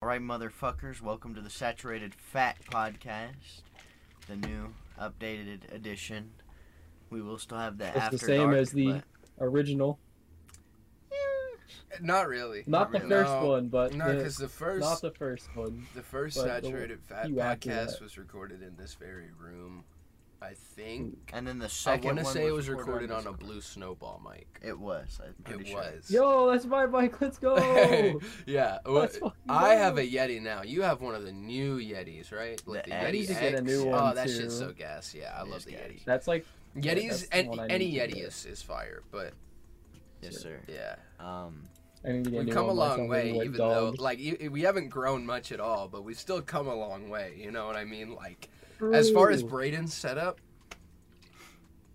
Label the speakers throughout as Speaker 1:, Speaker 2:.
Speaker 1: Alright, motherfuckers, welcome to the Saturated Fat Podcast, the new updated edition. We will still have that
Speaker 2: It's
Speaker 1: after
Speaker 2: the same
Speaker 1: dark,
Speaker 2: as the-
Speaker 1: but-
Speaker 2: original.
Speaker 3: Not really.
Speaker 2: Not, the
Speaker 1: really.
Speaker 2: first
Speaker 3: No.
Speaker 2: one, but
Speaker 3: No,
Speaker 2: the,
Speaker 3: because the first
Speaker 2: not the first one.
Speaker 3: the first
Speaker 2: but the
Speaker 3: saturated fat
Speaker 2: few after
Speaker 3: podcast
Speaker 2: that.
Speaker 3: was recorded in this very room. I
Speaker 2: Mm.
Speaker 3: think.
Speaker 1: and then the
Speaker 3: I
Speaker 1: second
Speaker 3: want to
Speaker 1: one
Speaker 3: say it was recorded
Speaker 1: this-
Speaker 3: on a blue snowball mic.
Speaker 1: It was. I'm pretty
Speaker 3: It
Speaker 1: sure.
Speaker 3: was.
Speaker 2: Yo, that's my mic. Let's go.
Speaker 3: yeah. well,
Speaker 2: Let's fucking
Speaker 3: I have
Speaker 2: go.
Speaker 3: a Yeti now. You have one of the new Yetis, right?
Speaker 1: The X. I need to
Speaker 2: get a
Speaker 3: X?
Speaker 2: new
Speaker 3: Oh,
Speaker 2: one,
Speaker 3: that
Speaker 2: too.
Speaker 3: shit's so gas. Yeah, I
Speaker 1: It
Speaker 3: love
Speaker 1: is
Speaker 3: the
Speaker 1: gas.
Speaker 3: Yeti.
Speaker 2: That's like that's
Speaker 3: Yetis,
Speaker 2: the
Speaker 3: any,
Speaker 2: one I
Speaker 3: any
Speaker 2: need to
Speaker 3: Yeti
Speaker 2: get.
Speaker 3: is, is fire, but
Speaker 1: Yes, sir.
Speaker 3: yeah.
Speaker 1: Um,
Speaker 2: I need to get
Speaker 3: We've
Speaker 2: new
Speaker 3: come a
Speaker 2: one, my
Speaker 3: long
Speaker 2: son's
Speaker 3: way,
Speaker 2: really
Speaker 3: even
Speaker 2: dull.
Speaker 3: though like e- we haven't grown much at all, but we've still come a long way. You know what I mean? Like as far as
Speaker 2: True.
Speaker 3: Braden's setup,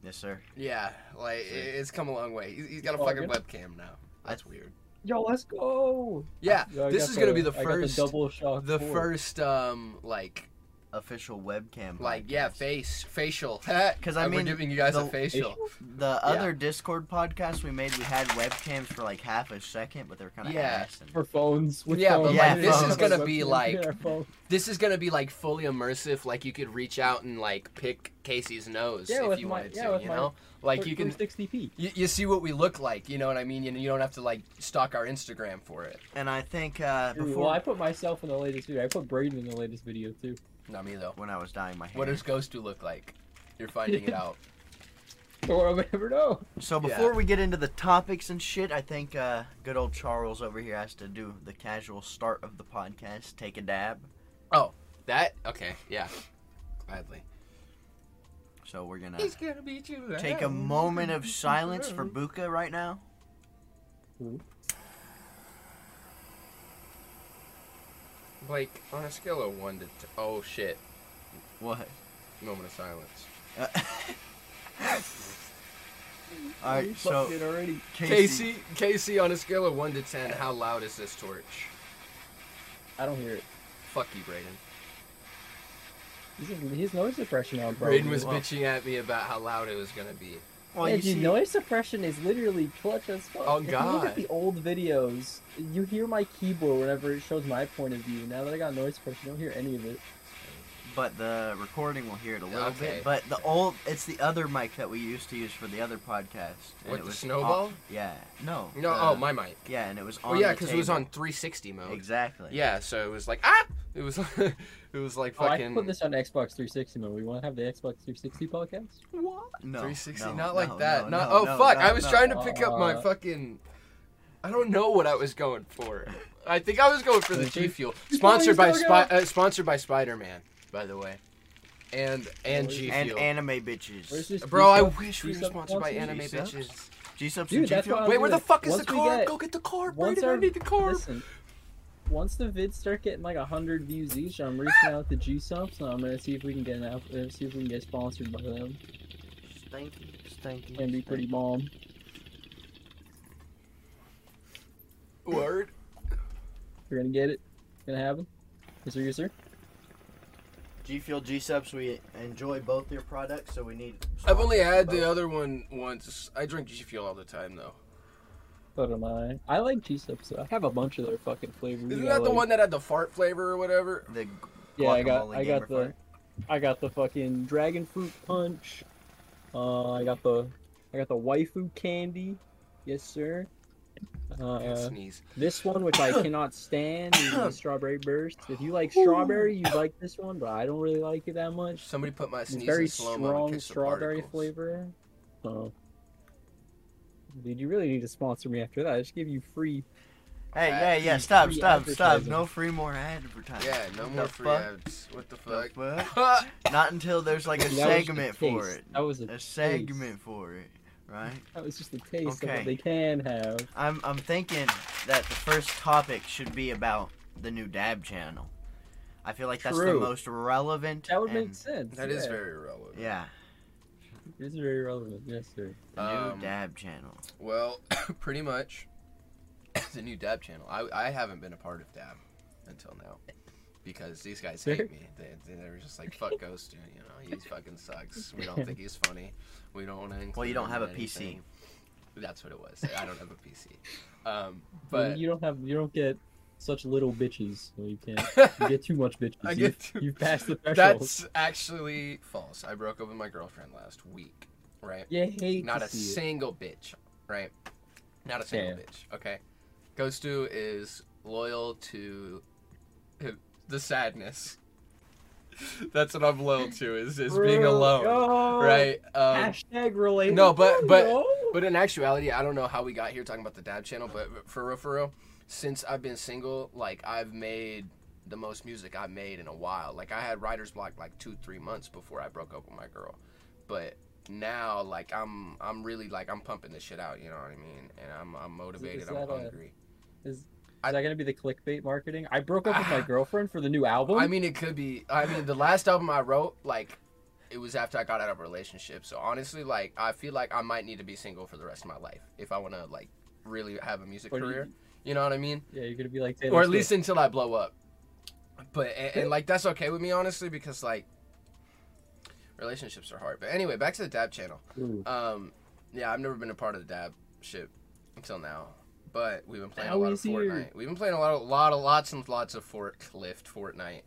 Speaker 1: yes, sir.
Speaker 3: yeah, like i- it's come a long way. He's, he's got a
Speaker 2: Oh,
Speaker 3: fucking
Speaker 2: yeah.
Speaker 3: webcam now. That's weird.
Speaker 2: yo, let's go.
Speaker 3: Yeah,
Speaker 2: Yo, I
Speaker 3: this
Speaker 2: got
Speaker 3: is gonna be the
Speaker 2: I got
Speaker 3: first,
Speaker 2: the double shock.
Speaker 3: the
Speaker 2: four.
Speaker 3: first um like
Speaker 1: Official webcam.
Speaker 3: like yeah
Speaker 1: podcast.
Speaker 3: face facial
Speaker 1: 'Cause
Speaker 3: because
Speaker 1: I mean,
Speaker 3: we're giving you guys a
Speaker 1: the-
Speaker 3: facial.
Speaker 1: The other Discord podcast we made, we had webcams for like half a second, but they were kind of
Speaker 3: Yeah.
Speaker 1: ass. And,
Speaker 2: for phones. With
Speaker 3: Yeah,
Speaker 1: but,
Speaker 2: phones.
Speaker 1: like,
Speaker 2: I didn't
Speaker 1: this
Speaker 2: have
Speaker 1: is
Speaker 2: a
Speaker 3: gonna
Speaker 2: webcam
Speaker 3: be,
Speaker 2: in
Speaker 3: like,
Speaker 2: our phone.
Speaker 3: This is gonna be like fully immersive. Like you could reach out and like pick Casey's nose
Speaker 2: Yeah,
Speaker 3: if
Speaker 2: with
Speaker 3: you
Speaker 2: my-
Speaker 3: wanted
Speaker 2: yeah,
Speaker 3: to.
Speaker 2: with
Speaker 3: You
Speaker 2: my-
Speaker 3: know, like you can
Speaker 2: 360p.
Speaker 3: you, you see what we look like you know what i mean you, you don't have to like stalk our instagram for it
Speaker 1: and I think uh,
Speaker 2: Dude,
Speaker 1: before
Speaker 2: Well, I put myself in the latest video. I put Braden in the latest video too.
Speaker 3: not me though
Speaker 1: when I was dying my hair.
Speaker 3: what does ghost do look like you're finding it out
Speaker 2: Or I'll never know.
Speaker 1: So
Speaker 3: Yeah.
Speaker 1: before we get into the topics and shit, I think uh, good old Charles over here has to do the casual start of the podcast. Take a dab.
Speaker 3: that okay yeah gladly
Speaker 1: So we're gonna
Speaker 3: gonna beat you
Speaker 1: take a moment of silence for Buka right now.
Speaker 3: like on a scale of one to t- oh shit
Speaker 1: What?
Speaker 3: moment of silence
Speaker 1: Uh, All right,
Speaker 2: You
Speaker 1: so
Speaker 2: fucked it already.
Speaker 1: Casey,
Speaker 3: casey casey on a scale of one to ten how loud is this torch
Speaker 2: I don't hear it.
Speaker 3: fuck you braden
Speaker 2: He's, he's noise suppression on, bro.
Speaker 3: braden was
Speaker 1: well-
Speaker 3: bitching at me about how loud it was gonna be
Speaker 1: well,
Speaker 2: yeah,
Speaker 1: you
Speaker 2: dude,
Speaker 1: see,
Speaker 2: noise suppression is literally clutch as fuck.
Speaker 3: Oh,
Speaker 2: if you look
Speaker 3: God.
Speaker 2: at the old videos, you hear my keyboard whenever it shows my point of view. Now that I got noise suppression, you don't hear any of it.
Speaker 1: but the recording will hear it a little
Speaker 3: Okay.
Speaker 1: bit. But the old, it's the other mic that we used to use for the other podcast. and
Speaker 3: What,
Speaker 1: it
Speaker 3: the
Speaker 1: was
Speaker 3: snowball?
Speaker 1: on- yeah. No.
Speaker 3: no
Speaker 1: the-
Speaker 3: oh my mic
Speaker 1: Yeah, and it was on.
Speaker 3: oh yeah
Speaker 1: because
Speaker 3: because it was on 360 mode
Speaker 1: Exactly.
Speaker 3: Yeah, so it was like ah, it was it was like
Speaker 2: Oh, I can
Speaker 3: fucking
Speaker 2: put this on Xbox 360 mode. We want to have the Xbox 360 podcast?
Speaker 1: What? No.
Speaker 3: 360,
Speaker 1: no,
Speaker 3: not like
Speaker 1: no,
Speaker 3: that.
Speaker 1: no,
Speaker 3: No,
Speaker 1: no,
Speaker 3: oh
Speaker 1: no,
Speaker 3: fuck,
Speaker 1: no,
Speaker 3: I was
Speaker 1: no.
Speaker 3: trying to pick up my
Speaker 2: Uh,
Speaker 3: fucking. I don't know what I was going for. I think I was going for the
Speaker 2: Did you-
Speaker 3: G Fuel,
Speaker 2: You
Speaker 3: sponsored by
Speaker 2: totally
Speaker 3: Spi-
Speaker 2: still got
Speaker 3: uh, sponsored by Spider Man, by the way, and and
Speaker 2: Where's-
Speaker 3: G
Speaker 1: and
Speaker 3: Fuel.
Speaker 1: anime
Speaker 2: Where's
Speaker 1: bitches.
Speaker 2: this
Speaker 3: Bro, I
Speaker 2: G-Sub-
Speaker 3: wish we were
Speaker 2: G-Sub
Speaker 3: sponsored by
Speaker 2: sponsor?
Speaker 3: anime
Speaker 1: G-Sub?
Speaker 3: bitches.
Speaker 1: G subs
Speaker 2: Dude,
Speaker 1: and G
Speaker 2: that's what
Speaker 1: fuel.
Speaker 2: I'll
Speaker 3: Wait, where
Speaker 2: do
Speaker 3: the
Speaker 2: it.
Speaker 3: fuck is the
Speaker 2: Once we
Speaker 3: carb?
Speaker 2: get-
Speaker 3: Go get the
Speaker 2: Once
Speaker 3: carb, Brandon. I
Speaker 2: our-
Speaker 3: need the carb.
Speaker 2: Listen, once the vids start getting like hundred views each, I'm reaching out to G Subs and I'm gonna see if we can get an app, uh, see if we can get sponsored by them.
Speaker 1: Stinky, stinky.
Speaker 2: It's gonna be pretty bomb.
Speaker 3: Word.
Speaker 2: You're gonna get it. Gonna happen. Yes sir, yes sir.
Speaker 1: G Fuel G subs. We enjoy both your products, so we need.
Speaker 3: I've only
Speaker 1: sponsors
Speaker 3: had
Speaker 1: for
Speaker 3: the
Speaker 1: both.
Speaker 3: other one once. I drink G Fuel all the time though.
Speaker 2: So do I. I like G Subs. though. I have a bunch of their fucking flavors.
Speaker 3: Isn't
Speaker 2: You
Speaker 3: that
Speaker 2: know,
Speaker 3: the
Speaker 2: like-
Speaker 3: one that had the fart flavor or whatever?
Speaker 1: The
Speaker 2: Yeah, I got,
Speaker 1: guacamole
Speaker 2: I got
Speaker 1: gamer
Speaker 2: the,
Speaker 1: fart.
Speaker 2: I got the fucking dragon fruit punch. Uh, I got the, I got the waifu candy. Yes sir.
Speaker 3: Can't
Speaker 2: Uh,
Speaker 3: sneeze.
Speaker 2: This one, which I cannot stand, is the strawberry burst. If you like strawberry, you like this one, but I don't really like it that much.
Speaker 3: Somebody put my
Speaker 2: It's
Speaker 3: sneeze
Speaker 2: very
Speaker 3: in slow-mo to
Speaker 2: strong
Speaker 3: catch the
Speaker 2: strawberry
Speaker 3: particles.
Speaker 2: flavor. Oh. Dude, you really need to sponsor me after that. I just give you free.
Speaker 1: Hey, yeah, yeah.
Speaker 2: Free
Speaker 1: Stop, stop, stop.
Speaker 2: advertising.
Speaker 1: No free more advertising.
Speaker 3: Yeah, no
Speaker 1: What
Speaker 3: more
Speaker 1: the
Speaker 3: free
Speaker 1: fuck?
Speaker 3: ads. What the
Speaker 1: The
Speaker 3: fuck?
Speaker 1: fuck? Not until there's like a
Speaker 2: That was just
Speaker 1: segment
Speaker 2: a
Speaker 1: for
Speaker 2: taste.
Speaker 1: it.
Speaker 2: That was a,
Speaker 1: A
Speaker 2: taste.
Speaker 1: segment for it, right?
Speaker 2: That was just a taste of
Speaker 1: Okay.
Speaker 2: what they can have.
Speaker 1: I'm I'm thinking that the first topic should be about the new Dab channel. I feel like that's the
Speaker 2: True.
Speaker 1: most relevant.
Speaker 2: That would make
Speaker 1: and-
Speaker 2: sense.
Speaker 3: that is
Speaker 2: yeah.
Speaker 3: very relevant.
Speaker 1: Yeah,
Speaker 2: It's very relevant. Yes, sir.
Speaker 1: the
Speaker 3: Um,
Speaker 1: new Dab channel.
Speaker 3: Well, pretty much the new Dab channel. I, I haven't been a part of Dab until now because these guys hate me. They, they, they were just like, fuck Ghost, dude. You know, he fucking sucks. We don't think he's funny. We don't want to.
Speaker 1: Well, you don't have a PC.
Speaker 3: That's what it was. I don't have a PC. Um, but
Speaker 2: you don't have, you don't get such little bitches. So you can't you get too much bitches.
Speaker 3: I
Speaker 2: you,
Speaker 3: get too-
Speaker 2: you passed the threshold.
Speaker 3: That's actually false. I broke up with my girlfriend last week, right?
Speaker 2: you hate
Speaker 3: Not
Speaker 2: to
Speaker 3: a
Speaker 2: see it.
Speaker 3: single bitch, right? Not a single
Speaker 2: Damn.
Speaker 3: bitch, okay? Ghostu is loyal to the sadness. That's what I'm loyal to is is being
Speaker 2: Bro, oh,
Speaker 3: alone,
Speaker 2: yo,
Speaker 3: right? Um,
Speaker 2: Hashtag related.
Speaker 3: no, but- but- but in actuality, I don't know how we got here talking about the dab channel, but for real, for real, since I've been single, like I've made the most music I've made in a while. Like I had writer's block like two, three months before I broke up with my girl, but now like I'm, I'm really like I'm pumping this shit out. You know what I mean? And I'm, I'm motivated.
Speaker 2: is
Speaker 3: I'm
Speaker 2: that a-
Speaker 3: hungry.
Speaker 2: Is that gonna be the clickbait marketing? I broke up with my girlfriend for the new album.
Speaker 3: Ah. I mean, it could be. I mean, the last album I wrote, like, it was after I got out of a relationship. So honestly, like, I feel like I might need to be single for the rest of my life if I want to like really have a music
Speaker 2: Or do you-
Speaker 3: career. You know what I mean?
Speaker 2: yeah, you're gonna be like Taylor
Speaker 3: or at
Speaker 2: Swift.
Speaker 3: least until I blow up. But and, and like that's okay with me honestly because like relationships are hard. But anyway, back to the dab channel.
Speaker 2: Ooh.
Speaker 3: Um, yeah, I've never been a part of the dab ship until now. But we've been playing
Speaker 2: Now
Speaker 3: a lot of
Speaker 2: he's here.
Speaker 3: Fortnite. We've been playing a lot, of, lot, of, lots and lots of Fortlift Fortnite.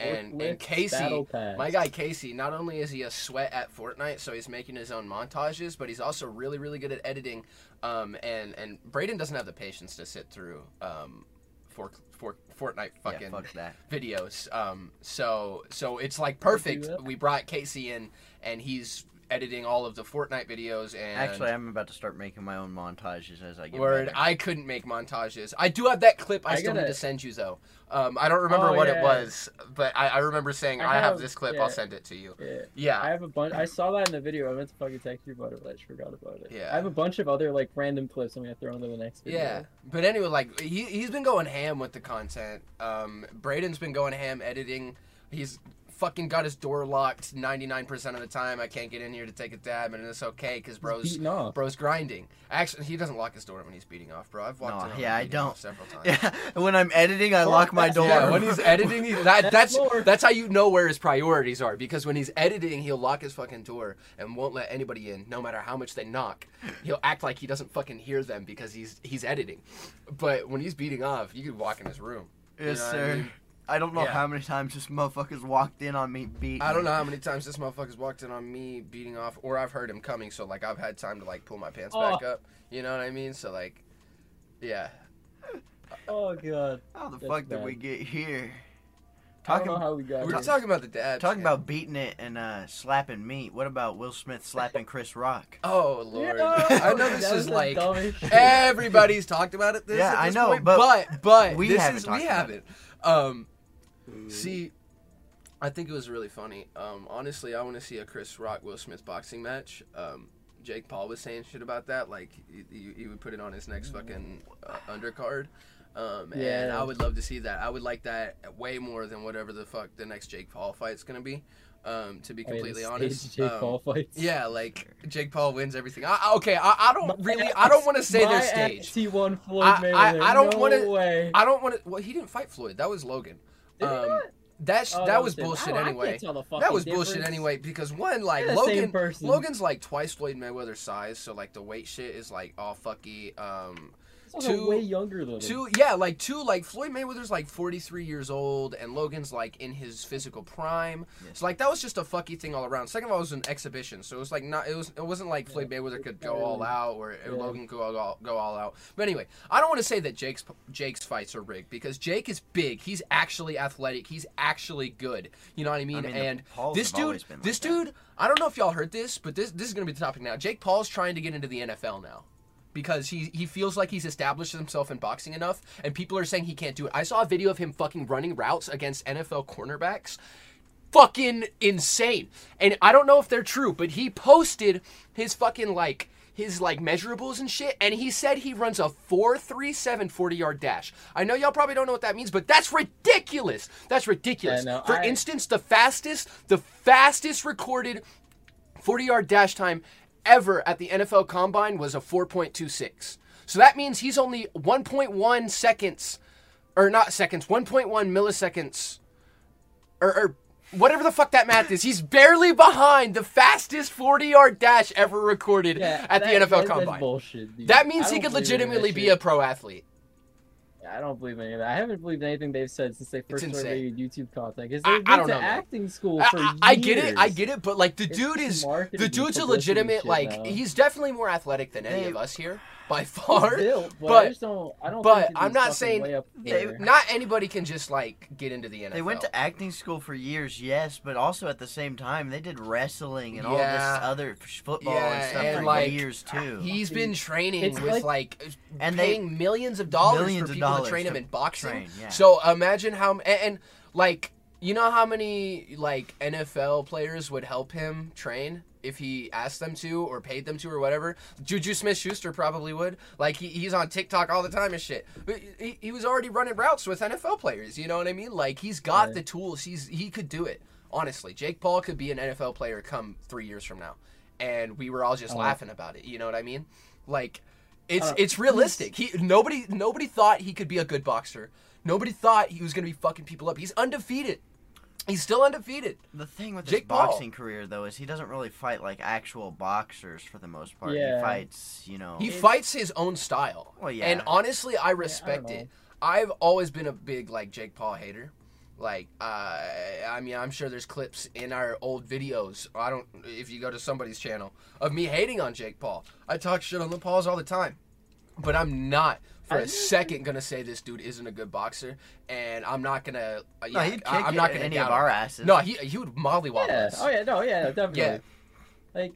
Speaker 3: And and
Speaker 2: Forklift
Speaker 3: Casey,
Speaker 2: battle pass.
Speaker 3: my guy Casey, not only is he a sweat at Fortnite, so he's making his own montages, but he's also really, really good at editing. Um, and and Braden doesn't have the patience to sit through um, for, for Fortnite
Speaker 1: yeah,
Speaker 3: fucking
Speaker 1: fuck that.
Speaker 3: videos. Um, so so it's like perfect.
Speaker 2: that.
Speaker 3: We brought Casey in, and he's editing all of the Fortnite videos. And
Speaker 1: Actually, I'm about to start making my own montages as I get
Speaker 3: word,
Speaker 1: better.
Speaker 3: I couldn't make montages. I do have that clip. I,
Speaker 2: I
Speaker 3: still
Speaker 2: gotta-
Speaker 3: need to send you though. Um, I don't remember
Speaker 2: Oh,
Speaker 3: what
Speaker 2: yeah.
Speaker 3: it was, but I, I remember saying I,
Speaker 2: I
Speaker 3: have,
Speaker 2: have-
Speaker 3: this clip.
Speaker 2: yeah.
Speaker 3: I'll send it to you.
Speaker 2: Yeah.
Speaker 3: Yeah,
Speaker 2: I have a bunch. I saw that in the video. I meant to fucking text you about it, but I just forgot about it.
Speaker 3: Yeah.
Speaker 2: I have a bunch of other like random clips. I'm gonna throw into the next video.
Speaker 3: Yeah, but anyway, like he he's been going ham with the content. Um, Braden's been going ham editing. He's fucking got his door locked ninety nine percent of the time. I can't get in here to take a dab, and it's okay because bro's
Speaker 2: Beaten off.
Speaker 3: bro's grinding. Actually, he doesn't lock his door when he's beating off, bro. I've walked
Speaker 1: No,
Speaker 3: in on
Speaker 1: yeah,
Speaker 3: him
Speaker 1: I
Speaker 3: beating off
Speaker 1: don't.
Speaker 3: several times.
Speaker 1: Yeah, when I'm editing, I lock my door.
Speaker 3: Yeah, when he's editing, he,
Speaker 2: That's
Speaker 3: that, that's
Speaker 2: more.
Speaker 3: that's how you know where his priorities are. Because when he's editing, he'll lock his fucking door and won't let anybody in, no matter how much they knock. He'll act like he doesn't fucking hear them because he's he's editing. But when he's beating off, you could walk in his room.
Speaker 1: yes,
Speaker 3: You know what I
Speaker 1: sir. I,
Speaker 3: mean?
Speaker 1: don't know
Speaker 3: Yeah.
Speaker 1: how many times this motherfucker's walked in on me beating.
Speaker 3: I don't know how many times this motherfucker's walked in on me beating off, or I've heard him coming. So like I've had time to like pull my pants back up. You know what I mean? So like, yeah.
Speaker 2: Oh god.
Speaker 1: How the
Speaker 2: That's
Speaker 1: fuck did
Speaker 2: bad.
Speaker 1: we get here?
Speaker 2: I
Speaker 1: Talking
Speaker 2: don't know how we got.
Speaker 3: We're
Speaker 2: here.
Speaker 3: talking about the dad.
Speaker 1: talking about beating it and uh, slapping meat. What about Will Smith slapping Chris Rock?
Speaker 3: Oh lord!
Speaker 2: Yeah,
Speaker 3: I
Speaker 2: that
Speaker 3: know this
Speaker 2: was
Speaker 3: is
Speaker 2: the
Speaker 3: like
Speaker 2: dumbest shit.
Speaker 3: Everybody's talked about it. This,
Speaker 1: Yeah,
Speaker 3: at
Speaker 1: I
Speaker 3: this
Speaker 1: know,
Speaker 3: point,
Speaker 1: but
Speaker 3: but but
Speaker 1: we
Speaker 3: this
Speaker 1: haven't
Speaker 3: is,
Speaker 1: talked
Speaker 3: we
Speaker 1: about
Speaker 3: haven't. Um, see, I think it was really funny. Um, honestly, I want to see a Chris Rock Will Smith boxing match. Um, Jake Paul was saying shit about that. Like he, he, he would put it on his next fucking uh, undercard. Um, and
Speaker 2: Yeah.
Speaker 3: I would love to see that. I would like that way more than whatever the fuck the next Jake Paul fight's gonna be. Um, to be
Speaker 2: I mean,
Speaker 3: completely
Speaker 2: it's
Speaker 3: honest,
Speaker 2: staged Jake
Speaker 3: Um,
Speaker 2: Paul fights.
Speaker 3: yeah, like Jake Paul wins everything. I, I- okay, I, I don't really, I don't want to say they're staged.
Speaker 2: T one Floyd
Speaker 3: I-
Speaker 2: Mayweather.
Speaker 3: I- I don't
Speaker 2: no
Speaker 3: wanna-
Speaker 2: Way.
Speaker 3: I don't want to. Well, he didn't fight Floyd. That was Logan.
Speaker 2: Did he
Speaker 3: Um,
Speaker 2: not?
Speaker 3: that's
Speaker 2: Oh,
Speaker 3: that was
Speaker 2: different.
Speaker 3: bullshit
Speaker 2: I don't- I
Speaker 3: anyway.
Speaker 2: can't tell the
Speaker 3: That
Speaker 2: fucking
Speaker 3: was bullshit
Speaker 2: difference.
Speaker 3: anyway because one like
Speaker 2: They're the same
Speaker 3: Logan,
Speaker 2: person.
Speaker 3: Logan's like twice Floyd Mayweather's size, so like the weight shit is like all fucky. Um,
Speaker 2: This was a
Speaker 3: two-
Speaker 2: way younger than him.
Speaker 3: two yeah, like two like Floyd Mayweather's like forty three years old and Logan's like in his physical prime.
Speaker 1: Yes.
Speaker 3: So like that was just a fucky thing all around. Second of all, it was an exhibition, so it was like not it was it wasn't like Floyd Mayweather could go all out or or
Speaker 2: Yeah.
Speaker 3: Logan go all, go all out. But anyway, I don't want to say that Jake's Jake's fights are rigged because Jake is big. He's actually athletic. He's actually good. You know what I mean?
Speaker 1: mean, the
Speaker 3: and
Speaker 1: Pauls
Speaker 3: this
Speaker 1: have always
Speaker 3: dude,
Speaker 1: been like
Speaker 3: this
Speaker 1: that.
Speaker 3: dude, I don't know if y'all heard this, but this this is gonna be the topic now. Jake Paul's trying to get into the NFL now. Because he, he feels like he's established himself in boxing enough, and people are saying he can't do it. I saw a video of him fucking running routes against NFL cornerbacks fucking insane. And I don't know if they're true, but he posted his fucking like his like measurables and shit and he said he runs a 437 40 yard dash. I know y'all probably don't know what that means, but that's ridiculous. That's ridiculous.
Speaker 2: Yeah, no,
Speaker 3: For
Speaker 2: I-
Speaker 3: instance, the fastest the fastest recorded 40 yard dash time ever at the NFL Combine was a 4.26. So that means he's only 1.1 seconds, or not seconds, 1.1 milliseconds, or, or whatever the fuck that math is. He's barely behind the fastest 40 yard dash ever recorded
Speaker 2: Yeah,
Speaker 3: at the
Speaker 2: that-
Speaker 3: NFL
Speaker 2: that- that's
Speaker 3: Combine.
Speaker 2: bullshit, dude.
Speaker 3: That means
Speaker 2: I
Speaker 3: he
Speaker 2: don't
Speaker 3: could
Speaker 2: believe in that
Speaker 3: legitimately be
Speaker 2: shit.
Speaker 3: a pro athlete.
Speaker 2: I don't believe any of that. I haven't believed anything they've said since they first started
Speaker 3: insane.
Speaker 2: making YouTube content. Because
Speaker 3: I-
Speaker 2: they've
Speaker 3: I
Speaker 2: been
Speaker 3: don't
Speaker 2: to
Speaker 3: know, man.
Speaker 2: acting school
Speaker 3: I,
Speaker 2: for
Speaker 3: I-
Speaker 2: years.
Speaker 3: I get it, I get it, but like the
Speaker 2: It's
Speaker 3: dude
Speaker 2: just
Speaker 3: is
Speaker 2: marketing
Speaker 3: the
Speaker 2: and
Speaker 3: dude's a
Speaker 2: publicity
Speaker 3: legitimate
Speaker 2: shit
Speaker 3: like
Speaker 2: now.
Speaker 3: he's definitely more athletic than any
Speaker 1: They-
Speaker 3: of us here by
Speaker 2: He's
Speaker 3: far.
Speaker 2: built, but,
Speaker 3: but-
Speaker 2: I just don't. I don't.
Speaker 3: but
Speaker 2: think that
Speaker 3: I'm
Speaker 2: he's
Speaker 3: not
Speaker 2: fucking
Speaker 3: saying
Speaker 2: way up
Speaker 1: they-
Speaker 2: there.
Speaker 3: Not anybody can just like get into the NFL.
Speaker 1: They went to acting school for years, yes, but also at the same time they did wrestling and all
Speaker 3: Yeah.
Speaker 1: this other f- football and
Speaker 3: Yeah,
Speaker 1: stuff
Speaker 3: and,
Speaker 1: for
Speaker 3: like,
Speaker 1: years too.
Speaker 3: He's been training
Speaker 2: It's
Speaker 3: with
Speaker 2: like-
Speaker 3: like,
Speaker 1: And they-
Speaker 3: paying millions of dollars
Speaker 1: Millions
Speaker 3: for
Speaker 1: of
Speaker 3: people
Speaker 1: dollars
Speaker 3: to train
Speaker 1: to
Speaker 3: him in boxing.
Speaker 1: train, yeah.
Speaker 3: So imagine how and, and like you know how many like NFL players would help him train if he asked them to or paid them to or whatever. Juju Smith Schuster probably would. Like he, he's on TikTok all the time and shit. But he, he was already running routes with NFL players. You know what I mean? Like he's got
Speaker 2: Right.
Speaker 3: the tools. He's he could do it. Honestly, Jake Paul could be an NFL player come three years from now, and we were all just
Speaker 2: Oh.
Speaker 3: laughing about it. You know what I mean? Like it's
Speaker 2: Uh,
Speaker 3: it's realistic. He nobody nobody thought he could be a good boxer. Nobody thought he was gonna be fucking people up. He's undefeated. He's still undefeated.
Speaker 1: the thing with his
Speaker 3: Jake Paul.
Speaker 1: boxing career though is he doesn't really fight like actual boxers for the most part. He
Speaker 2: Yeah.
Speaker 1: fights, you know.
Speaker 3: He
Speaker 2: It's-
Speaker 3: fights his own style.
Speaker 1: Oh, Well, yeah.
Speaker 3: And honestly, I respect
Speaker 2: know.
Speaker 3: it. I've always been a big like Jake Paul hater. Like, uh, I mean, I'm sure there's clips in our old videos. I don't if you go to somebody's channel of me hating on Jake Paul. I talk shit on the Pauls all the time, but I'm not for
Speaker 2: I-
Speaker 3: a second gonna say this dude isn't a good boxer, and I'm not gonna. Uh,
Speaker 1: no,
Speaker 3: yeah,
Speaker 1: he'd kick
Speaker 3: I, am not
Speaker 1: it
Speaker 3: gonna
Speaker 1: any
Speaker 3: doubt
Speaker 1: of
Speaker 3: him.
Speaker 1: our asses.
Speaker 3: No, he he would mollywop
Speaker 2: Yeah.
Speaker 3: us.
Speaker 2: Oh yeah. No. Yeah. Definitely.
Speaker 3: Yeah.
Speaker 2: Like,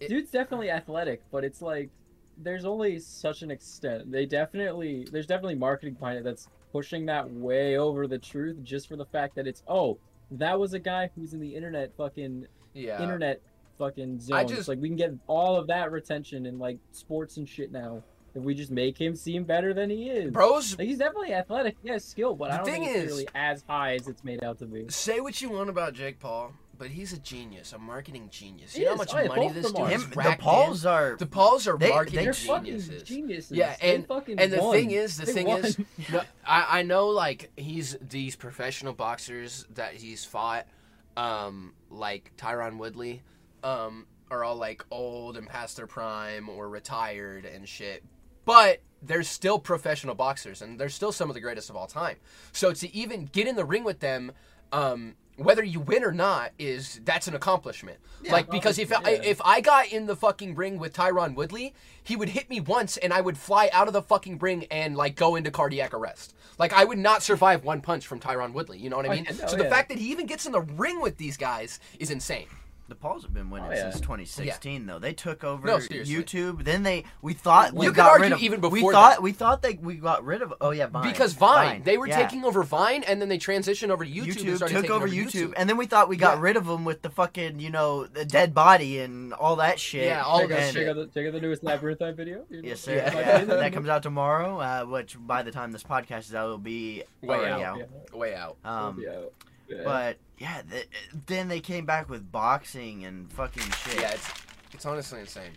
Speaker 3: It-
Speaker 2: dude's definitely athletic, but it's like there's only such an extent. They definitely there's definitely marketing behind it that's pushing that way over the truth, just for the fact that it's oh that was a guy who's in the internet fucking
Speaker 3: yeah.
Speaker 2: internet fucking zone.
Speaker 3: I
Speaker 2: It's
Speaker 3: just-
Speaker 2: like we can get all of that retention in like sports and shit now if we just make him seem better than he is.
Speaker 3: Bros,
Speaker 2: Like, he's definitely athletic, he has skill, but I
Speaker 3: The
Speaker 2: don't
Speaker 3: thing
Speaker 2: think it's
Speaker 3: is-
Speaker 2: really as high as it's made out to be.
Speaker 3: Say what you want about Jake Paul, but he's a genius, a marketing genius.
Speaker 2: He
Speaker 3: you know how
Speaker 2: is.
Speaker 3: much
Speaker 2: Oh, yeah,
Speaker 3: money
Speaker 2: both
Speaker 3: this
Speaker 2: of
Speaker 3: dude
Speaker 2: them are.
Speaker 3: has
Speaker 1: him, the
Speaker 3: racked
Speaker 1: Pauls are
Speaker 3: in? The Pauls are
Speaker 1: they-
Speaker 3: marketing
Speaker 1: they're
Speaker 2: They're
Speaker 3: geniuses.
Speaker 2: fucking geniuses.
Speaker 3: Yeah,
Speaker 2: They
Speaker 3: and-
Speaker 2: fucking
Speaker 3: and the
Speaker 2: won.
Speaker 3: thing is, the
Speaker 2: They
Speaker 3: thing
Speaker 2: won.
Speaker 3: is, no, I, I know like he's these professional boxers that he's fought, um, like Tyron Woodley, um, are all like old and past their prime or retired and shit. But they're still professional boxers and they're still some of the greatest of all time. So to even get in the ring with them, um, whether you win or not is that's an accomplishment. like because if I,
Speaker 2: accomplishment, yeah.
Speaker 3: if I got in the fucking ring with Tyron Woodley, he would hit me once and I would fly out of the fucking ring and like go into cardiac arrest. Like I would not survive one punch from Tyron Woodley, you know what I
Speaker 2: Oh,
Speaker 3: mean?
Speaker 2: yeah, no,
Speaker 3: so the
Speaker 2: yeah.
Speaker 3: fact that he even gets in the ring with these guys is insane.
Speaker 1: The Pauls have been winning
Speaker 2: Oh, yeah.
Speaker 1: since 2016, though. They took over
Speaker 3: No, seriously.
Speaker 1: YouTube. Then they we thought we
Speaker 3: You could
Speaker 1: got
Speaker 3: argue
Speaker 1: rid of
Speaker 3: even
Speaker 1: we
Speaker 3: before
Speaker 1: thought
Speaker 3: that.
Speaker 1: we thought they we got rid of oh yeah Vine
Speaker 3: Because Vine, they were
Speaker 1: yeah.
Speaker 3: taking over Vine and then they transitioned over to YouTube, and
Speaker 1: YouTube
Speaker 3: started
Speaker 1: took
Speaker 3: taking
Speaker 1: over YouTube, and then we thought we got
Speaker 3: Yeah.
Speaker 1: rid of them with the fucking you know the dead body and all that shit.
Speaker 3: Yeah, all
Speaker 2: check,
Speaker 3: that
Speaker 2: out,
Speaker 1: And-
Speaker 3: shit.
Speaker 2: check, out the, check out the newest Labyrinthine video. You know,
Speaker 1: Yes, sir.
Speaker 3: Yeah.
Speaker 1: Yeah. that comes out tomorrow. Uh, which by the time this podcast is out, it'll be
Speaker 3: Way
Speaker 1: already
Speaker 3: out. Way out.
Speaker 1: Um,
Speaker 2: yeah. Yeah.
Speaker 1: But yeah, th- then they came back with boxing and fucking shit.
Speaker 3: Yeah, it's it's honestly insane.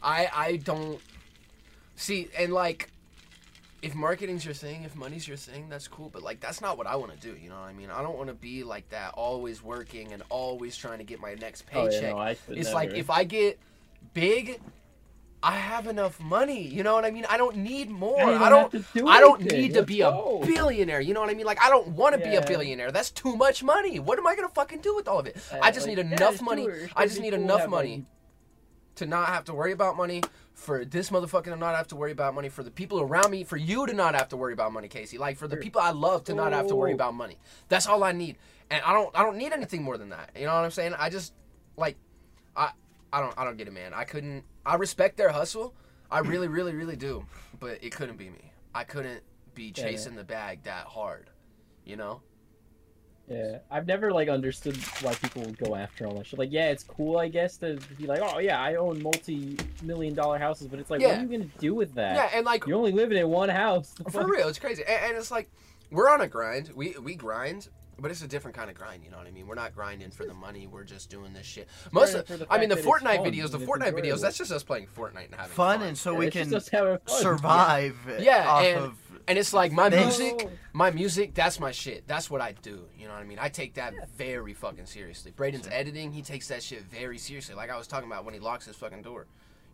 Speaker 3: I I don't see and like if marketing's your thing, if money's your thing, that's cool, but like that's not what I want to do, you know what I mean? I don't want to be like that always working and always trying to get my next
Speaker 2: Oh, yeah,
Speaker 3: paycheck.
Speaker 2: no, I could
Speaker 3: it's like
Speaker 2: never.
Speaker 3: if I get big I have enough money, you know what I mean? I don't need more.
Speaker 2: don't even
Speaker 3: I don't
Speaker 2: have to do
Speaker 3: I don't
Speaker 2: anything.
Speaker 3: need to
Speaker 2: Let's
Speaker 3: be
Speaker 2: go.
Speaker 3: a billionaire, you know what I mean? Like I don't want to be
Speaker 2: Yeah.
Speaker 3: a billionaire. That's too much money. What am I going to fucking do with all of it? I just
Speaker 2: like,
Speaker 3: need
Speaker 2: yeah,
Speaker 3: enough
Speaker 2: sure,
Speaker 3: money.
Speaker 2: it's
Speaker 3: I
Speaker 2: gonna
Speaker 3: just
Speaker 2: be
Speaker 3: need
Speaker 2: cool to
Speaker 3: enough
Speaker 2: have, like,
Speaker 3: money to not have to worry about money, for this motherfucker to not have to worry about money, for the people around me, for you to not have to worry about money, Casey. Like for the
Speaker 2: Sure.
Speaker 3: people I love to not have to worry
Speaker 2: Oh.
Speaker 3: about money. That's all I need, and I don't I don't need anything more than that. You know what I'm saying? I just like I I don't I don't get it, man. I couldn't. I respect their hustle. I really really really do, but it couldn't be me. I couldn't be
Speaker 2: Yeah, yeah.
Speaker 3: chasing the bag that hard. You know?
Speaker 2: Yeah, I've never like understood why people would go after all that shit. Like, yeah, it's cool, I guess, to be like, oh yeah, I own multi-million dollar houses, but it's like, what
Speaker 3: Yeah.
Speaker 2: are you gonna do with that?
Speaker 3: Yeah, and like
Speaker 2: You're only living in one house.
Speaker 3: For real, it's crazy, and, and it's like we're on a grind. We we grind, but it's a different kind of grind. You know what I mean? We're not grinding for the money. We're just doing this shit. Most,
Speaker 2: Grinding
Speaker 3: of,
Speaker 2: for the
Speaker 3: I mean, the
Speaker 2: fact that it's
Speaker 3: Fortnite
Speaker 2: fun
Speaker 3: videos, the
Speaker 2: and it's
Speaker 3: Fortnite videos.
Speaker 2: enjoyable.
Speaker 3: That's just us playing Fortnite and having
Speaker 1: Fun and so we
Speaker 2: It's just
Speaker 1: can
Speaker 2: us having fun.
Speaker 1: survive.
Speaker 3: Oh, Yeah,
Speaker 1: off
Speaker 3: and-
Speaker 1: of
Speaker 3: And it's like my
Speaker 1: They-
Speaker 3: music,
Speaker 2: No.
Speaker 3: my music. That's my shit. That's what I do. You know what I mean? I take that very fucking seriously. Braden's editing. He takes that shit very seriously. Like I was talking about when he locks his fucking door.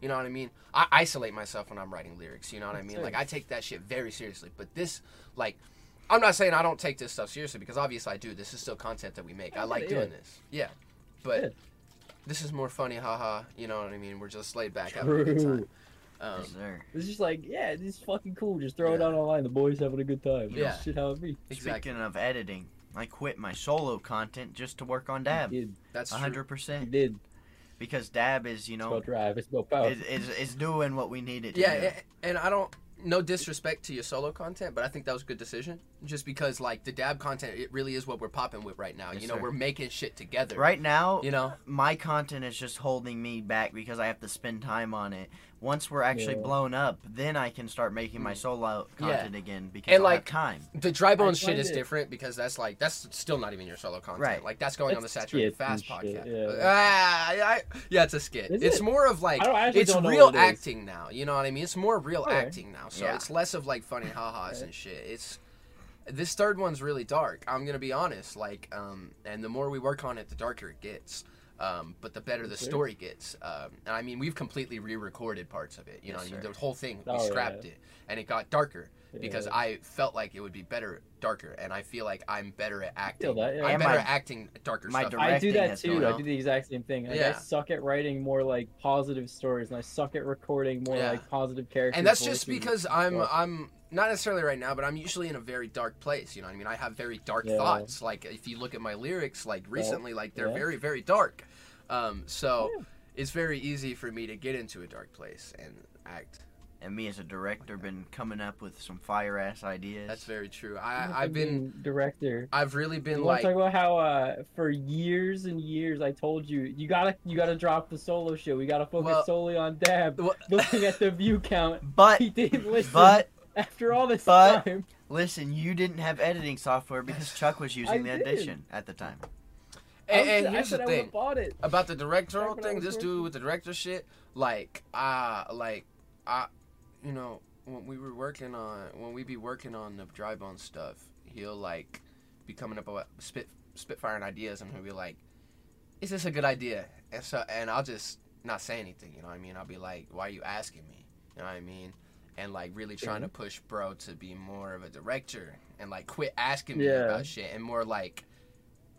Speaker 3: You know what I mean? I isolate myself when I'm writing lyrics. You know what I
Speaker 2: That's
Speaker 3: mean?
Speaker 2: right.
Speaker 3: Like I take that shit very seriously. But this, like, I'm not saying I don't take this stuff seriously because obviously I do. This is still content that we make.
Speaker 2: Oh,
Speaker 3: I
Speaker 2: Yeah,
Speaker 3: like
Speaker 2: yeah.
Speaker 3: doing this. Yeah, but
Speaker 2: Yeah.
Speaker 3: this is more funny, haha. You know what I mean? We're just laid back having a good time.
Speaker 2: True.
Speaker 3: Um,
Speaker 1: Yes, sir.
Speaker 2: It's just like, yeah, this is fucking cool. Just throw it
Speaker 3: Yeah.
Speaker 2: out online. The boys having a good time.
Speaker 3: Yeah.
Speaker 2: Yeah, shit, how it be.
Speaker 3: exactly.
Speaker 1: Speaking of editing, I quit my solo content just to work on Dab.
Speaker 2: You did.
Speaker 3: That's true.
Speaker 1: hundred
Speaker 2: You
Speaker 1: percent.
Speaker 2: did.
Speaker 1: Because Dab is, you
Speaker 2: It's
Speaker 1: know,
Speaker 2: about drive. It's about power.
Speaker 1: is, is is doing what we need it to
Speaker 3: Yeah,
Speaker 1: do.
Speaker 3: a- and I don't. No disrespect to your solo content, but I think that was a good decision. Just because, like, the dab content, it really is what we're popping with right now.
Speaker 1: Yes,
Speaker 3: you know,
Speaker 1: sir.
Speaker 3: we're making shit together.
Speaker 1: Right now,
Speaker 3: You know,
Speaker 1: my content is just holding me back because I have to spend time on it. Once we're actually
Speaker 2: Yeah.
Speaker 1: blown up, then I can start making my
Speaker 3: Mm.
Speaker 1: solo
Speaker 3: Yeah.
Speaker 1: content again because
Speaker 3: And,
Speaker 1: I'll have
Speaker 3: like,
Speaker 1: time.
Speaker 3: the dry bones
Speaker 2: find
Speaker 3: shit is
Speaker 2: it-
Speaker 3: different because that's like that's still not even your solo content.
Speaker 1: Right.
Speaker 3: Like that's going on the
Speaker 2: It's
Speaker 3: saturated
Speaker 2: skits
Speaker 3: fast
Speaker 2: and shit,
Speaker 3: podcast.
Speaker 2: yeah.
Speaker 3: Ah, yeah, I- yeah, it's a skit.
Speaker 2: Is
Speaker 3: it's
Speaker 2: it?
Speaker 3: more of like
Speaker 2: I don't- I actually
Speaker 3: it's
Speaker 2: don't know
Speaker 3: real
Speaker 2: what it is.
Speaker 3: acting now. You know what I mean? It's more real
Speaker 2: Alright.
Speaker 3: acting now. So
Speaker 1: Yeah.
Speaker 3: it's less of like funny ha-has
Speaker 2: Okay.
Speaker 3: and shit. It's this third one's really dark. I'm gonna be honest. Like, um, and the more we work on it, the darker it gets. Um, but the better the
Speaker 2: Yes, sir.
Speaker 3: story gets. Um, and I mean, we've completely re-recorded parts of it. You know,
Speaker 1: Yes,
Speaker 3: what
Speaker 1: sir.
Speaker 3: I mean? the whole thing we
Speaker 2: Oh, yeah.
Speaker 3: scrapped it, and it got darker because
Speaker 2: Yeah.
Speaker 3: I felt like it would be better darker, and I feel like I'm better at acting.
Speaker 2: that, yeah.
Speaker 3: I'm
Speaker 1: And
Speaker 3: better
Speaker 1: my-
Speaker 3: at acting darker
Speaker 1: my
Speaker 3: stuff.
Speaker 2: I
Speaker 1: direct-
Speaker 2: do
Speaker 1: directing
Speaker 2: that
Speaker 1: has
Speaker 2: too.
Speaker 1: gone
Speaker 2: I
Speaker 3: up.
Speaker 2: do the exact same thing. Like,
Speaker 3: Yeah.
Speaker 2: I suck at writing more like positive stories, and I suck at recording more
Speaker 3: Yeah.
Speaker 2: like positive characters.
Speaker 3: and that's just
Speaker 2: voices.
Speaker 3: because I'm
Speaker 2: stuff.
Speaker 3: I'm not necessarily right now, but I'm usually in a very dark place. You know what I mean? I have very dark
Speaker 2: Yeah.
Speaker 3: thoughts. Like if you look at my lyrics, like recently, like they're
Speaker 2: yeah.
Speaker 3: very very dark. Um, so
Speaker 2: Yeah.
Speaker 3: it's very easy for me to get into a dark place and act.
Speaker 1: And me as a director been coming up with some fire ass ideas.
Speaker 3: That's very true.
Speaker 2: I'm a
Speaker 3: I I've been
Speaker 2: fucking director.
Speaker 3: I've really been
Speaker 2: You want
Speaker 3: like
Speaker 2: to talk about how uh, for years and years I told you you gotta you gotta drop the solo show. We gotta focus
Speaker 3: Well-
Speaker 2: solely on Dab.
Speaker 3: Well-
Speaker 2: Looking at the view count,
Speaker 1: But
Speaker 2: he didn't listen.
Speaker 1: but
Speaker 2: after all this
Speaker 1: but-
Speaker 2: time,
Speaker 1: listen, you didn't have editing software because Chuck was using the
Speaker 2: did.
Speaker 1: edition at the time.
Speaker 2: I
Speaker 3: and,
Speaker 2: was-
Speaker 3: and
Speaker 2: I
Speaker 3: here's
Speaker 2: said
Speaker 3: the
Speaker 2: I
Speaker 3: thing.
Speaker 2: would've bought it.
Speaker 3: about the
Speaker 2: Back
Speaker 3: directorial
Speaker 2: when I
Speaker 3: thing,
Speaker 2: was
Speaker 3: this dude
Speaker 2: working.
Speaker 3: with the director shit, like ah, like I, you know, when we were working on, when we be working on the dry bone stuff, he'll like be coming up with spit spitfiring ideas, and he'll be like, "Is this a good idea?" And so, and I'll just not say anything, you know what I mean? I'll be like, "Why are you asking me?" You know what I mean? And like really trying to push bro to be more of a director and like quit asking me
Speaker 2: Yeah.
Speaker 3: about shit and more like,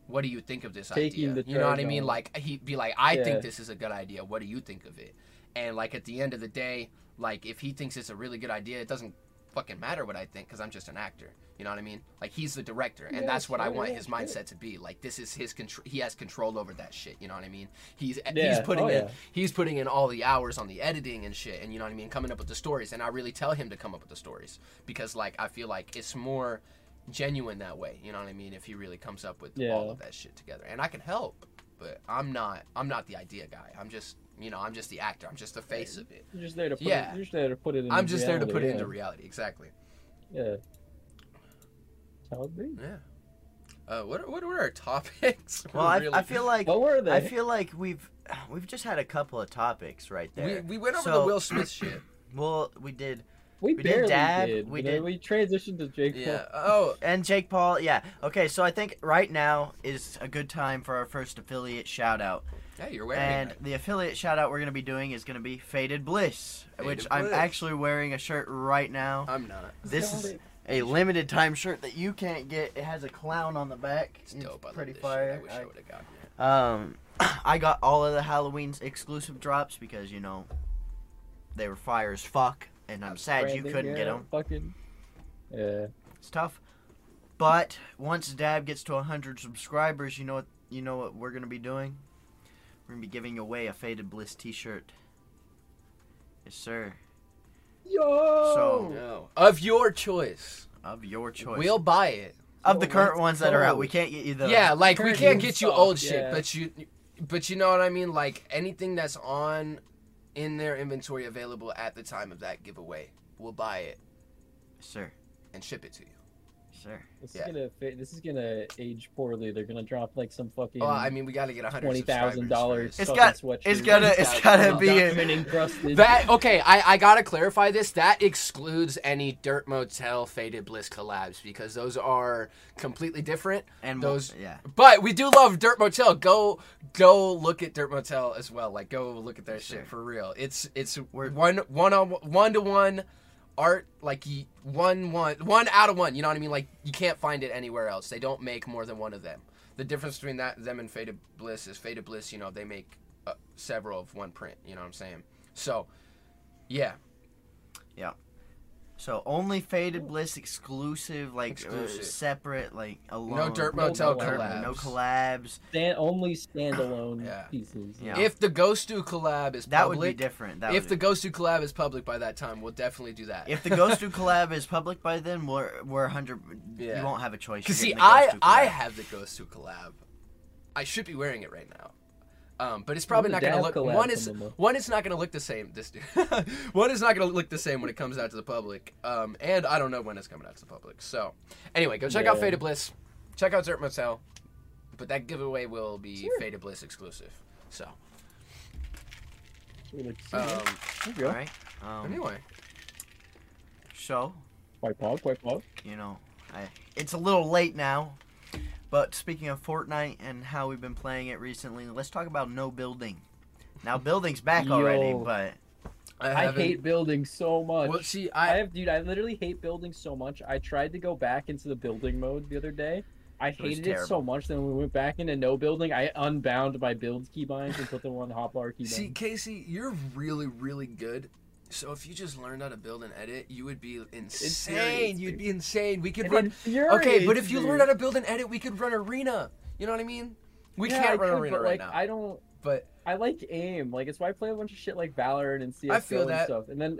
Speaker 3: "What do you think of this
Speaker 2: Taking
Speaker 3: idea?"
Speaker 2: the
Speaker 3: You know what I
Speaker 2: charge
Speaker 3: mean?
Speaker 2: on it.
Speaker 3: Like like he'd be like, I
Speaker 2: Yeah.
Speaker 3: think this is a good idea. What do you think of it? And like at the end of the day, like if he thinks it's a really good idea, it doesn't fucking matter what I think because I'm just an actor. You know what I mean? Like he's the director, and
Speaker 2: Yeah,
Speaker 3: that's what I
Speaker 2: sure,
Speaker 3: want
Speaker 2: yeah,
Speaker 3: his
Speaker 2: sure.
Speaker 3: mindset to be. Like this is his control. He has control over that shit. You know what I mean? He's Uh, he's
Speaker 2: Yeah,
Speaker 3: putting
Speaker 2: oh,
Speaker 3: in
Speaker 2: yeah.
Speaker 3: he's putting in all the hours on the editing and shit, and you know what I mean, coming up with the stories. And I really tell him to come up with the stories because like I feel like it's more genuine that way. You know what I mean? If he really comes up with all
Speaker 2: Yeah.
Speaker 3: of that shit together, and I can help, but I'm not. I'm not the idea guy. I'm just, you know, I'm just the actor. I'm just the face of it.
Speaker 2: You're just there to put
Speaker 3: Yeah.
Speaker 2: it, you're just there to put it. In
Speaker 3: I'm just there to
Speaker 2: reality,
Speaker 3: put it
Speaker 2: yeah.
Speaker 3: into reality. Exactly.
Speaker 2: Yeah. That's How it be.
Speaker 3: Yeah. Uh, what what were our topics?
Speaker 1: Well,
Speaker 3: We're
Speaker 1: I,
Speaker 3: really-
Speaker 1: I feel like
Speaker 2: What were they?
Speaker 1: I feel like we've we've just had a couple of topics right
Speaker 3: we,
Speaker 1: there.
Speaker 3: we went over the
Speaker 1: So-
Speaker 3: Will Smith shit.
Speaker 1: well, we did
Speaker 2: we,
Speaker 1: did
Speaker 2: barely
Speaker 1: dab,
Speaker 2: did.
Speaker 1: we
Speaker 2: but then
Speaker 1: did-
Speaker 2: We transitioned to Jake. Paul.
Speaker 3: Yeah. Oh,
Speaker 1: And Jake Paul, yeah. Okay, so I think right now is a good time for our first affiliate shout out.
Speaker 3: yeah, you're wearing
Speaker 1: And
Speaker 3: it.
Speaker 1: the affiliate shout out we're going to be doing is going to be Faded Bliss,
Speaker 3: Faded
Speaker 1: which I'm
Speaker 3: Bliss.
Speaker 1: actually wearing a shirt right now.
Speaker 3: I'm not.
Speaker 1: This is a limited time shirt that you can't get. It has a clown on the back.
Speaker 3: It's dope. I love
Speaker 1: pretty
Speaker 3: this
Speaker 1: fire.
Speaker 3: Shit. I wish I,
Speaker 1: I-
Speaker 3: would have gotten it.
Speaker 1: um, I got all of the Halloween's exclusive drops because, you know, they were fire as fuck. And I'm sad you
Speaker 2: Brandon,
Speaker 1: couldn't get
Speaker 2: yeah,
Speaker 1: 'em.
Speaker 2: Fucking. Yeah.
Speaker 1: It's tough. But once Dab gets to 100 subscribers, you know what you know what we're going to be doing? We're going to be giving away a Faded Bliss t-shirt. Yes, sir.
Speaker 2: Yo.
Speaker 1: So-
Speaker 3: No. Of your choice.
Speaker 1: Of your choice.
Speaker 3: We'll buy it.
Speaker 1: of the
Speaker 2: So
Speaker 1: current
Speaker 2: let's
Speaker 1: ones that are out.
Speaker 2: go.
Speaker 1: We can't get you the
Speaker 3: yeah, like we
Speaker 2: current
Speaker 3: can't
Speaker 2: news
Speaker 3: get you
Speaker 2: stuff,
Speaker 3: old shit,
Speaker 2: yeah.
Speaker 3: but you, but you know what I mean. Like anything that's on, in their inventory available at the time of that giveaway, we'll buy it
Speaker 1: Yes, sir.
Speaker 3: and ship it to you.
Speaker 1: Yes, sir.
Speaker 2: This
Speaker 3: Yeah.
Speaker 2: is gonna fa- this is gonna age poorly. They're gonna drop like some fucking
Speaker 3: Oh, I mean, we got to get a hundred
Speaker 2: twenty thousand dollars.
Speaker 1: It's got- it's gotta it's gotta be
Speaker 2: an
Speaker 1: a,
Speaker 2: encrusted.
Speaker 3: That okay? I I gotta clarify this. That excludes any Dirt Motel Faded Bliss collabs because those are completely different.
Speaker 1: and
Speaker 3: Those-
Speaker 1: those yeah.
Speaker 3: But we do love Dirt Motel. Go go look at Dirt Motel as well. Like go look at their
Speaker 1: Sure.
Speaker 3: shit for real. It's it's
Speaker 1: We're-
Speaker 3: one one on one to one art like ye- one one one out of one. You know what I mean? Like you can't find it anywhere else. They don't make more than one of them. The difference between that them and Faded Bliss is Faded Bliss. You know they make uh, several of one print. You know what I'm saying? So yeah,
Speaker 1: So only Faded Bliss exclusive, like Uh,
Speaker 3: Exclusive.
Speaker 1: separate, like alone.
Speaker 3: no Dirt
Speaker 2: No
Speaker 3: Motel
Speaker 1: no,
Speaker 2: collabs.
Speaker 3: collabs.
Speaker 1: no collabs.
Speaker 2: Stand, only standalone
Speaker 3: Yeah.
Speaker 2: pieces.
Speaker 1: Yeah.
Speaker 3: If the Ghost Do collab is
Speaker 1: That
Speaker 3: public,
Speaker 1: would be different. That
Speaker 3: if
Speaker 1: would
Speaker 3: the Ghost Who collab is public by that time, we'll definitely do that.
Speaker 1: If the Ghost Who collab is public by then, we're we're hundred.
Speaker 3: Yeah.
Speaker 1: You won't have a choice.
Speaker 3: Because
Speaker 1: You're getting
Speaker 3: see,
Speaker 1: the
Speaker 3: I
Speaker 1: Ghost Who
Speaker 3: I
Speaker 1: collab.
Speaker 3: have the Ghost Who collab. I should be wearing it right now, um, but it's probably
Speaker 2: Ooh,
Speaker 3: not gonna
Speaker 2: dab
Speaker 3: look.
Speaker 2: collab
Speaker 3: One is
Speaker 2: from Momo.
Speaker 3: one is not gonna look the same. This dude, one is not gonna look the same when it comes out to the public. Um, and I don't know when it's coming out to the public. So, anyway, go check out
Speaker 2: Yeah.
Speaker 3: Faded Bliss. Check out Zert Motel. But that giveaway will be
Speaker 2: Sure.
Speaker 3: Faded Bliss exclusive. So,
Speaker 2: We're like,
Speaker 3: um,
Speaker 2: there you go.
Speaker 1: All right. Um,
Speaker 3: anyway,
Speaker 1: so
Speaker 2: Quite pog, quite pog.
Speaker 1: you know, I, it's a little late now. But speaking of Fortnite and how we've been playing it recently, let's talk about no building. Now building's back already,
Speaker 2: Yo.
Speaker 1: but
Speaker 2: I
Speaker 3: haven't-
Speaker 2: hate building so much.
Speaker 3: Well, see,
Speaker 2: I
Speaker 3: I
Speaker 2: have, dude. I literally hate building so much. I tried to go back into the building mode the other day. I
Speaker 1: was
Speaker 2: hated it so
Speaker 1: terrible.
Speaker 2: much. Then we went back into no building. I unbound my build keybinds and put them on hotbar keybind.
Speaker 3: See, Casey, you're really, really good. So if you just learned how to build and edit, you would be insane.
Speaker 2: Infuriates
Speaker 3: You'd
Speaker 2: me.
Speaker 3: be insane. We could
Speaker 2: It
Speaker 3: run.
Speaker 2: infuriates
Speaker 3: Okay, but if you
Speaker 2: me.
Speaker 3: learn how to build and edit, we could run arena. You know what I mean? We
Speaker 2: Yeah, I
Speaker 3: can't run
Speaker 2: could,
Speaker 3: arena
Speaker 2: but, like,
Speaker 3: right now.
Speaker 2: I don't.
Speaker 3: but
Speaker 2: I like aim. Like it's why I play a bunch of shit like Valorant and CS:GO
Speaker 3: feel
Speaker 2: and
Speaker 3: that.
Speaker 2: stuff. And then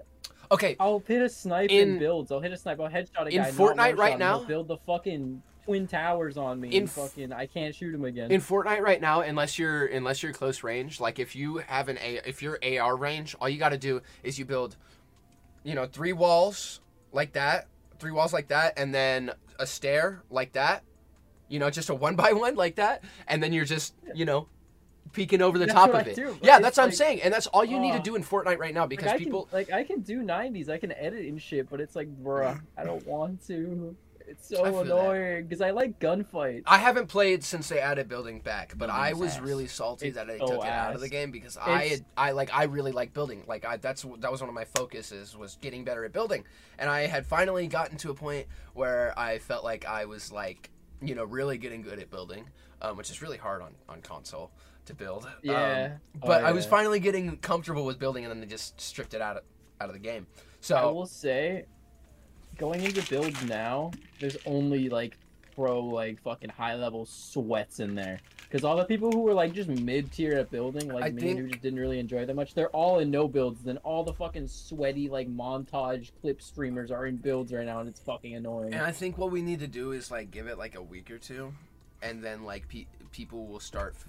Speaker 3: okay,
Speaker 2: I'll hit a snipe
Speaker 3: In-
Speaker 2: in builds. I'll hit a snipe. I'll headshot a
Speaker 3: in
Speaker 2: guy. not
Speaker 3: Fortnite
Speaker 2: one-shot
Speaker 3: right
Speaker 2: him. He'll
Speaker 3: now-
Speaker 2: build the fucking twin towers on me.
Speaker 3: In
Speaker 2: and
Speaker 3: f-
Speaker 2: fucking, I can't shoot him again.
Speaker 3: in Fortnite right now, unless you're unless you're close range, like if you have an A, if you're AR range, all you got to do is you build, you know, three walls like that, three walls like that, and then a stair like that, you know, just a one by one like that, and then you're just you know, peeking over the
Speaker 2: That's
Speaker 3: top
Speaker 2: what
Speaker 3: of
Speaker 2: I
Speaker 3: it.
Speaker 2: do, but
Speaker 3: yeah,
Speaker 2: it's
Speaker 3: that's what I'm
Speaker 2: like-
Speaker 3: saying, and that's all you need to
Speaker 2: Ugh.
Speaker 3: do in Fortnite right now because
Speaker 2: like, I
Speaker 3: people
Speaker 2: can, like I can do 90s, I can edit and shit, but it's like, bruh, I don't want to. It's so
Speaker 3: I feel that. Um,
Speaker 2: annoying because I like gunfights.
Speaker 3: I haven't played since they added building back, but I
Speaker 1: Building's
Speaker 3: was
Speaker 1: ass.
Speaker 3: really salty
Speaker 2: It's
Speaker 3: that they
Speaker 2: so
Speaker 3: took it out of the
Speaker 2: ass.
Speaker 3: game because I
Speaker 2: It's-
Speaker 3: had, I like I really like building. Like I that's that was one of my focuses was getting better at building. And I had finally gotten to a point where I felt like I was like, you know, really getting good at building, um, which is really hard on on console to build. Um,
Speaker 2: Yeah. Oh,
Speaker 3: but I was
Speaker 2: yeah.
Speaker 3: finally getting comfortable with building and then they just stripped it out of, out of the game.
Speaker 2: I
Speaker 3: So
Speaker 2: will say, going into builds now, there's only like pro like fucking high level sweats in there. Because all the people who were like just mid tier at building, like
Speaker 3: I
Speaker 2: me
Speaker 3: think-
Speaker 2: who just didn't really enjoy that much, they're all in no builds. Then all the fucking sweaty like montage clip streamers are in builds right now, and it's fucking annoying.
Speaker 3: And I think what we need to do is like give it like a week or two, and then like pe- people will start f-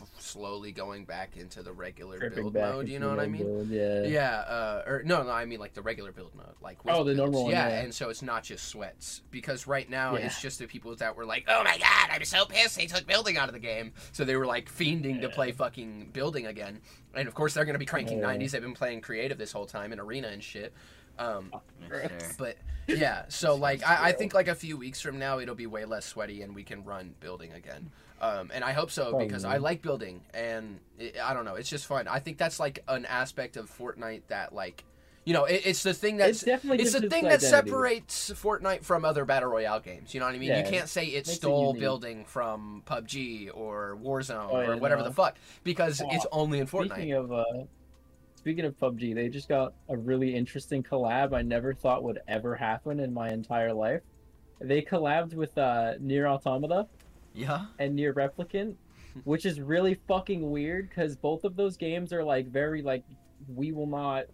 Speaker 3: f- slowly going back into the regular
Speaker 2: Tripping
Speaker 3: build
Speaker 2: back
Speaker 3: mode. You
Speaker 2: into
Speaker 3: know what I
Speaker 2: no
Speaker 3: mean?
Speaker 2: build, yeah.
Speaker 3: Yeah. Uh, or no, no, I mean like the regular build mode, like with
Speaker 2: Oh, the
Speaker 3: builds.
Speaker 2: normal one,
Speaker 3: Yeah,
Speaker 2: yeah.
Speaker 3: and so it's not just sweats because right now
Speaker 2: Yeah.
Speaker 3: it's just the people that were like, "Oh my god, I'm so pissed they took building out of the game," so they were like fiending to
Speaker 2: Yeah.
Speaker 3: play fucking building again, and of course they're gonna be cranking
Speaker 2: Yeah.
Speaker 3: 90s. They've been playing creative this whole time in arena and shit. Um,
Speaker 1: yes, sir.
Speaker 3: but yeah, so like I, I think like a few weeks from now it'll be way less sweaty and we can run building again. Um, and I hope so because I
Speaker 2: Probably.
Speaker 3: like building and it, I don't know, it's just fun. I think that's like an aspect of Fortnite that like, you know, it, it's the thing that's
Speaker 2: it's definitely
Speaker 3: it's
Speaker 2: gives
Speaker 3: the
Speaker 2: its
Speaker 3: thing that
Speaker 2: identity.
Speaker 3: separates Fortnite from other battle royale games. You know what I mean?
Speaker 2: Yeah,
Speaker 3: you can't say it
Speaker 2: makes it
Speaker 3: stole
Speaker 2: unique.
Speaker 3: building from PUBG or Warzone
Speaker 2: Oh, yeah,
Speaker 3: or whatever
Speaker 2: no.
Speaker 3: the fuck because
Speaker 2: Oh,
Speaker 3: it's only in Fortnite.
Speaker 2: Speaking of uh, speaking of PUBG, they just got a really interesting collab I never thought would ever happen in my entire life. They collabed with uh, Near Automata
Speaker 1: yeah,
Speaker 2: and Near Replicant, which is really fucking weird because both of those games are like very like we will not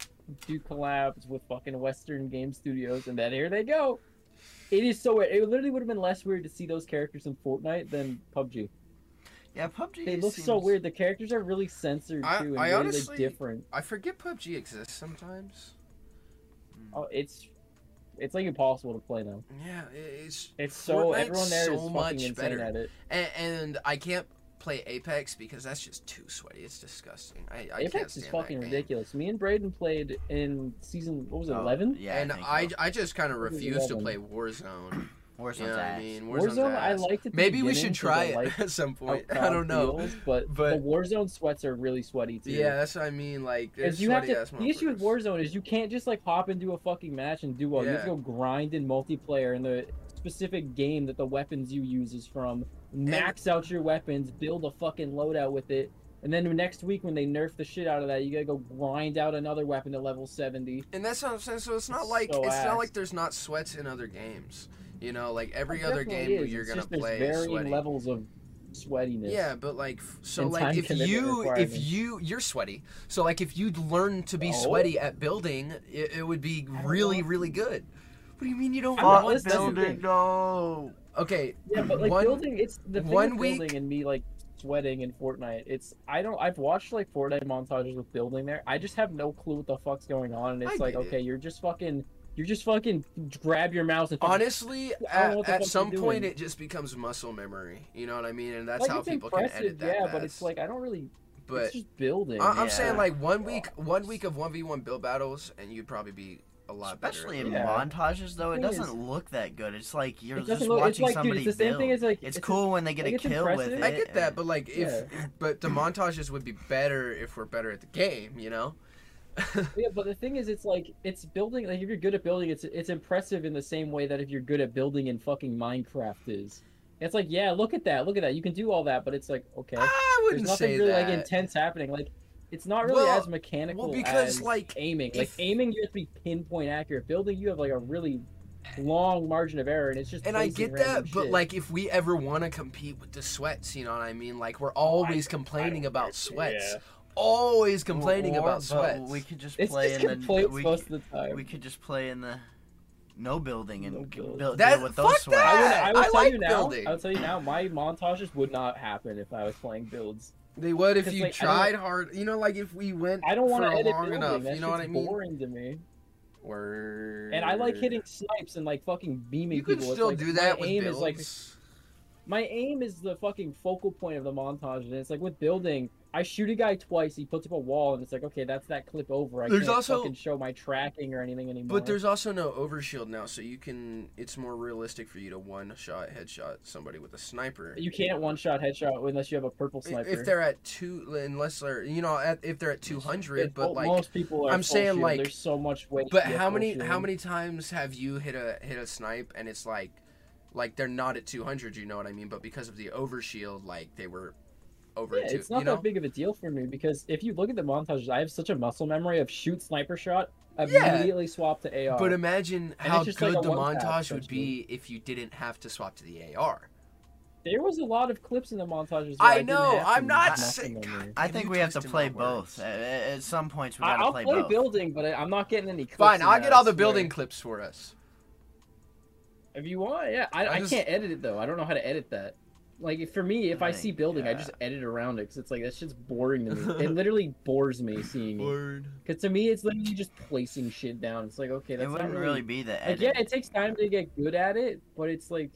Speaker 2: do collabs with fucking Western game studios, and then here they go. It is so weird. It literally would have been less weird to see those characters in Fortnite than PUBG.
Speaker 1: yeah. PUBG.
Speaker 2: They look so
Speaker 1: seems-
Speaker 2: weird. The characters are really censored too,
Speaker 3: I-
Speaker 2: and
Speaker 3: I
Speaker 2: really
Speaker 3: honestly-
Speaker 2: like, different.
Speaker 3: I forget PUBG exists sometimes.
Speaker 2: Oh, it's it's like impossible to play now.
Speaker 3: Yeah, it- it's
Speaker 2: It's so
Speaker 3: Fortnite's
Speaker 2: everyone there is
Speaker 3: so
Speaker 2: fucking
Speaker 3: much
Speaker 2: insane
Speaker 3: better.
Speaker 2: at it.
Speaker 3: and, and I can't play Apex because that's just too sweaty. It's disgusting. I, I can't
Speaker 2: Apex
Speaker 3: stand
Speaker 2: is fucking
Speaker 3: that game.
Speaker 2: ridiculous. Me and Braden played in season what was it,
Speaker 1: Oh,
Speaker 2: eleven?
Speaker 1: Yeah.
Speaker 3: and
Speaker 1: think
Speaker 3: I,
Speaker 1: so.
Speaker 3: I just kind of
Speaker 2: This is
Speaker 3: refuse to
Speaker 2: eleven.
Speaker 3: play Warzone.
Speaker 1: Warzone's
Speaker 3: You know what I
Speaker 1: ass.
Speaker 3: mean? Warzone's
Speaker 2: Warzone I
Speaker 3: ass.
Speaker 2: liked it.
Speaker 3: Maybe we should try it
Speaker 2: Like
Speaker 3: at some point. I don't know.
Speaker 2: Feels, but
Speaker 3: But-
Speaker 2: the Warzone sweats are really sweaty too.
Speaker 3: Yeah, that's what I mean. Like,
Speaker 2: Because
Speaker 3: there's
Speaker 2: you have
Speaker 3: sweaty
Speaker 2: to.
Speaker 3: ass
Speaker 2: The issue with
Speaker 3: motherfuckers.
Speaker 2: Warzone is you can't just like hop into a fucking match and do well. You have to
Speaker 3: Yeah.
Speaker 2: go grind in multiplayer in the specific game that the weapons you use is from. Max out your weapons, build a fucking loadout with it, and then next week when they nerf the shit out of that, you gotta go grind out another weapon to level seventy.
Speaker 3: And that's what I'm saying. So it's not
Speaker 2: It's
Speaker 3: like
Speaker 2: so
Speaker 3: it's
Speaker 2: ass.
Speaker 3: not like there's not sweats in other games. You know, like every
Speaker 2: It
Speaker 3: other
Speaker 2: definitely
Speaker 3: game
Speaker 2: is,
Speaker 3: you're
Speaker 2: it's
Speaker 3: gonna
Speaker 2: just there's
Speaker 3: play is
Speaker 2: varying
Speaker 3: sweaty.
Speaker 2: levels of sweatiness.
Speaker 3: Yeah, but like f- so
Speaker 2: And
Speaker 3: like
Speaker 2: time
Speaker 3: if
Speaker 2: commitment
Speaker 3: you if
Speaker 2: requirements.
Speaker 3: you you're sweaty. So like if you'd learn to be
Speaker 2: No.
Speaker 3: sweaty at building, it, it would be
Speaker 2: don't
Speaker 3: really
Speaker 2: want
Speaker 3: really good. What do you mean you don't
Speaker 2: I'm not
Speaker 3: want
Speaker 1: Fuck
Speaker 2: listening.
Speaker 3: building?
Speaker 1: building, no.
Speaker 3: Okay,
Speaker 2: Yeah, but like
Speaker 3: One-
Speaker 2: building, it's the thing
Speaker 3: one
Speaker 2: with
Speaker 3: week-
Speaker 2: building and me like sweating in Fortnite. It's I don't. I've watched like Fortnite montages with building there. I just have no clue what the fuck's going on, and
Speaker 3: I
Speaker 2: it's like
Speaker 3: get it.
Speaker 2: okay, you're just fucking, you're just fucking grab your mouse and fucking-
Speaker 3: honestly,
Speaker 2: don't know what
Speaker 3: at,
Speaker 2: the
Speaker 3: at
Speaker 2: fuck
Speaker 3: some
Speaker 2: you're
Speaker 3: point
Speaker 2: doing.
Speaker 3: it just becomes muscle memory. You know what I mean? And that's
Speaker 2: like,
Speaker 3: how
Speaker 2: it's
Speaker 3: people can
Speaker 2: impressive,
Speaker 3: edit that.
Speaker 2: Yeah, but it's
Speaker 3: fast.
Speaker 2: like I don't really.
Speaker 3: but uh-uh,
Speaker 2: it's just building.
Speaker 3: I- I'm
Speaker 1: Yeah.
Speaker 3: saying like one week, one week of one v one build battles, and you'd probably be a lot
Speaker 1: Especially
Speaker 3: better.
Speaker 1: in
Speaker 2: Yeah.
Speaker 1: montages, though, it
Speaker 2: Thing is-
Speaker 1: doesn't look that good. It's like you're
Speaker 2: it
Speaker 1: just
Speaker 2: doesn't look. It's
Speaker 1: watching
Speaker 2: like dude,
Speaker 1: somebody
Speaker 2: it's the same
Speaker 1: build.
Speaker 2: thing as like
Speaker 1: It's,
Speaker 2: a-
Speaker 1: cool when they get
Speaker 2: like,
Speaker 1: a
Speaker 2: it's
Speaker 1: kill with
Speaker 2: impressive.
Speaker 1: it.
Speaker 3: I get that,
Speaker 1: and-
Speaker 3: but like if, but the montages would be better if we're better at the game. You know.
Speaker 2: Yeah, but the thing is, it's like it's building. Like if you're good at building, it's it's impressive in the same way that if you're good at building in fucking Minecraft is. It's like yeah, look at that, look at that. You can do all that, but it's like okay,
Speaker 3: I
Speaker 2: there's
Speaker 3: wouldn't
Speaker 2: nothing
Speaker 3: say
Speaker 2: really
Speaker 3: that.
Speaker 2: like intense happening. Like it's not really
Speaker 3: Well-
Speaker 2: as mechanical.
Speaker 3: well, because,
Speaker 2: as
Speaker 3: like,
Speaker 2: aiming, like
Speaker 3: if-
Speaker 2: aiming, you have to be pinpoint accurate. Building, you have like a really long margin of error, and it's just
Speaker 3: and I
Speaker 2: placing
Speaker 3: get
Speaker 2: random
Speaker 3: that, but
Speaker 2: shit.
Speaker 3: like if we ever want to compete with the sweats, you know what I mean? Like
Speaker 2: Oh,
Speaker 3: we're always complaining about sweats, always complaining
Speaker 1: Or-
Speaker 3: about
Speaker 1: but
Speaker 3: sweats.
Speaker 1: We could just
Speaker 2: it's
Speaker 1: play
Speaker 2: just
Speaker 1: in the.
Speaker 2: complaints
Speaker 1: We,
Speaker 2: most of the time.
Speaker 1: we could just play in the no building and
Speaker 2: No
Speaker 1: g-
Speaker 2: building.
Speaker 1: build,
Speaker 3: That-
Speaker 1: deal with those
Speaker 3: fuck
Speaker 1: sweats.
Speaker 2: I would,
Speaker 3: that!
Speaker 2: I would
Speaker 3: I
Speaker 2: tell
Speaker 3: like
Speaker 2: you now.
Speaker 3: building.
Speaker 2: I would tell you now. My montages would not happen if I was playing builds.
Speaker 3: They would if
Speaker 2: 'Cause,
Speaker 3: you
Speaker 2: like, I don't-
Speaker 3: tried hard. You know, like if we went
Speaker 2: I don't want
Speaker 3: for
Speaker 2: to
Speaker 3: long
Speaker 2: edit building.
Speaker 3: enough.
Speaker 2: that
Speaker 3: you know what I
Speaker 2: shit's
Speaker 3: mean?
Speaker 2: Boring to me.
Speaker 3: Word.
Speaker 2: And I like hitting snipes and like fucking beaming
Speaker 3: You can
Speaker 2: people. It's
Speaker 3: still
Speaker 2: like,
Speaker 3: do that
Speaker 2: my
Speaker 3: with
Speaker 2: aim
Speaker 3: builds.
Speaker 2: is like my aim is the fucking focal point of the montage, and it's like with building. I shoot a guy twice. He puts up a wall, and it's like, okay, that's that clip over. I
Speaker 3: There's
Speaker 2: can't
Speaker 3: also-
Speaker 2: fucking show my tracking or anything anymore.
Speaker 3: But there's also no overshield now, so you can. It's more realistic for you to one shot headshot somebody with a sniper.
Speaker 2: you can't one shot headshot unless you have a purple
Speaker 3: I-
Speaker 2: sniper.
Speaker 3: If they're at two, unless they're you know at, if they're at two hundred,
Speaker 2: It's-
Speaker 3: but
Speaker 2: mo-
Speaker 3: like.
Speaker 2: most people are.
Speaker 3: I'm
Speaker 2: full
Speaker 3: saying,
Speaker 2: shield.
Speaker 3: like-
Speaker 2: there's so much weight.
Speaker 3: But
Speaker 2: to be a
Speaker 3: how
Speaker 2: full
Speaker 3: many how
Speaker 2: shield.
Speaker 3: many times have you hit a hit a snipe and it's like, like they're not at two hundred, you know what I mean? But because of the overshield, like they were over
Speaker 2: Yeah,
Speaker 3: two.
Speaker 2: it's not
Speaker 3: you know?
Speaker 2: that big of a deal for me because if you look at the montages, I have such a muscle memory of shoot sniper shot,
Speaker 3: Yeah.
Speaker 2: immediately swap to AR.
Speaker 3: But imagine
Speaker 2: it's
Speaker 3: how
Speaker 2: just
Speaker 3: good
Speaker 2: like a
Speaker 3: the
Speaker 2: one tap,
Speaker 3: montage would be if you didn't have to swap to the AR.
Speaker 2: there was a lot of clips in the montages. Where
Speaker 3: I
Speaker 2: I, didn't
Speaker 3: know,
Speaker 2: have to
Speaker 3: I'm not
Speaker 2: muscle
Speaker 3: saying-
Speaker 2: memory.
Speaker 1: I
Speaker 3: Damn,
Speaker 1: think
Speaker 3: you
Speaker 1: we have to
Speaker 3: twisted my
Speaker 1: play
Speaker 3: words.
Speaker 1: both. At, at some points, we
Speaker 2: I-
Speaker 1: gotta
Speaker 2: I'll
Speaker 1: play,
Speaker 2: play,
Speaker 1: both.
Speaker 2: building, but I- I'm not getting any. Clips
Speaker 3: Fine,
Speaker 2: in
Speaker 3: I'll
Speaker 2: there,
Speaker 3: get
Speaker 2: I
Speaker 3: all the
Speaker 2: swear.
Speaker 3: building clips for us.
Speaker 2: If you want, yeah. I,
Speaker 3: I
Speaker 2: I,
Speaker 3: just-
Speaker 2: can't edit it though. I don't know how to edit that. Like if- for me, if I
Speaker 1: Like,
Speaker 2: see building, I
Speaker 1: yeah.
Speaker 2: just edit around it because it's like that shit's boring to me. it literally bores me seeing it.
Speaker 3: Word.
Speaker 2: Because to me, it's literally just placing shit down. It's like okay, that's
Speaker 1: it
Speaker 2: not
Speaker 1: wouldn't
Speaker 2: really
Speaker 1: really be the
Speaker 2: like
Speaker 1: edit.
Speaker 2: yeah it takes time to get good at it but it's like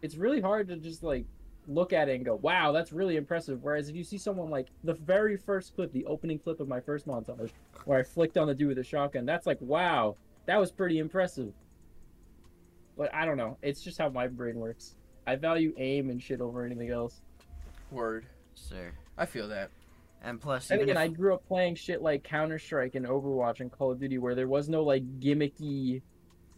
Speaker 2: it's really hard to just like look at it and go wow that's really impressive whereas if you see someone like the very first clip the opening clip of my first montage where i flicked on the dude with a shotgun that's like wow that was pretty impressive but i don't know it's just how my brain works i value aim and shit over anything else
Speaker 3: Word.
Speaker 1: sir.
Speaker 3: I feel that.
Speaker 1: And plus,
Speaker 2: and
Speaker 1: even
Speaker 2: again
Speaker 1: if
Speaker 2: i grew up playing shit like counter-strike and overwatch and call of duty where there was no like gimmicky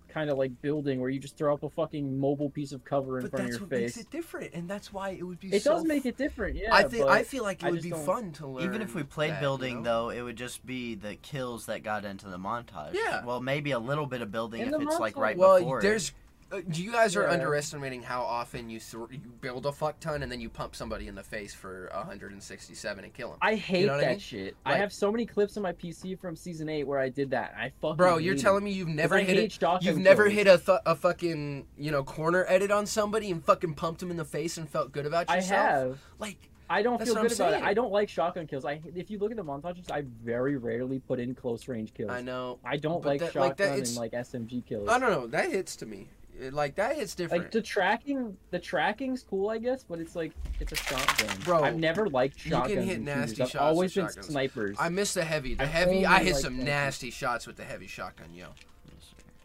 Speaker 2: kind of like building where you just throw up a fucking mobile piece of cover in
Speaker 3: But
Speaker 2: front of
Speaker 3: that's
Speaker 2: your
Speaker 3: what
Speaker 2: face
Speaker 3: makes it different, and that's why it would be.
Speaker 2: It
Speaker 3: so
Speaker 2: does make it different, yeah.
Speaker 3: I think
Speaker 2: but
Speaker 3: I feel like it
Speaker 2: I
Speaker 3: would
Speaker 2: just
Speaker 3: be
Speaker 2: don't-
Speaker 3: fun to learn.
Speaker 1: Even if we played
Speaker 3: that, you
Speaker 1: building,
Speaker 3: know?
Speaker 1: though, it would just be the kills that got into the montage.
Speaker 3: Yeah.
Speaker 1: Well, maybe a little bit of building
Speaker 2: In
Speaker 1: if
Speaker 2: the
Speaker 1: it's like
Speaker 2: montage-
Speaker 1: right
Speaker 3: well,
Speaker 1: before. it.
Speaker 3: there's Uh, You guys are
Speaker 2: Yeah.
Speaker 3: underestimating how often you, th- you build a fuck ton and then you pump somebody in the face for 167 and kill him.
Speaker 2: I hate
Speaker 3: what I
Speaker 2: that
Speaker 3: mean?
Speaker 2: shit. I
Speaker 3: Like-
Speaker 2: have so many clips on my PC from season eight where I did that. I fucking
Speaker 3: Bro, you're
Speaker 2: hate it.
Speaker 3: telling me you've
Speaker 2: 'Cause
Speaker 3: never
Speaker 2: I
Speaker 3: hit
Speaker 2: hate
Speaker 3: it.
Speaker 2: shotgun
Speaker 3: You've never
Speaker 2: kills.
Speaker 3: hit a, fu- a fucking you know corner edit on somebody and fucking pumped him in the face and felt good about
Speaker 2: I
Speaker 3: yourself.
Speaker 2: have.
Speaker 3: Like
Speaker 2: I don't
Speaker 3: That's
Speaker 2: feel
Speaker 3: what
Speaker 2: good
Speaker 3: I'm
Speaker 2: about it.
Speaker 3: saying.
Speaker 2: I don't like shotgun kills. I if you look at the montages, I very rarely put in close range kills.
Speaker 3: I know.
Speaker 2: I don't
Speaker 3: But
Speaker 2: like
Speaker 3: that-
Speaker 2: shotgun
Speaker 3: like that- it's-
Speaker 2: and like SMG kills.
Speaker 3: I don't know. That hits to me. It- like that hits different.
Speaker 2: Like the tracking, the tracking's cool, I guess, but it's like it's a shotgun.
Speaker 3: Bro,
Speaker 2: I've never liked
Speaker 3: you can
Speaker 2: shotguns.
Speaker 3: hit
Speaker 2: and
Speaker 3: nasty
Speaker 2: shooters.
Speaker 3: shots
Speaker 2: I've always
Speaker 3: with
Speaker 2: been
Speaker 3: shotguns.
Speaker 2: snipers.
Speaker 3: I miss the heavy. The
Speaker 2: I
Speaker 3: heavy.
Speaker 2: only
Speaker 3: I hit
Speaker 2: like
Speaker 3: some
Speaker 2: that.
Speaker 3: nasty shots with the heavy shotgun, yo.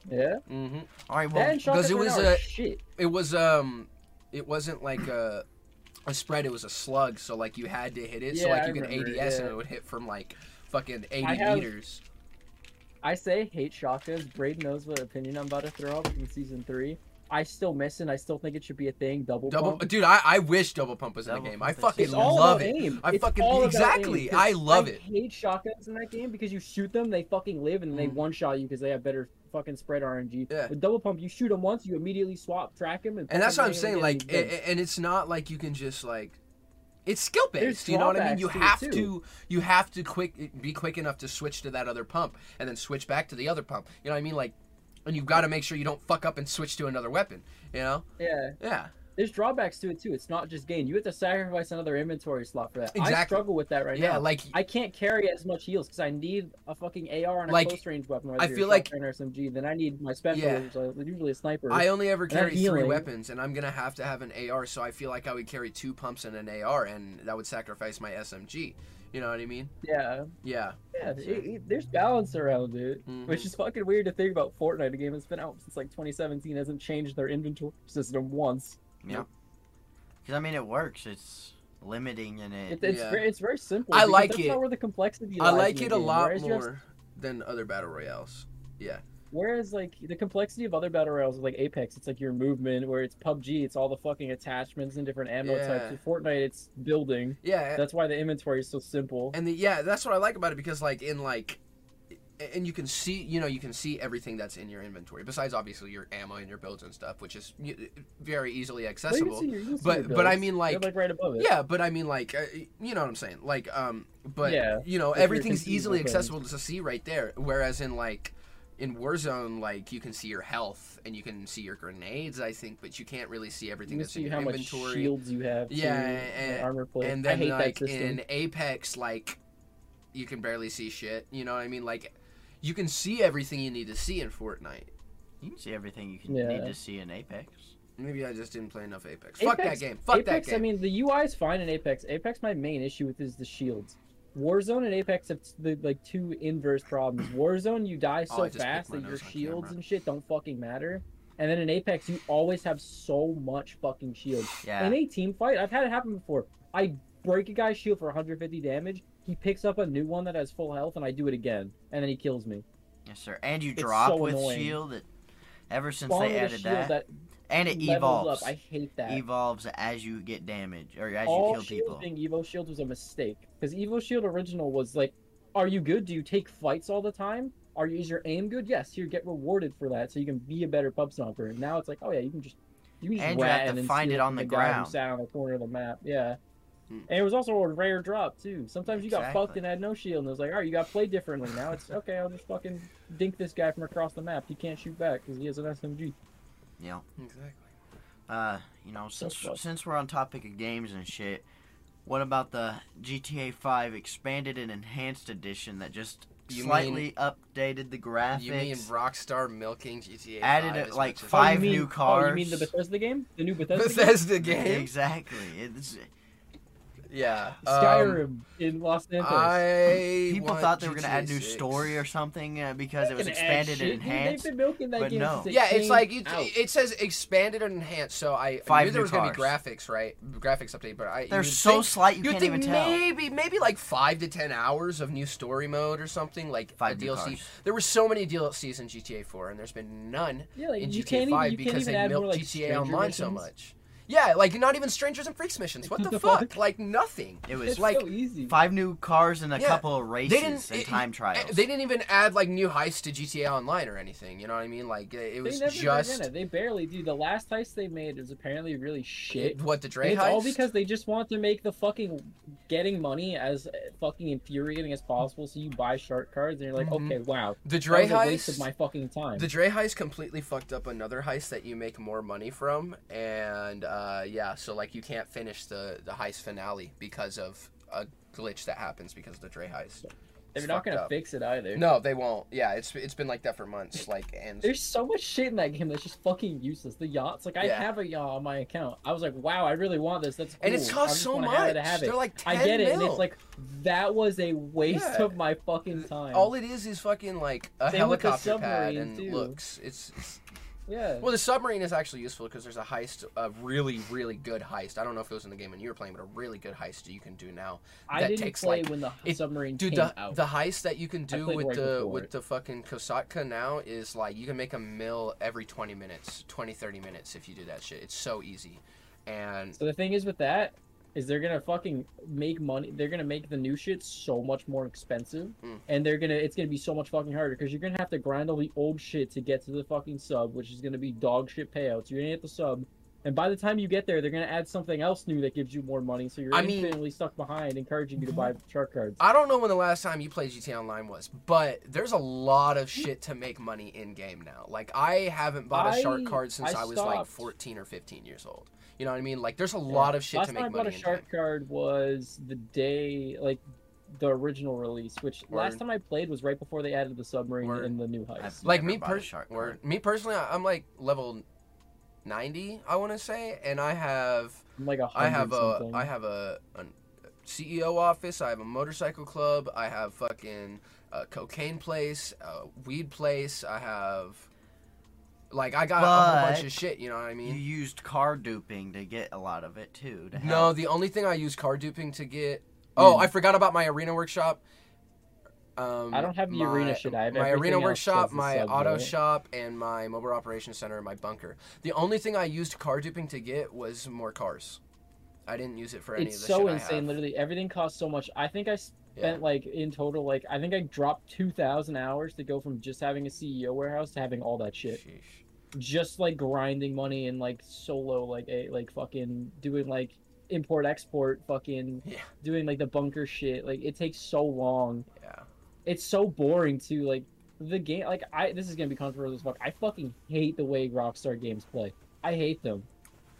Speaker 2: yeah,
Speaker 3: Mm-hmm.
Speaker 1: All right, well,
Speaker 2: that and shotguns
Speaker 3: it
Speaker 2: right
Speaker 3: was
Speaker 2: now are
Speaker 3: a-
Speaker 2: shit.
Speaker 3: It was um, it wasn't like a a spread. It was a slug. So like you had to hit it. so
Speaker 2: Yeah,
Speaker 3: like
Speaker 2: I
Speaker 3: you could
Speaker 2: remember,
Speaker 3: ADS
Speaker 2: yeah.
Speaker 3: and it would hit from like fucking 80
Speaker 2: I have-
Speaker 3: meters.
Speaker 2: I say hate shotguns. Braid knows what opinion I'm about to throw up in season three. I still miss it. and I still think it should be a thing. Double,
Speaker 3: Double,
Speaker 2: pump.
Speaker 3: dude. I, I wish double pump was in
Speaker 1: Double
Speaker 3: the game.
Speaker 1: pump
Speaker 3: I
Speaker 1: is-
Speaker 3: fucking
Speaker 2: It's all
Speaker 3: love
Speaker 2: about
Speaker 3: it.
Speaker 2: aim.
Speaker 3: I
Speaker 2: It's
Speaker 3: fucking-
Speaker 2: all about
Speaker 3: exactly.
Speaker 2: aim, 'cause
Speaker 3: I love it.
Speaker 2: I hate shotguns in that game because you shoot them, they fucking live, and they
Speaker 3: Mm.
Speaker 2: one shot you because they have better fucking spread RNG.
Speaker 3: Yeah.
Speaker 2: With double pump, you shoot them once, you immediately swap, track him, and
Speaker 3: And that's what I'm
Speaker 2: fucking
Speaker 3: saying.
Speaker 2: hit 'em again,
Speaker 3: Like,
Speaker 2: and he's
Speaker 3: a- a- and it's not like you can just like, it's skill based. You know what I
Speaker 2: drawbacks
Speaker 3: mean? You
Speaker 2: to it,
Speaker 3: have
Speaker 2: too.
Speaker 3: to, you have to quick, be quick enough to switch to that other pump, and then switch back to the other pump. You know what I mean? Like, and you've got to make sure you don't fuck up and switch to another weapon. You know?
Speaker 2: done. yeah.
Speaker 3: Yeah.
Speaker 2: There's drawbacks to it too. It's not just gain. You have to sacrifice another inventory slot for that. I
Speaker 3: Exactly.
Speaker 2: struggle with that right
Speaker 3: yeah.
Speaker 2: now.
Speaker 3: Like,
Speaker 2: I can't carry as much heals because I need a fucking AR and a
Speaker 3: Like,
Speaker 2: close range weapon.
Speaker 3: I
Speaker 2: whether you're
Speaker 3: feel
Speaker 2: a
Speaker 3: like-
Speaker 2: shotgun or SMG. Then I need my special,
Speaker 3: Yeah.
Speaker 2: which is uh, usually a sniper.
Speaker 3: I only ever
Speaker 2: that
Speaker 3: carry three
Speaker 2: healing-
Speaker 3: weapons, and I'm gonna have to have an AR. So I feel like I would carry two pumps and an AR, and that would sacrifice my SMG. You know what I mean?
Speaker 2: yeah.
Speaker 3: Yeah.
Speaker 2: Yeah, it, it- there's balance around it,
Speaker 3: Mhm.
Speaker 2: which is fucking weird to think about. Fortnite, a game that's been out since like 2017, hasn't changed their inventory system once.
Speaker 1: because I mean it works. It's limiting and it.
Speaker 2: It, it's
Speaker 3: Yeah.
Speaker 2: very, it's very simple.
Speaker 3: I
Speaker 2: because
Speaker 3: like
Speaker 2: that's
Speaker 3: it.
Speaker 2: Not where the complexity.
Speaker 3: I
Speaker 2: lies
Speaker 3: like
Speaker 2: in
Speaker 3: it
Speaker 2: the
Speaker 3: a
Speaker 2: game,
Speaker 3: lot
Speaker 2: whereas you have-
Speaker 3: more than other battle royales.
Speaker 2: whereas like the complexity of other battle royals, like Apex, it's like your movement. Where it's PUBG, it's all the fucking attachments and different ammo
Speaker 3: Yeah.
Speaker 2: types. With Fortnite, it's building.
Speaker 3: Yeah,
Speaker 2: That's why the inventory is so simple.
Speaker 3: and the, yeah, that's what I like about it because like in like, a- and you can see you know you can see everything that's in your inventory besides obviously your ammo and your builds and stuff, which is y- very easily
Speaker 2: Well, you can
Speaker 3: accessible.
Speaker 2: see your- you can see
Speaker 3: but-
Speaker 2: your
Speaker 3: but I
Speaker 2: builds.
Speaker 3: mean,
Speaker 2: They're,
Speaker 3: like-
Speaker 2: like right above it.
Speaker 3: Yeah, but I mean, like, uh, you know what I'm saying? Like, um, but
Speaker 2: Yeah,
Speaker 3: you know,
Speaker 2: if you're
Speaker 3: everything's easily
Speaker 2: conceivable
Speaker 3: accessible to see right there. Whereas in like, in Warzone, like you can see your health and you can see your grenades, I think, but you can't really see
Speaker 2: You
Speaker 3: everything
Speaker 2: can
Speaker 3: that's in
Speaker 2: see
Speaker 3: your
Speaker 2: how much
Speaker 3: inventory.
Speaker 2: shields you have.
Speaker 3: Yeah,
Speaker 2: too,
Speaker 3: and-
Speaker 2: like armor plate.
Speaker 3: and
Speaker 2: I
Speaker 3: then
Speaker 2: hate
Speaker 3: like
Speaker 2: that system.
Speaker 3: in apex like you can barely see shit you know what i mean like you can see everything you need to see in fortnite
Speaker 1: you can see everything you can
Speaker 2: Yeah.
Speaker 1: need to see in Apex.
Speaker 3: maybe i just didn't play enough apex, fuck that
Speaker 2: Apex-
Speaker 3: game fuck
Speaker 2: Apex,
Speaker 3: that game
Speaker 2: I mean, the UI is fine in Apex. Apex, my main issue with is the shields. Warzone and Apex have the like two inverse problems. Warzone, you die
Speaker 3: Oh,
Speaker 2: so
Speaker 3: I just
Speaker 2: fast
Speaker 3: picked my
Speaker 2: that your
Speaker 3: nose on
Speaker 2: shields
Speaker 3: camera.
Speaker 2: and shit don't fucking matter. And then in Apex, you always have so much fucking shields.
Speaker 1: Yeah.
Speaker 2: In a team fight, I've had it happen before. I break a guy's shield for 150 damage. He picks up a new one that has full health, and I do it again, and then he kills me.
Speaker 1: Yes, sir. And you
Speaker 2: It's
Speaker 1: drop
Speaker 2: so
Speaker 1: with
Speaker 2: annoying.
Speaker 1: shield. It, ever since
Speaker 2: Spawn with
Speaker 1: they
Speaker 2: a
Speaker 1: added
Speaker 2: shield
Speaker 1: that, and it
Speaker 2: levels
Speaker 1: evolves.
Speaker 2: Up. I hate that.
Speaker 1: Evolves as you get damage or as
Speaker 2: all
Speaker 1: you kill
Speaker 2: shield
Speaker 1: people.
Speaker 2: being Evo Shield was a mistake because Evo Shield original was like, are you good? Do you take fights all the time? Are you, is your aim good? Yes, you get rewarded for that, so you can be a better pub stomper. And now it's like, oh yeah, you can just you can just
Speaker 1: And you have
Speaker 2: rat
Speaker 1: to
Speaker 2: and then
Speaker 1: find
Speaker 2: steal
Speaker 1: it on
Speaker 2: from
Speaker 1: the
Speaker 2: guy who
Speaker 1: ground.
Speaker 2: sat on the corner of the map. Yeah.
Speaker 3: Hmm.
Speaker 2: And it was also a rare drop too. Sometimes you got fucked
Speaker 1: Exactly.
Speaker 2: and had no shield, and it was like, all right, you got to play differently. Now it's okay. I'll just fucking dink this guy from across the map. He can't shoot back because he has an SMG.
Speaker 1: You know,
Speaker 3: exactly
Speaker 1: uh, you know. Since
Speaker 2: fucked.
Speaker 1: since we're on topic of games and shit, what about the GTA 5 expanded and enhanced edition that just
Speaker 3: You
Speaker 1: slightly updated the graphics? E-,
Speaker 3: you mean rockstar milking gta
Speaker 1: Added
Speaker 3: 5
Speaker 1: it,
Speaker 3: as
Speaker 1: like,
Speaker 3: much as-
Speaker 2: Oh, you
Speaker 1: Five
Speaker 2: mean-
Speaker 1: new
Speaker 2: Oh, you mean the
Speaker 1: cars.
Speaker 2: Bethesda game? The new Bethesda, game?
Speaker 3: bethesda game
Speaker 1: Exactly. It's,
Speaker 3: yeah um,
Speaker 2: Skyrim in Los Angeles.
Speaker 3: I
Speaker 1: people
Speaker 3: want
Speaker 1: thought they were gonna
Speaker 3: GTA
Speaker 1: add new
Speaker 3: 6.
Speaker 1: story or something uh, because it was
Speaker 2: They can add
Speaker 1: expanded and
Speaker 2: shit, dude.
Speaker 1: enhanced.
Speaker 2: They've been milking that
Speaker 1: but
Speaker 2: game
Speaker 1: no.
Speaker 2: since it
Speaker 3: Yeah, it's
Speaker 2: came
Speaker 3: like it,
Speaker 2: out.
Speaker 3: it says expanded and enhanced. So I
Speaker 1: Five
Speaker 3: knew
Speaker 1: new
Speaker 3: there was gonna be
Speaker 1: cars.
Speaker 3: graphics, right? Graphics update, but I you
Speaker 1: They're
Speaker 3: would
Speaker 1: so
Speaker 3: think-
Speaker 1: slight you
Speaker 3: You'd
Speaker 1: can't
Speaker 3: think
Speaker 1: even tell.
Speaker 3: maybe maybe like five to ten hours of new story mode or something like
Speaker 1: Five
Speaker 3: a
Speaker 1: new
Speaker 3: DLC.
Speaker 1: cars.
Speaker 3: There were so many DLCs in GTA 4, and there's been none
Speaker 2: yeah, like,
Speaker 3: in
Speaker 2: you
Speaker 3: GTA
Speaker 2: can't even,
Speaker 3: 5
Speaker 2: you can't
Speaker 3: because
Speaker 2: even
Speaker 3: they
Speaker 2: add more
Speaker 3: milked
Speaker 2: like
Speaker 3: GTA
Speaker 2: stranger
Speaker 3: Online so
Speaker 2: missions.
Speaker 3: much. Yeah, like not even Strangers and Freaks missions. What the fuck? Like nothing.
Speaker 1: It was
Speaker 2: It's
Speaker 1: like
Speaker 3: like-
Speaker 2: so easy.
Speaker 1: five new cars and a
Speaker 3: Yeah.
Speaker 1: couple of races
Speaker 3: They didn't
Speaker 1: and
Speaker 3: it-
Speaker 1: time
Speaker 3: eh,
Speaker 1: trials.
Speaker 3: They didn't even add like new heists to GTA Online or anything. You know what I mean? Like it it
Speaker 2: they
Speaker 3: was
Speaker 2: never did
Speaker 3: just
Speaker 2: it. They barely do. The last heist they made was apparently really shit.
Speaker 3: what the Dre
Speaker 2: It's
Speaker 3: heist.
Speaker 2: all because they just want to make the fucking getting money as uh, fucking infuriating as possible. So you buy shark cards and you're like,
Speaker 3: Mhm.
Speaker 2: okay, wow,
Speaker 3: the
Speaker 2: that
Speaker 3: Dre
Speaker 2: was a waste of
Speaker 3: heist.
Speaker 2: my fucking time.
Speaker 3: The Dre heist completely fucked up another heist that you make more money from, and uh, yeah, so like you can't finish the the heist finale because of a glitch that happens because of the Dre heist.
Speaker 2: They're not
Speaker 3: fucked
Speaker 2: gonna
Speaker 3: up.
Speaker 2: fix it either.
Speaker 3: No, they won't. Yeah, it's it's been like that for months. Like and
Speaker 2: There's so much shit in that game that's just fucking useless. The yachts, like I
Speaker 3: Yeah.
Speaker 2: have a yacht on my account. I was like, wow, I really want this. That's cool.
Speaker 3: and it's
Speaker 2: I
Speaker 3: cost
Speaker 2: just
Speaker 3: so
Speaker 2: wanna
Speaker 3: much.
Speaker 2: Have it, to have it.
Speaker 3: They're like ten
Speaker 2: I get it,
Speaker 3: mil.
Speaker 2: and it's like that was a waste
Speaker 3: Yeah.
Speaker 2: of my fucking time.
Speaker 3: All it is is fucking like a
Speaker 2: Same with the
Speaker 3: helicopter pad
Speaker 2: submarine,
Speaker 3: and
Speaker 2: too.
Speaker 3: looks. It's, it's
Speaker 2: yeah.
Speaker 3: well, the submarine is actually useful because there's a heist, a really really good heist. I don't know if it was in the game when you were playing, but a really good heist you can do now.
Speaker 2: I
Speaker 3: that
Speaker 2: didn't
Speaker 3: takes,
Speaker 2: play
Speaker 3: like-
Speaker 2: when the
Speaker 3: it-
Speaker 2: submarine
Speaker 3: Dude,
Speaker 2: came
Speaker 3: the,
Speaker 2: out.
Speaker 3: the heist that you can do
Speaker 2: played
Speaker 3: with
Speaker 2: right
Speaker 3: the
Speaker 2: before.
Speaker 3: with the fucking Kosatka now is like you can make a mill every 20 minutes, 20 30 minutes if you do that shit. It's so easy. And
Speaker 2: So the thing is with that is they're gonna fucking make money. They're gonna make the new shit so much more expensive,
Speaker 3: Mm.
Speaker 2: and they're gonna it's gonna be so much fucking harder because you're gonna have to grind all the old shit to get to the fucking sub, which is gonna be dog shit payouts. You're gonna get the sub, and by the time you get there, they're gonna add something else new that gives you more money, so you're
Speaker 3: I mean-
Speaker 2: infinitely stuck behind, encouraging you to buy shark cards.
Speaker 3: I don't know when the last time you played GTA Online was, but there's a lot of shit to make money in game now. Like I haven't bought a shark
Speaker 2: I-
Speaker 3: card since
Speaker 2: I
Speaker 3: I, was like
Speaker 2: stopped.
Speaker 3: 14 or 15 years old. You know what I mean? Like there's a lot of shit
Speaker 2: Last
Speaker 3: to
Speaker 2: time I
Speaker 3: make
Speaker 2: bought
Speaker 3: money
Speaker 2: a
Speaker 3: in
Speaker 2: shark
Speaker 3: game.
Speaker 2: card was the day like. The original release, which last
Speaker 3: Word.
Speaker 2: time I played was right before they added the submarine
Speaker 3: Word.
Speaker 2: in the new heist.
Speaker 3: Like
Speaker 1: Never
Speaker 3: me
Speaker 1: bought a
Speaker 3: per-
Speaker 1: shark
Speaker 3: or-
Speaker 1: card.
Speaker 3: me personally, I- I'm like level 90, I want to say, and I have
Speaker 2: I'm like a
Speaker 3: I
Speaker 2: hundred
Speaker 3: have a
Speaker 2: something.
Speaker 3: I have a an CEO office. I have a motorcycle club. I have fucking a cocaine place, a weed place. I have like I got a whole bunch
Speaker 1: But-
Speaker 3: of shit. You know what I
Speaker 1: You
Speaker 3: mean?
Speaker 1: used car duping to get a lot of it too. To
Speaker 3: No,
Speaker 1: help.
Speaker 3: the only thing I use car duping to get. Oh, I forgot about my arena workshop. Um,
Speaker 2: I don't have the arena shit, I have
Speaker 3: my
Speaker 2: everything
Speaker 3: arena
Speaker 2: else
Speaker 3: workshop,
Speaker 2: as a
Speaker 3: my
Speaker 2: sub,
Speaker 3: auto
Speaker 2: right?
Speaker 3: shop, and my mobile operations center, and my bunker. The only thing I used car duping to get was more cars. I didn't use it for any
Speaker 2: it's
Speaker 3: of the
Speaker 2: so
Speaker 3: shit I
Speaker 2: insane.
Speaker 3: have.
Speaker 2: Literally, everything costs so much. I think I
Speaker 3: Yeah.
Speaker 2: spent like in total, like I think I dropped two thousand hours to go from just having a CEO warehouse to having all that shit.
Speaker 3: Sheesh.
Speaker 2: Just like grinding money and like solo, like a like fucking doing like import export, fucking
Speaker 3: Yeah.
Speaker 2: doing like the bunker shit. Like it takes so long.
Speaker 3: Yeah.
Speaker 2: It's so boring too. Like the game, like I this is gonna be controversial as fuck. I fucking hate the way Rockstar games play. I hate them.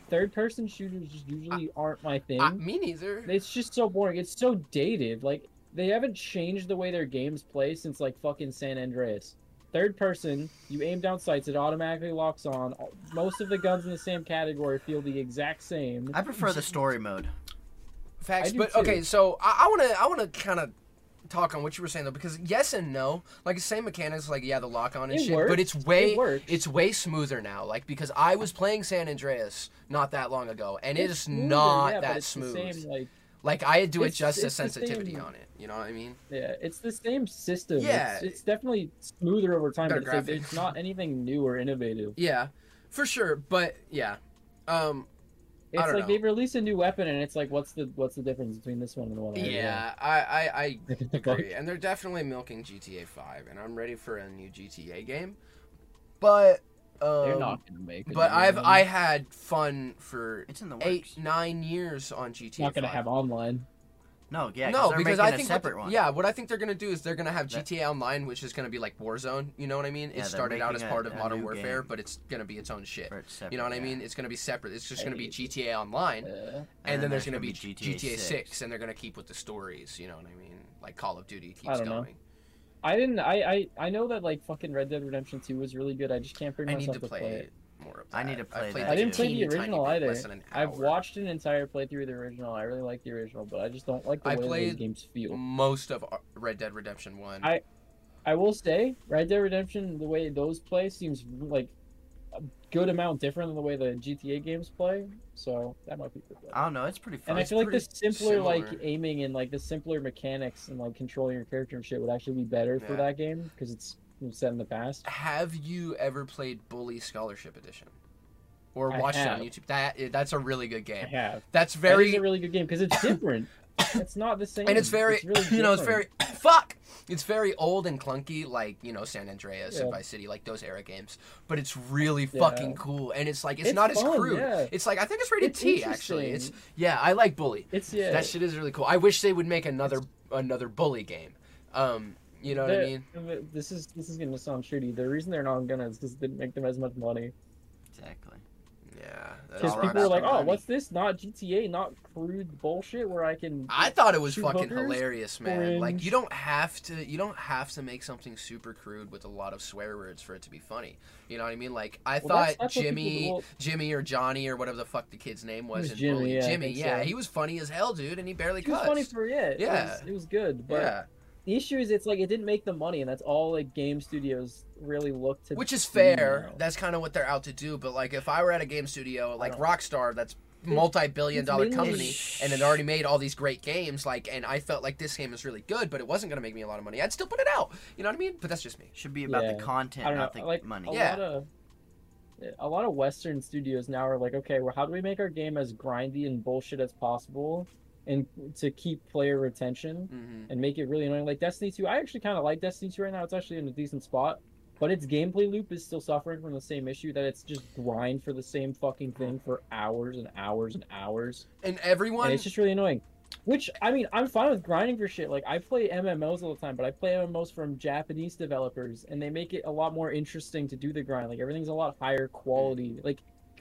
Speaker 2: Third person shooters just usually aren't my thing.
Speaker 3: I, me neither.
Speaker 2: It's just so boring. It's so dated. Like they haven't changed the way their games play since like fucking San Andreas. Third person, you aim down sights, it automatically locks on. Most of the guns in the same category feel the exact same.
Speaker 1: I prefer the story mode.
Speaker 3: Facts,
Speaker 2: I do
Speaker 3: but
Speaker 2: too.
Speaker 3: okay. So I want to I want to kind of talk on what you were saying though, because yes and no, like the same mechanics, like yeah, the lock on and
Speaker 2: It
Speaker 3: shit, but
Speaker 2: works.
Speaker 3: it's way
Speaker 2: it works.
Speaker 3: it's way smoother now. Like because I was playing San Andreas not that long ago, and it is
Speaker 2: smoother,
Speaker 3: not
Speaker 2: yeah, but
Speaker 3: that
Speaker 2: it's the
Speaker 3: smooth.
Speaker 2: same, like
Speaker 3: like I had to
Speaker 2: It's-
Speaker 3: adjust
Speaker 2: it's
Speaker 3: the
Speaker 2: the
Speaker 3: sensitivity
Speaker 2: same-
Speaker 3: on it. You know what I mean?
Speaker 2: yeah, it's the same system.
Speaker 3: Yeah.
Speaker 2: It's, it's definitely smoother over time,
Speaker 3: Better
Speaker 2: but it's, like,
Speaker 3: graphics.
Speaker 2: there's not anything new or innovative.
Speaker 3: Yeah, for sure. But yeah, um,
Speaker 2: It's
Speaker 3: don't
Speaker 2: like
Speaker 3: know.
Speaker 2: they've released a new weapon and it's like what's the what's the difference between this one and the one I already
Speaker 3: yeah, I I, I
Speaker 2: have?
Speaker 3: agree. And they're definitely milking GTA 5, and I'm ready for a new GTA game. But um,
Speaker 2: They're not gonna make a
Speaker 3: But
Speaker 2: new
Speaker 3: I've
Speaker 2: one.
Speaker 3: I had fun for
Speaker 1: It's in the works.
Speaker 3: eight nine years on GTA.
Speaker 2: not gonna
Speaker 3: 5.
Speaker 2: have online.
Speaker 1: No, yeah,
Speaker 3: no,
Speaker 1: they're
Speaker 3: because
Speaker 1: making
Speaker 3: I
Speaker 1: a
Speaker 3: think what
Speaker 1: separate
Speaker 3: th-
Speaker 1: one.
Speaker 3: yeah, what I think they're gonna do is they're gonna have
Speaker 1: That-
Speaker 3: GTA Online, which is gonna be like Warzone. You know what I mean?
Speaker 1: Yeah,
Speaker 3: it
Speaker 1: they're
Speaker 3: started out as
Speaker 1: making a-
Speaker 3: part of
Speaker 1: a
Speaker 3: Modern
Speaker 1: new
Speaker 3: Warfare,
Speaker 1: game.
Speaker 3: but it's gonna be its own shit.
Speaker 1: Or it's
Speaker 3: You know
Speaker 1: separate,
Speaker 3: what I
Speaker 1: yeah.
Speaker 3: mean? It's gonna be separate. It's just gonna be
Speaker 2: Right.
Speaker 3: GTA Online,
Speaker 2: Uh,
Speaker 3: and, then there's gonna be
Speaker 1: gonna
Speaker 3: GTA, 6.
Speaker 1: six.
Speaker 3: and they're gonna keep with the stories. You know what I mean? Like Call of Duty keeps
Speaker 2: I don't know.
Speaker 3: going.
Speaker 2: I didn't. I, I I know that like fucking Red Dead Redemption Two was really good. I just can't bring
Speaker 3: I need
Speaker 2: myself
Speaker 3: to play,
Speaker 2: it.
Speaker 3: more of that.
Speaker 1: I need to play
Speaker 3: I've
Speaker 1: that
Speaker 3: like,
Speaker 2: I
Speaker 3: a
Speaker 2: didn't play the
Speaker 3: teeny tiny
Speaker 2: original
Speaker 3: bit,
Speaker 2: either.
Speaker 3: less than an
Speaker 2: I've
Speaker 3: hour.
Speaker 2: watched an entire playthrough of the original. I really like the original, but I just don't like the
Speaker 3: I
Speaker 2: way
Speaker 3: played-
Speaker 2: those games feel.
Speaker 3: most of Ar- Red Dead Redemption One.
Speaker 2: I- I will say, Red Dead Redemption, the way those play seems like a good amount different than the way the GTA games play. So that might be good.
Speaker 1: I don't know. It's pretty fun.
Speaker 2: And I feel like the
Speaker 3: Uh, pretty
Speaker 2: simpler like
Speaker 3: similar.
Speaker 2: aiming and like the simpler mechanics and like controlling your character and shit would actually be better for
Speaker 3: Yeah.
Speaker 2: that game because it's set in the past.
Speaker 3: Have you ever played Bully Scholarship Edition? or
Speaker 2: I
Speaker 3: watched it on
Speaker 2: have.
Speaker 3: YouTube. That that's a really good
Speaker 2: I
Speaker 3: game.
Speaker 2: have.
Speaker 3: That's
Speaker 2: Very
Speaker 3: very
Speaker 2: that is a really good game because it's different. it's not the same.
Speaker 3: and it's very
Speaker 2: really
Speaker 3: you know it's very
Speaker 2: different.
Speaker 3: fuck. It's very old and clunky, like you know San Andreas and
Speaker 2: Yeah.
Speaker 3: Vice City, like those era games. But it's really
Speaker 2: Yeah.
Speaker 3: fucking cool, and it's like it's,
Speaker 2: It's
Speaker 3: not as
Speaker 2: fun,
Speaker 3: crude.
Speaker 2: yeah.
Speaker 3: It's like I think it's rated
Speaker 2: It's
Speaker 3: T actually. It's
Speaker 2: interesting.
Speaker 3: yeah, I like Bully.
Speaker 2: It's yeah.
Speaker 3: That shit is really cool. I wish they would make another another Bully game. Um, you know what I
Speaker 2: They're-
Speaker 3: mean?
Speaker 2: but This is this is gonna sound shitty. The reason they're not gonna is because it didn't make them as much money.
Speaker 1: Exactly.
Speaker 3: Yeah. that
Speaker 2: Because people
Speaker 3: all rhymes
Speaker 2: were
Speaker 3: with
Speaker 2: like, "Oh,
Speaker 3: money.
Speaker 2: what's this? Not GTA, not crude bullshit where I can."
Speaker 3: I thought it was
Speaker 2: Two
Speaker 3: fucking
Speaker 2: hookers,
Speaker 3: hilarious, man. Like
Speaker 2: orange.
Speaker 3: you don't have to you don't have to make something super crude with a lot of swear words for it to be funny. You know what I mean? Like I
Speaker 2: Well,
Speaker 3: thought
Speaker 2: that's- that's what people
Speaker 3: Jimmy
Speaker 2: do- well-
Speaker 3: Jimmy or Johnny or whatever the fuck the kid's name was,
Speaker 2: was
Speaker 3: in
Speaker 2: Jimmy,
Speaker 3: Bully.
Speaker 2: yeah, I
Speaker 3: Jimmy,
Speaker 2: think
Speaker 3: yeah,
Speaker 2: so.
Speaker 3: he was funny as hell, dude, and he barely
Speaker 2: It was
Speaker 3: cussed.
Speaker 2: funny for it.
Speaker 3: Yeah.
Speaker 2: It was, it was good, but
Speaker 3: yeah,
Speaker 2: the issue is it's like it didn't make the money, and that's all like game studios really look to.
Speaker 3: which is
Speaker 2: do
Speaker 3: fair.
Speaker 2: now.
Speaker 3: That's kind of what they're out to do. But like, if I were at a game studio, like
Speaker 2: don't-
Speaker 3: Rockstar, that's multi-billion-dollar
Speaker 2: mainly-
Speaker 3: company, and had already made all these great games, like, and I felt like this game is really good, but it wasn't gonna make me a lot of money. I'd still put it out. You know what I mean? But that's just me.
Speaker 1: Should be about the
Speaker 2: Yeah.
Speaker 1: content,
Speaker 2: I don't
Speaker 1: not
Speaker 2: know,
Speaker 1: the
Speaker 2: like
Speaker 1: money.
Speaker 2: a
Speaker 3: Yeah.
Speaker 2: lot of a lot of Western studios now are like, okay, well, how do we make our game as grindy and bullshit as possible, and to keep player retention
Speaker 3: Mm-hmm.
Speaker 2: and make it really annoying? Like Destiny Two, I actually kind of like Destiny Two right now. It's actually in a decent spot, but its gameplay loop is still suffering from the same issue that it's just grind for the same fucking thing for hours and hours and hours.
Speaker 3: and everyone
Speaker 2: And it's just really annoying. Which I mean, I'm fine with grinding for shit. Like I play MMOs all the time, but I play MMOs from Japanese developers, and they make it a lot more interesting to do the grind. Like everything's a lot higher quality. Like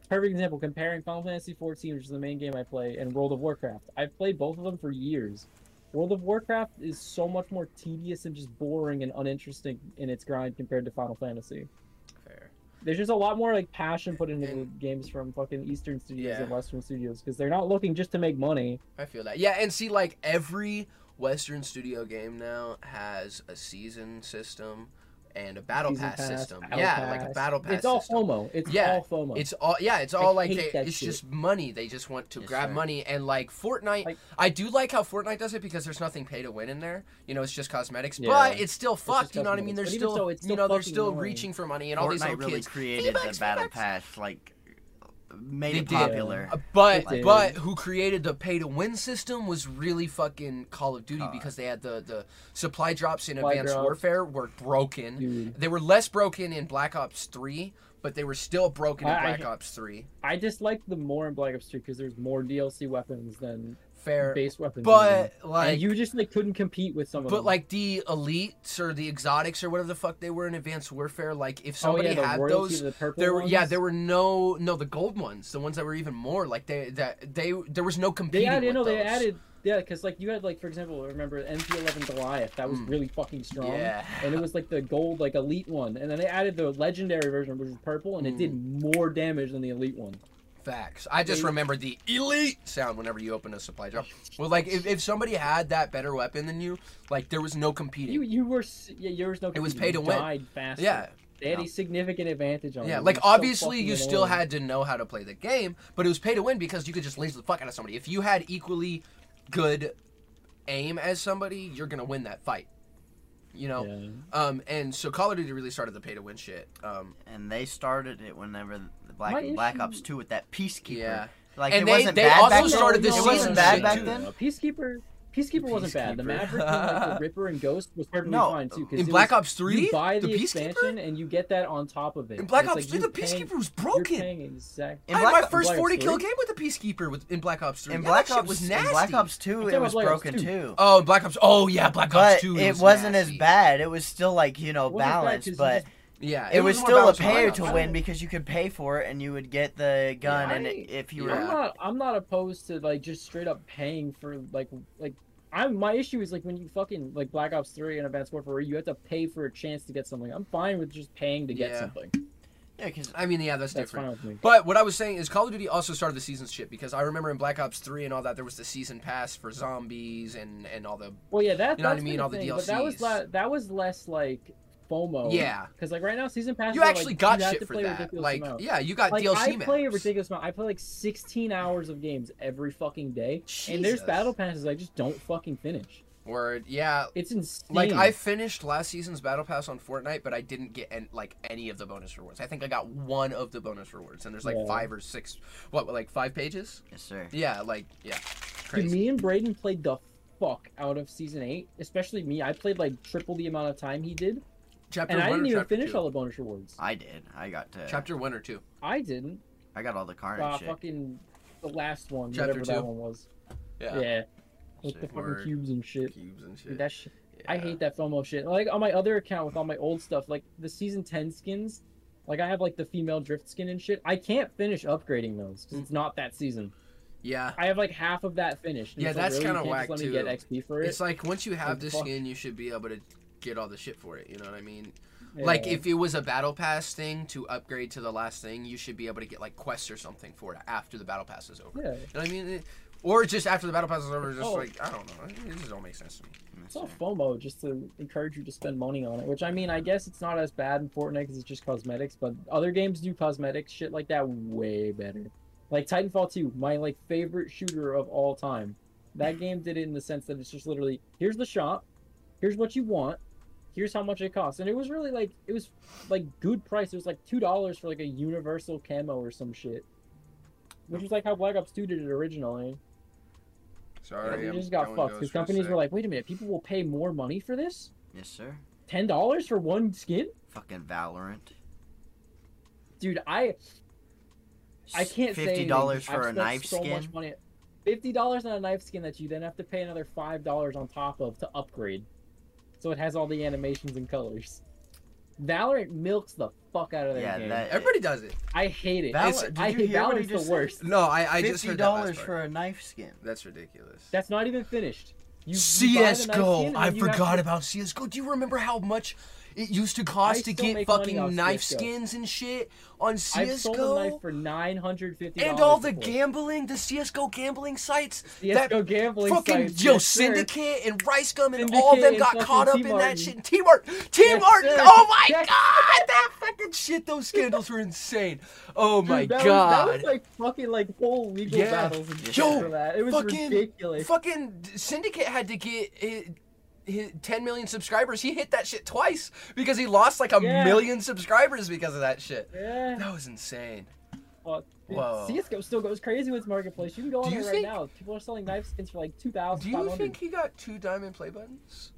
Speaker 2: perfect example, comparing Final Fantasy 14, which is the main game I play, and World of Warcraft. I've played both of them for years. World of Warcraft is so much more tedious and just boring and uninteresting in its grind compared to Final Fantasy.
Speaker 3: Fair.
Speaker 2: There's just a lot more like passion put into the
Speaker 3: And-
Speaker 2: games from fucking Eastern studios and
Speaker 3: Yeah.
Speaker 2: Western studios because they're not looking just to make money.
Speaker 3: I feel that. Yeah, and see, like every Western studio game now has a season system and a battle
Speaker 2: Season
Speaker 3: pass,
Speaker 2: pass,
Speaker 3: system.
Speaker 2: battle
Speaker 3: yeah,
Speaker 2: pass.
Speaker 3: like a battle pass.
Speaker 2: It's all
Speaker 3: system.
Speaker 2: FOMO. It's
Speaker 3: Yeah,
Speaker 2: all FOMO.
Speaker 3: It's all yeah. It's all like
Speaker 2: hate
Speaker 3: they,
Speaker 2: that
Speaker 3: it's
Speaker 2: shit.
Speaker 3: just money. They just want to
Speaker 1: Yes,
Speaker 3: grab
Speaker 1: sir.
Speaker 3: money and like Fortnite.
Speaker 2: Like-
Speaker 3: I do like how Fortnite does it because there's nothing pay to win in there. You know, it's just cosmetics,
Speaker 2: Yeah.
Speaker 3: but it's still fucked.
Speaker 2: just
Speaker 3: you know what I mean?
Speaker 2: cosmetics.
Speaker 3: They're
Speaker 2: But even
Speaker 3: still,
Speaker 2: so, it's
Speaker 3: you
Speaker 2: still
Speaker 3: know they're
Speaker 2: fucking
Speaker 3: still
Speaker 2: annoying.
Speaker 3: reaching for money and all these
Speaker 1: Fortnite
Speaker 3: little
Speaker 1: really
Speaker 3: kids.
Speaker 1: created
Speaker 3: Feedbacks,
Speaker 1: the battle
Speaker 3: feedbacks.
Speaker 1: pass, like made
Speaker 3: They
Speaker 1: it
Speaker 3: did.
Speaker 1: popular.
Speaker 3: Uh, But
Speaker 2: Like-
Speaker 3: but who created the pay to win system was really fucking Call of Duty
Speaker 1: God.
Speaker 3: because they had the the supply drops in
Speaker 2: Supply
Speaker 3: Advanced
Speaker 2: drops.
Speaker 3: Warfare were broken.
Speaker 2: Dude,
Speaker 3: They were less broken in Black Ops Three, but they were still broken in
Speaker 2: I- I-
Speaker 3: Black Ops Three.
Speaker 2: I disliked them more in Black Ops 2 because there's more DLC weapons than
Speaker 3: Fair,
Speaker 2: base weapons. even.
Speaker 3: Er, but like
Speaker 2: and you just like couldn't compete with some of them. Oh,
Speaker 3: But like the elites or the exotics or whatever the fuck they were in Advanced Warfare, like if somebody
Speaker 2: oh, yeah, the
Speaker 3: had
Speaker 2: royalty,
Speaker 3: those,
Speaker 2: the purple
Speaker 3: there were yeah
Speaker 2: ones,
Speaker 3: there were no no the gold ones, the ones that were even more like they that they there was no
Speaker 2: They
Speaker 3: competing.
Speaker 2: added, you
Speaker 3: with
Speaker 2: know, they
Speaker 3: those.
Speaker 2: added, yeah, because like you had like for example, remember MP11 Goliath? That was
Speaker 3: Mm.
Speaker 2: really fucking strong.
Speaker 3: Yeah,
Speaker 2: And it was like the gold, like elite one, and then they added the legendary version, which was purple, and
Speaker 3: Hmm.
Speaker 2: it did more damage than the elite one.
Speaker 3: facts. I just
Speaker 2: they-
Speaker 3: remembered the elite sound whenever you open a supply drop. Well, like if, if somebody had that better weapon than you, like there was no competing.
Speaker 2: You, you were, s- yeah, yours no.
Speaker 3: It was
Speaker 2: competing.
Speaker 3: pay to
Speaker 2: You
Speaker 3: win.
Speaker 2: Died faster.
Speaker 3: yeah,
Speaker 2: They had
Speaker 1: Yeah.
Speaker 2: a significant advantage on
Speaker 3: Yeah,
Speaker 2: it.
Speaker 3: like
Speaker 2: It's so
Speaker 3: obviously you
Speaker 2: fucking
Speaker 3: still
Speaker 2: annoying.
Speaker 3: had to know how to play the game, but it was pay to win because you could just laser the fuck out of somebody. If you had equally good aim as somebody, you're gonna win that fight. You know,
Speaker 2: Yeah.
Speaker 3: um, and so Call of Duty really started the pay to win shit. Um,
Speaker 1: And they started it whenever the Black
Speaker 2: My
Speaker 1: Black
Speaker 2: issue-
Speaker 1: Ops Two with that peacekeeper.
Speaker 3: yeah,
Speaker 1: Like
Speaker 3: And
Speaker 1: it
Speaker 3: they-
Speaker 1: wasn't
Speaker 3: they
Speaker 1: bad
Speaker 3: also
Speaker 1: back then.
Speaker 3: started the
Speaker 1: It
Speaker 3: season
Speaker 1: wasn't bad
Speaker 3: shit,
Speaker 1: back
Speaker 3: too.
Speaker 1: then.
Speaker 2: Uh, Peacekeeper, Peacekeeper wasn't bad. The
Speaker 3: Peacekeeper.
Speaker 2: Maverick, one, like the Ripper, and Ghost was perfectly
Speaker 1: No,
Speaker 2: fine too. 'cause
Speaker 3: in
Speaker 2: it
Speaker 3: Black
Speaker 2: was-
Speaker 3: Ops Three,
Speaker 2: you buy
Speaker 3: the,
Speaker 2: the,
Speaker 3: peacekeeper.
Speaker 2: expansion and you get that on top of it.
Speaker 3: In Black
Speaker 2: And it's
Speaker 3: Ops
Speaker 2: like
Speaker 3: Three, the
Speaker 2: you're paying-
Speaker 3: peacekeeper was
Speaker 2: you're
Speaker 3: broken.
Speaker 2: paying exact.
Speaker 3: I
Speaker 1: In
Speaker 3: had
Speaker 1: Black,
Speaker 3: my
Speaker 1: Ops-
Speaker 3: first
Speaker 2: Black Ops
Speaker 3: forty kill
Speaker 2: 3?
Speaker 3: game with the peacekeeper with, in Black Ops Three.
Speaker 1: in
Speaker 3: Yeah,
Speaker 1: Black
Speaker 3: that shit
Speaker 1: Ops,
Speaker 3: was
Speaker 1: in
Speaker 3: nasty.
Speaker 1: Black Ops
Speaker 2: I'm
Speaker 1: Two,
Speaker 2: talking
Speaker 1: it
Speaker 2: about
Speaker 1: was
Speaker 2: Black Ops
Speaker 1: broken
Speaker 2: 2.
Speaker 1: too.
Speaker 3: Oh, in Black Ops. Oh yeah, Black
Speaker 1: But
Speaker 3: Ops Two.
Speaker 1: it
Speaker 3: was
Speaker 1: wasn't
Speaker 3: nasty.
Speaker 1: as bad. It was still like you know
Speaker 2: It wasn't bad
Speaker 1: balanced,
Speaker 2: 'cause you
Speaker 1: but
Speaker 2: just-
Speaker 3: Yeah,
Speaker 1: it, was,
Speaker 3: more
Speaker 1: still a
Speaker 3: balanced than
Speaker 1: pay
Speaker 3: Black
Speaker 1: to
Speaker 3: Ops.
Speaker 1: win because you could pay for it and you would get the gun. and it, if you
Speaker 3: Yeah.
Speaker 2: I'm
Speaker 1: were
Speaker 2: not. I'm not opposed to like just straight up paying for like like. I'm my issue is like when you fucking like Black Ops Three and Advanced Warfare, where you have to pay for a chance to get something. I'm fine with just paying to get
Speaker 3: Yeah.
Speaker 2: something.
Speaker 1: yeah, because
Speaker 3: I mean, yeah, that's,
Speaker 2: That's
Speaker 3: different.
Speaker 2: fine with me.
Speaker 3: But what I was saying is Call of Duty also started the season shit because I remember in Black Ops 3 and all that there was the season pass for zombies and and all the
Speaker 2: Well, yeah, that,
Speaker 3: You know what I
Speaker 2: that's
Speaker 3: mean?
Speaker 2: been a
Speaker 3: All the
Speaker 2: thing, But that was
Speaker 3: DLCs.
Speaker 2: le- that was less like FOMO.
Speaker 3: Yeah.
Speaker 2: Because like right now, season passes.
Speaker 3: You
Speaker 2: are,
Speaker 3: actually
Speaker 2: like,
Speaker 3: got
Speaker 2: you have
Speaker 3: shit
Speaker 2: to
Speaker 3: for
Speaker 2: play a
Speaker 3: that.
Speaker 2: ridiculous
Speaker 3: Like
Speaker 2: amount.
Speaker 3: yeah, you got
Speaker 2: Like,
Speaker 3: DLC
Speaker 2: I play a
Speaker 3: maps.
Speaker 2: ridiculous amount. I play like 16 hours of games every fucking day, and there's
Speaker 3: Jesus.
Speaker 2: battle passes I just don't fucking finish.
Speaker 3: Word. Yeah.
Speaker 2: It's insane.
Speaker 3: Like I finished last season's battle pass on Fortnite, but I didn't get an, like any of the bonus rewards. I think I got one of the bonus rewards, and there's like
Speaker 2: Yeah.
Speaker 3: five or six. What? Like five pages?
Speaker 1: Yes, sir.
Speaker 3: Yeah. Like yeah.
Speaker 2: Dude,
Speaker 3: Crazy.
Speaker 2: me and Braden played the fuck out of season eight, especially me. I played like triple the amount of time he did,
Speaker 3: Chapter
Speaker 2: and I
Speaker 3: one or
Speaker 2: didn't even
Speaker 3: chapter
Speaker 2: finish
Speaker 3: two?
Speaker 2: all the bonus rewards.
Speaker 1: I did. I got to.
Speaker 3: Chapter one or two.
Speaker 2: I didn't.
Speaker 1: I got all the carnage
Speaker 2: Uh,
Speaker 1: shit.
Speaker 2: fucking the last one,
Speaker 3: Chapter
Speaker 2: whatever that
Speaker 3: two?
Speaker 2: one was.
Speaker 3: Yeah.
Speaker 2: Yeah, with the
Speaker 1: Shit,
Speaker 2: fucking
Speaker 3: word.
Speaker 2: cubes and shit.
Speaker 3: Cubes and shit.
Speaker 2: Dude, that shit. I
Speaker 3: Yeah.
Speaker 2: hate that FOMO shit. Like on my other account with all my old stuff, like the season ten skins. Like I have like the female drift skin and shit. I can't finish upgrading those because it's not that season.
Speaker 3: Yeah.
Speaker 2: I have like half of that finished. and
Speaker 3: Yeah,
Speaker 2: it's like,
Speaker 3: that's
Speaker 2: really? You
Speaker 3: kinda
Speaker 2: can't just
Speaker 3: whack,
Speaker 2: Let me
Speaker 3: too.
Speaker 2: get XP for it.
Speaker 3: It's like once you have
Speaker 2: Like,
Speaker 3: this
Speaker 2: fuck.
Speaker 3: skin, you should be able to get all the shit for it. You know what I mean? Like
Speaker 2: Yeah.
Speaker 3: if it was a battle pass thing to upgrade to the last thing, you should be able to get like quests or something for it after the battle pass is over.
Speaker 2: yeah,
Speaker 3: You know what I mean? It- Or just after the battle pass is over, just
Speaker 2: Oh.
Speaker 3: like I don't know, it just don't make sense to me.
Speaker 1: Yes,
Speaker 2: it's all
Speaker 1: sir.
Speaker 2: FOMO just to encourage you to spend money on it. Which I mean, I guess it's not as bad in Fortnite because it's just cosmetics, but other games do cosmetics shit like that way better. Like Titanfall 2, my like favorite shooter of all time. That game did it in the sense that it's just literally here's the shop, here's what you want, here's how much it costs, and it was really like it was like good price. It was like two dollars for like a universal camo or some shit, which was like how Black Ops 2 did it originally.
Speaker 3: Sorry,
Speaker 2: we
Speaker 3: I'm
Speaker 2: just got
Speaker 3: going
Speaker 2: fucked
Speaker 3: ghost
Speaker 2: because
Speaker 3: for a
Speaker 2: companies
Speaker 3: sec.
Speaker 2: were like, wait a minute, people will pay more money for this.
Speaker 1: Yes, sir.
Speaker 2: Ten dollars for one skin,
Speaker 1: Fucking Valorant.
Speaker 2: dude. I I can't say
Speaker 1: Fifty
Speaker 2: anything.
Speaker 1: dollars
Speaker 2: I've
Speaker 1: for a
Speaker 2: spent
Speaker 1: knife
Speaker 2: so
Speaker 1: skin.
Speaker 2: Much money. Fifty dollars on a knife skin that you then have to pay another five dollars on top of to upgrade, so it has all the animations and colors. Valorant milks the fuck out of their
Speaker 1: Yeah,
Speaker 2: game.
Speaker 1: that-
Speaker 3: Everybody does it.
Speaker 2: I hate it.
Speaker 1: Valor-
Speaker 3: It's-
Speaker 1: did
Speaker 2: I
Speaker 1: you
Speaker 2: hate
Speaker 1: hear what he
Speaker 2: Valorant's the
Speaker 1: just said?
Speaker 2: worst.
Speaker 3: No, I, I just
Speaker 1: Fifty
Speaker 3: heard that last
Speaker 1: dollars
Speaker 3: part.
Speaker 1: for a knife skin.
Speaker 3: That's ridiculous.
Speaker 2: That's not even finished. You, you buy the knife skin
Speaker 3: CS:GO.
Speaker 2: and
Speaker 3: I
Speaker 2: then you have
Speaker 3: forgot
Speaker 2: to-
Speaker 3: about CS:GO. Do you remember how much it used to cost to
Speaker 2: still
Speaker 3: get
Speaker 2: make money
Speaker 3: fucking
Speaker 2: off
Speaker 3: knife
Speaker 2: CS:GO.
Speaker 3: skins and shit on
Speaker 2: I've sold a knife
Speaker 3: CS:GO?
Speaker 2: for nine hundred fifty.
Speaker 3: And all the gambling, the CS:GO gambling sites, that
Speaker 2: CS:GO gambling
Speaker 3: fucking
Speaker 2: sites,
Speaker 3: Joe
Speaker 2: yes, sir.
Speaker 3: Syndicate and Rice Gum and all of them
Speaker 2: Syndicate
Speaker 3: got
Speaker 2: and
Speaker 3: caught up
Speaker 2: fucking
Speaker 3: in
Speaker 2: T.
Speaker 3: that shit. T Martin, T
Speaker 2: Yes,
Speaker 3: Martin.
Speaker 2: sir.
Speaker 3: Oh my
Speaker 2: Yes.
Speaker 3: god, that fucking shit. Those scandals were insane. Oh
Speaker 2: Dude,
Speaker 3: my
Speaker 2: that
Speaker 3: god.
Speaker 2: was, that was like fucking like whole legal
Speaker 3: Yeah.
Speaker 2: battles and shit
Speaker 3: Yo,
Speaker 2: for that. It was
Speaker 3: fucking-
Speaker 2: ridiculous.
Speaker 3: Fucking Syndicate had to get his, his 10 million subscribers. He hit that shit twice because he lost like a
Speaker 2: Yeah.
Speaker 3: million subscribers because of that shit.
Speaker 2: yeah,
Speaker 3: That was insane.
Speaker 2: fuck. Dude,
Speaker 3: Whoa.
Speaker 2: CS:GO still goes crazy with its marketplace. You can go
Speaker 3: Do
Speaker 2: on
Speaker 3: you
Speaker 2: it right
Speaker 3: think-
Speaker 2: now. People are selling knife skins for like two
Speaker 3: Do
Speaker 2: thousand five
Speaker 3: you
Speaker 2: hundred.
Speaker 3: think he got two diamond play buttons?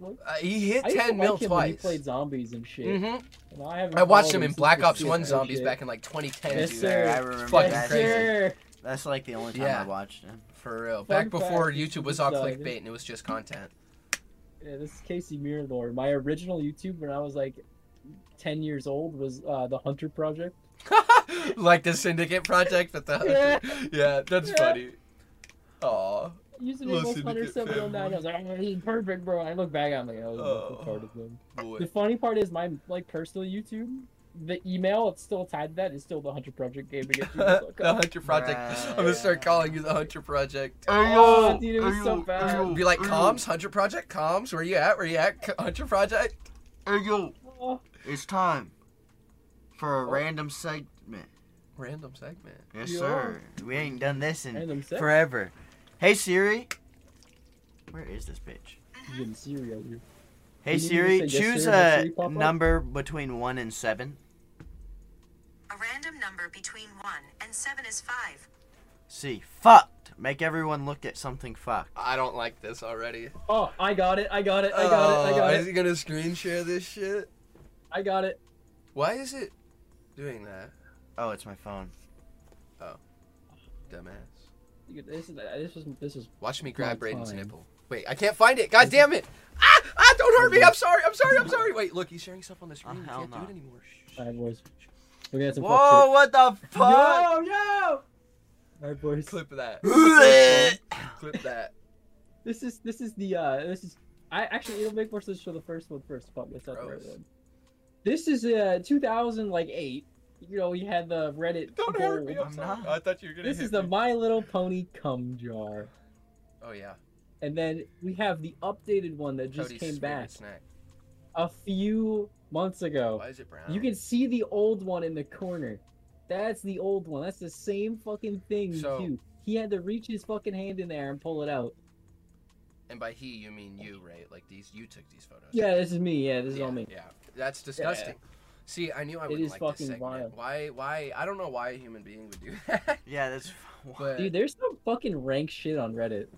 Speaker 2: Look,
Speaker 3: Uh, he hit
Speaker 2: I used to
Speaker 3: 10 mil
Speaker 2: like him when he
Speaker 3: twice.
Speaker 2: played zombies and shit.
Speaker 3: Mhm.
Speaker 2: And I, haven't
Speaker 3: I watched
Speaker 2: followed
Speaker 3: him in
Speaker 2: since
Speaker 3: Black
Speaker 2: the
Speaker 3: Ops 1
Speaker 2: CS:GO
Speaker 3: Zombies
Speaker 2: shit.
Speaker 3: back in like 2010.
Speaker 2: Yes,
Speaker 3: dude.
Speaker 2: sir.
Speaker 1: I remember
Speaker 3: Fucking
Speaker 2: Yes,
Speaker 1: that.
Speaker 3: crazy.
Speaker 2: sir.
Speaker 1: That's like the only time
Speaker 3: Yeah.
Speaker 1: I watched him.
Speaker 3: For real. Back
Speaker 2: Fun
Speaker 3: before
Speaker 2: fact, you
Speaker 3: YouTube
Speaker 2: should
Speaker 3: was all
Speaker 2: decide.
Speaker 3: clickbait and it was just content.
Speaker 2: Yeah, this is Casey Mirador. My original YouTube when I was like ten years old was uh, the Hunter Project.
Speaker 3: like the Syndicate project, but the. Yeah, that's
Speaker 2: Yeah.
Speaker 3: funny. Aw.
Speaker 2: Using
Speaker 3: Listen
Speaker 2: Eagles
Speaker 3: to
Speaker 2: Hunter
Speaker 3: get
Speaker 2: 709, I was like, oh, this is perfect, bro. I look back, I'm like, oh,
Speaker 3: Oh.
Speaker 2: that's part of them.
Speaker 3: Boy.
Speaker 2: The funny part is my like personal YouTube, the email it's still tied to that is still the Hunter Project Gaming at
Speaker 3: the
Speaker 2: gmail.com.
Speaker 3: Hunter Project. I'm gonna start calling you the Hunter Project.
Speaker 2: Oh, dude, it was so bad.
Speaker 3: Be like comms, Hunter Project, comms. Where you at? Where you at? C- Hunter Project.
Speaker 1: Hey yo,
Speaker 2: Oh,
Speaker 1: it's time for a
Speaker 2: Oh.
Speaker 1: random segment.
Speaker 3: Random segment.
Speaker 1: Yes,
Speaker 2: Yeah.
Speaker 1: sir. We ain't done this in
Speaker 2: random set.
Speaker 1: forever. Hey Siri. Where is this bitch?
Speaker 2: You getting Siri out here.
Speaker 1: Hey
Speaker 2: You need to
Speaker 1: Siri,
Speaker 2: say yes,
Speaker 1: choose
Speaker 2: sir, have Siri
Speaker 1: a
Speaker 2: pop up?
Speaker 1: number between one and seven.
Speaker 4: A random number between 1 and 7 is 5.
Speaker 1: See, fucked. Make everyone look at something fucked.
Speaker 3: I don't like this already.
Speaker 2: Oh, I got it. I got it. I got it. I got
Speaker 3: is
Speaker 2: it.
Speaker 3: he gonna screen share this shit?
Speaker 2: I got it.
Speaker 3: Why is it doing that?
Speaker 1: Oh, it's my phone.
Speaker 3: Dumbass.
Speaker 2: Dude, This is this was this was
Speaker 3: Watch me
Speaker 2: My
Speaker 3: grab Braden's
Speaker 2: time.
Speaker 3: nipple. Wait, I can't find it. God damn it. Ah! Ah! Don't hurt me. I'm sorry. I'm sorry. I'm sorry. Wait, look, he's sharing stuff on the screen.
Speaker 1: Oh,
Speaker 3: We
Speaker 1: hell
Speaker 3: can't do
Speaker 1: no.
Speaker 3: it anymore. Shh.
Speaker 2: bad boys. We got some
Speaker 1: Whoa,
Speaker 2: fuck
Speaker 1: what the
Speaker 2: shit.
Speaker 1: fuck?
Speaker 2: Yo, yo. Bad boys.
Speaker 3: Clip that. Clip that.
Speaker 2: This is this is the uh this is I actually it'll make more sense for the first one first. Fuck, that's not the right
Speaker 3: Gross.
Speaker 2: one. This is uh 2000 like eight. You know you had the Reddit.
Speaker 3: Don't hurt me.
Speaker 2: gold.
Speaker 3: I'm
Speaker 1: I'm
Speaker 3: sorry.
Speaker 1: not.
Speaker 3: I thought you were gonna
Speaker 2: This
Speaker 3: hit
Speaker 2: is the
Speaker 3: me.
Speaker 2: My Little Pony cum jar,
Speaker 3: Oh yeah.
Speaker 2: and then we have the updated one that just
Speaker 3: Cody's
Speaker 2: came
Speaker 3: favorite
Speaker 2: back
Speaker 3: Snack.
Speaker 2: a few months ago.
Speaker 3: Why is it brown?
Speaker 2: You can see the old one in the corner. That's the old one. That's the same fucking thing
Speaker 3: So-
Speaker 2: too. He had to reach his fucking hand in there and pull it out.
Speaker 3: And by he, you mean you, right? Like these, you took these photos.
Speaker 2: Yeah, this is me. Yeah, this is
Speaker 3: yeah,
Speaker 2: all me.
Speaker 3: Yeah, that's disgusting. See, I knew I
Speaker 2: It
Speaker 3: wouldn't
Speaker 2: is
Speaker 3: like
Speaker 2: fucking
Speaker 3: this segment.
Speaker 2: wild.
Speaker 3: Why? Why? I don't know why a human being would do that.
Speaker 1: Yeah, that's.
Speaker 3: But
Speaker 2: Dude, there's some fucking rank shit on Reddit.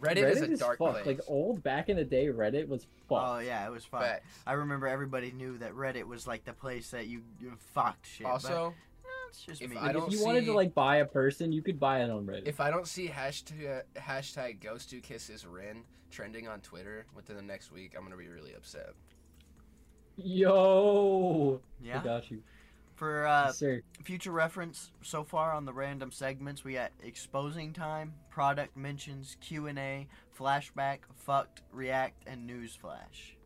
Speaker 3: Reddit, is a dark
Speaker 2: fucked.
Speaker 3: place. Uh,
Speaker 2: Like old back in the day, Reddit was
Speaker 1: Oh
Speaker 2: fucked.
Speaker 1: yeah, it was fun.
Speaker 3: Facts.
Speaker 1: I remember everybody knew that Reddit was like the place that you, you fucked shit. but,
Speaker 3: Also,
Speaker 1: eh, it's just
Speaker 3: if
Speaker 1: me.
Speaker 3: I
Speaker 2: Like,
Speaker 3: don't
Speaker 2: if you wanted to
Speaker 3: see-
Speaker 2: like buy a person, you could buy it on Reddit.
Speaker 3: if I don't see hashtag hashtag ghost who kisses Rin trending on Twitter within the next week, I'm gonna be really upset.
Speaker 2: Yo, I
Speaker 1: yeah.
Speaker 2: got you,
Speaker 1: For uh,
Speaker 2: sir.
Speaker 1: future reference, so far on the random segments, we got exposing time, product mentions, Q and A, flashback, fucked, react, and news flash.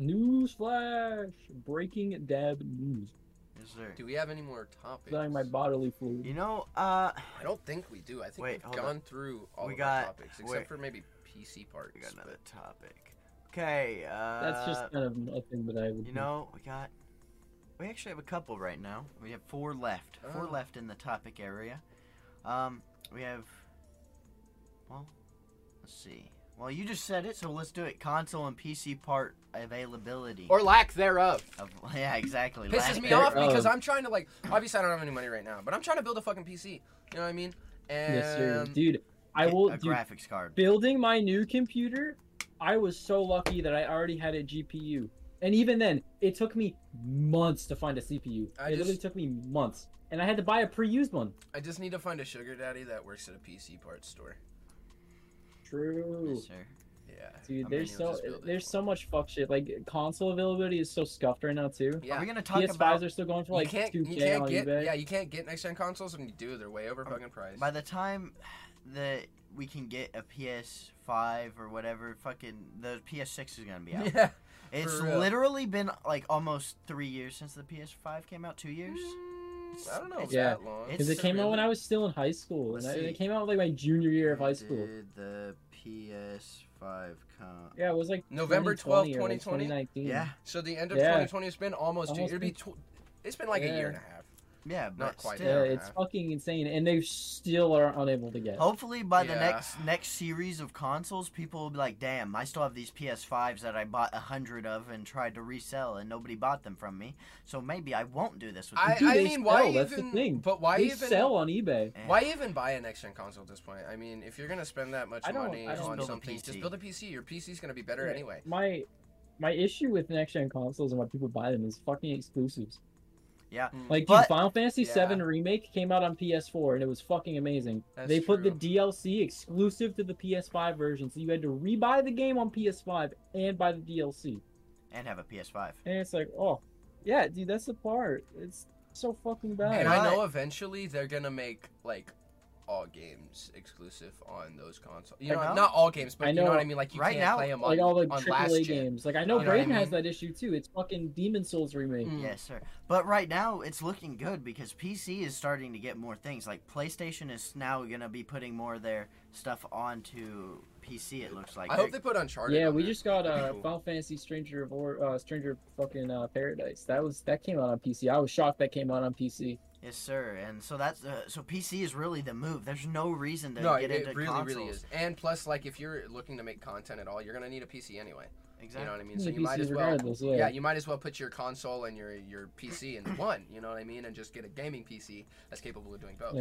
Speaker 2: Newsflash: breaking dab news.
Speaker 1: Is there?
Speaker 3: Do we have any more topics?
Speaker 2: Dying my bodily fluid.
Speaker 1: You know, uh,
Speaker 3: I don't think we do. I think
Speaker 1: Wait,
Speaker 3: we've
Speaker 1: hold
Speaker 3: gone through all
Speaker 1: We
Speaker 3: of our
Speaker 1: got-
Speaker 3: topics except
Speaker 1: wait.
Speaker 3: for maybe PC parts.
Speaker 1: we got another
Speaker 3: but-
Speaker 1: topic. Okay. Uh,
Speaker 2: That's just kind of nothing that I would.
Speaker 1: You
Speaker 2: do.
Speaker 1: know, we got. We actually have a couple right now. We have four left. Four
Speaker 3: Oh.
Speaker 1: left in the topic area. Um, we have. Well, let's see. Well, you just said it, so let's do it. Console and PC part availability.
Speaker 3: or lack thereof.
Speaker 1: of, yeah, exactly.
Speaker 3: pisses
Speaker 1: lack
Speaker 3: me
Speaker 2: there-
Speaker 3: off because
Speaker 2: oh.
Speaker 3: I'm trying to like obviously I don't have any money right now, but I'm trying to build a fucking PC. You know what I mean? And
Speaker 2: yes, sir,
Speaker 3: um,
Speaker 2: dude. I will.
Speaker 1: A
Speaker 2: Dude,
Speaker 1: graphics card.
Speaker 2: building my new computer, I was so lucky that I already had a GPU. And even then, it took me months to find a CPU.
Speaker 3: I
Speaker 2: it literally
Speaker 3: just-
Speaker 2: took me months. And I had to buy a pre-used one.
Speaker 3: I just need to find a sugar daddy that works at a PC parts store.
Speaker 2: True.
Speaker 1: Yes, sir.
Speaker 3: Yeah.
Speaker 2: Dude,
Speaker 3: I mean,
Speaker 2: there's
Speaker 3: you'll
Speaker 2: so
Speaker 3: just build it.
Speaker 2: there's so much fuck shit. Like console availability is so scuffed right now too.
Speaker 1: Are
Speaker 3: Yeah.
Speaker 1: we gonna talk
Speaker 2: PS5s
Speaker 1: about?
Speaker 2: are still going for
Speaker 3: You
Speaker 2: like
Speaker 3: can't,
Speaker 2: 2K
Speaker 3: you can't
Speaker 2: on
Speaker 3: get
Speaker 2: eBay.
Speaker 3: yeah you can't get next gen consoles and you do they're way over fucking price.
Speaker 1: By the time that we can get a PS5 or whatever, fucking the PS6 is gonna be out.
Speaker 3: yeah.
Speaker 1: It's
Speaker 3: For real.
Speaker 1: literally been like almost three years since the PS5 came out. Two years.
Speaker 3: Mm, I don't know. It's
Speaker 2: Yeah.
Speaker 3: that long.
Speaker 2: Because it
Speaker 1: It's
Speaker 2: came out when
Speaker 1: really-
Speaker 2: I was still in high school. And
Speaker 1: Let's
Speaker 2: I,
Speaker 1: see.
Speaker 2: it came out like my junior year of high school.
Speaker 1: Did the PS5 come?
Speaker 2: Yeah, it was like
Speaker 3: November
Speaker 2: 12,
Speaker 3: 12th, 2020?
Speaker 2: 2019.
Speaker 1: Yeah,
Speaker 3: So the end of
Speaker 2: Yeah.
Speaker 3: 2020, it's been almost two.
Speaker 2: Almost
Speaker 3: It'll be tw- it's been like a year
Speaker 2: Yeah.
Speaker 3: and a half.
Speaker 1: yeah, but
Speaker 3: quite.
Speaker 1: still.
Speaker 2: Yeah,
Speaker 3: Yeah.
Speaker 2: it's fucking insane, and they still are unable to get.
Speaker 3: Oh,
Speaker 2: it.
Speaker 1: Hopefully, by the
Speaker 3: Yeah.
Speaker 1: next next series of consoles, people will be like, "Damn, I still have these PS5s that I bought a hundred of and tried to resell, and nobody bought them from me. So maybe I won't do this with."
Speaker 3: I,
Speaker 1: them."
Speaker 2: Dude,
Speaker 3: I
Speaker 2: they
Speaker 3: mean, why
Speaker 2: sell,
Speaker 3: even?
Speaker 2: that's the thing.
Speaker 3: But why
Speaker 2: they
Speaker 3: even?
Speaker 2: sell on eBay.
Speaker 1: Eh,
Speaker 3: Why even buy a next gen console at this point? I mean, if you're gonna spend that much
Speaker 2: I don't-
Speaker 3: money
Speaker 2: I don't- Just
Speaker 3: on
Speaker 1: build a
Speaker 3: something,
Speaker 1: PC.
Speaker 3: just build a PC. Your PC's gonna be better
Speaker 2: Yeah.
Speaker 3: anyway.
Speaker 2: My my issue with next gen consoles and why people buy them is fucking exclusives.
Speaker 1: Yeah.
Speaker 3: Mm.
Speaker 2: Like dude,
Speaker 1: But-
Speaker 2: Final Fantasy
Speaker 3: Yeah.
Speaker 2: VII remake came out on PS4 and it was fucking amazing.
Speaker 3: That's
Speaker 2: they put the
Speaker 3: true.
Speaker 2: DLC exclusive to the PS5 version, so you had to rebuy the game on PS5 and buy the DLC.
Speaker 1: And have a PS5.
Speaker 2: And it's like, oh, yeah, dude, that's the part. It's so fucking bad.
Speaker 3: And
Speaker 1: Right.
Speaker 3: I know eventually they're gonna make like all games exclusive on those consoles. You
Speaker 1: I
Speaker 3: know,
Speaker 1: know.
Speaker 3: not all games, but
Speaker 2: I
Speaker 3: you know what
Speaker 2: know.
Speaker 3: I mean. Like you
Speaker 1: Right
Speaker 3: can't
Speaker 1: now,
Speaker 3: play them on,
Speaker 2: like all the
Speaker 3: on last
Speaker 2: AAA
Speaker 3: gen.
Speaker 2: games. Like I know
Speaker 1: You know what I
Speaker 2: Braden has
Speaker 3: mean?
Speaker 2: that issue too. It's fucking Demon Souls remake.
Speaker 3: Mm.
Speaker 1: Yes, sir. But right now, it's looking good because PC is starting to get more things. Like PlayStation is now gonna be putting more of their stuff onto PC. It looks like.
Speaker 3: I hope they put Uncharted.
Speaker 2: Yeah,
Speaker 3: on
Speaker 2: we
Speaker 3: there.
Speaker 2: just got
Speaker 3: That'd be
Speaker 2: uh,
Speaker 3: cool.
Speaker 2: Final Fantasy Stranger of or uh, Stranger of fucking uh, Paradise. That was that came out on PC. I was shocked that came out on PC.
Speaker 1: Yes, sir. And so that's uh, so PC is really the move. There's no reason to
Speaker 3: No,
Speaker 1: get
Speaker 3: it, it
Speaker 1: into
Speaker 3: really,
Speaker 1: consoles.
Speaker 3: really is. And plus, like, if you're looking to make content at all, you're gonna need a PC anyway. You
Speaker 1: Exactly.
Speaker 3: know what I mean?
Speaker 2: It's
Speaker 3: So
Speaker 2: a
Speaker 3: you might
Speaker 2: PC
Speaker 3: as well.
Speaker 2: regardless. Yeah.
Speaker 3: Yeah, you might as well put your console and your your PC in one. You know what I mean? And just get a gaming PC that's capable of doing both.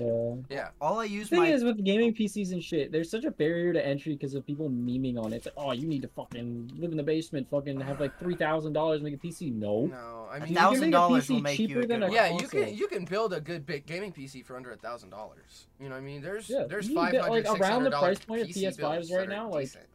Speaker 2: Yeah.
Speaker 3: Yeah.
Speaker 1: All I
Speaker 2: The
Speaker 1: use
Speaker 2: thing
Speaker 1: my
Speaker 2: is with gaming PCs and shit, there's such a barrier to entry because of people memeing on it. It's like, oh, you need to fucking live in the basement, fucking have like three thousand dollars make a PC. No.
Speaker 3: No, I
Speaker 1: A
Speaker 3: mean,
Speaker 1: thou-
Speaker 2: You can make a
Speaker 1: $1,000
Speaker 2: PC
Speaker 1: will make you
Speaker 2: cheaper
Speaker 1: a
Speaker 2: than
Speaker 1: good
Speaker 2: a
Speaker 1: one.
Speaker 3: yeah, you
Speaker 2: console.
Speaker 3: can you can build a good big gaming PC for under a thousand dollars. You know what I mean? There's
Speaker 2: Yeah,
Speaker 3: there's
Speaker 2: you can
Speaker 3: five
Speaker 2: get,
Speaker 3: hundred
Speaker 2: like, around the price point of
Speaker 3: PC
Speaker 2: PS5s
Speaker 3: builds that
Speaker 2: right
Speaker 3: are
Speaker 2: now, like-
Speaker 3: decent.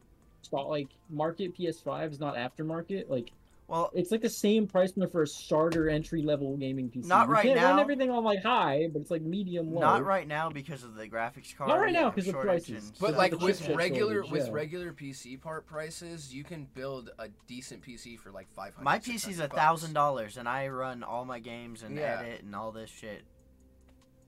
Speaker 2: Spot like market PS5 is not aftermarket. Like
Speaker 1: well,
Speaker 2: it's like the same price point for a starter entry level gaming PC.
Speaker 1: Not
Speaker 2: you
Speaker 1: right
Speaker 2: can't Run
Speaker 1: now.
Speaker 2: everything on like high, but it's like medium low.
Speaker 1: not right now because of the graphics card.
Speaker 2: right now
Speaker 1: and
Speaker 2: 'cause of
Speaker 1: shortage
Speaker 2: prices.
Speaker 1: and
Speaker 3: But
Speaker 1: stuff.
Speaker 3: like
Speaker 2: the
Speaker 3: with
Speaker 2: chip shortage,
Speaker 3: regular with
Speaker 2: yeah.
Speaker 3: regular PC part prices, you can buld a decent PC for like five hundred.
Speaker 1: my PC's a thousand dollars, and I run all my games and
Speaker 3: Yeah.
Speaker 1: edit and all this shit.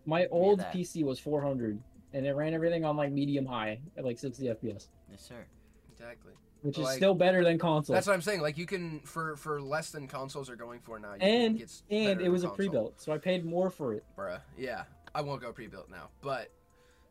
Speaker 2: My old
Speaker 1: that.
Speaker 2: PC was 400, and it ran everything on like medium high at like 60 FPS,
Speaker 1: Yes, sir.
Speaker 3: Exactly.
Speaker 2: which is
Speaker 3: Like-
Speaker 2: still better than console.
Speaker 3: That's what I'm saying. Like you can for for less than consoles are going for now. You
Speaker 2: And-
Speaker 3: can get s-
Speaker 2: and
Speaker 3: better
Speaker 2: it was a
Speaker 3: console.
Speaker 2: pre-built, so I paid more for it.
Speaker 3: bruh. Yeah, I won't go pre-built now, but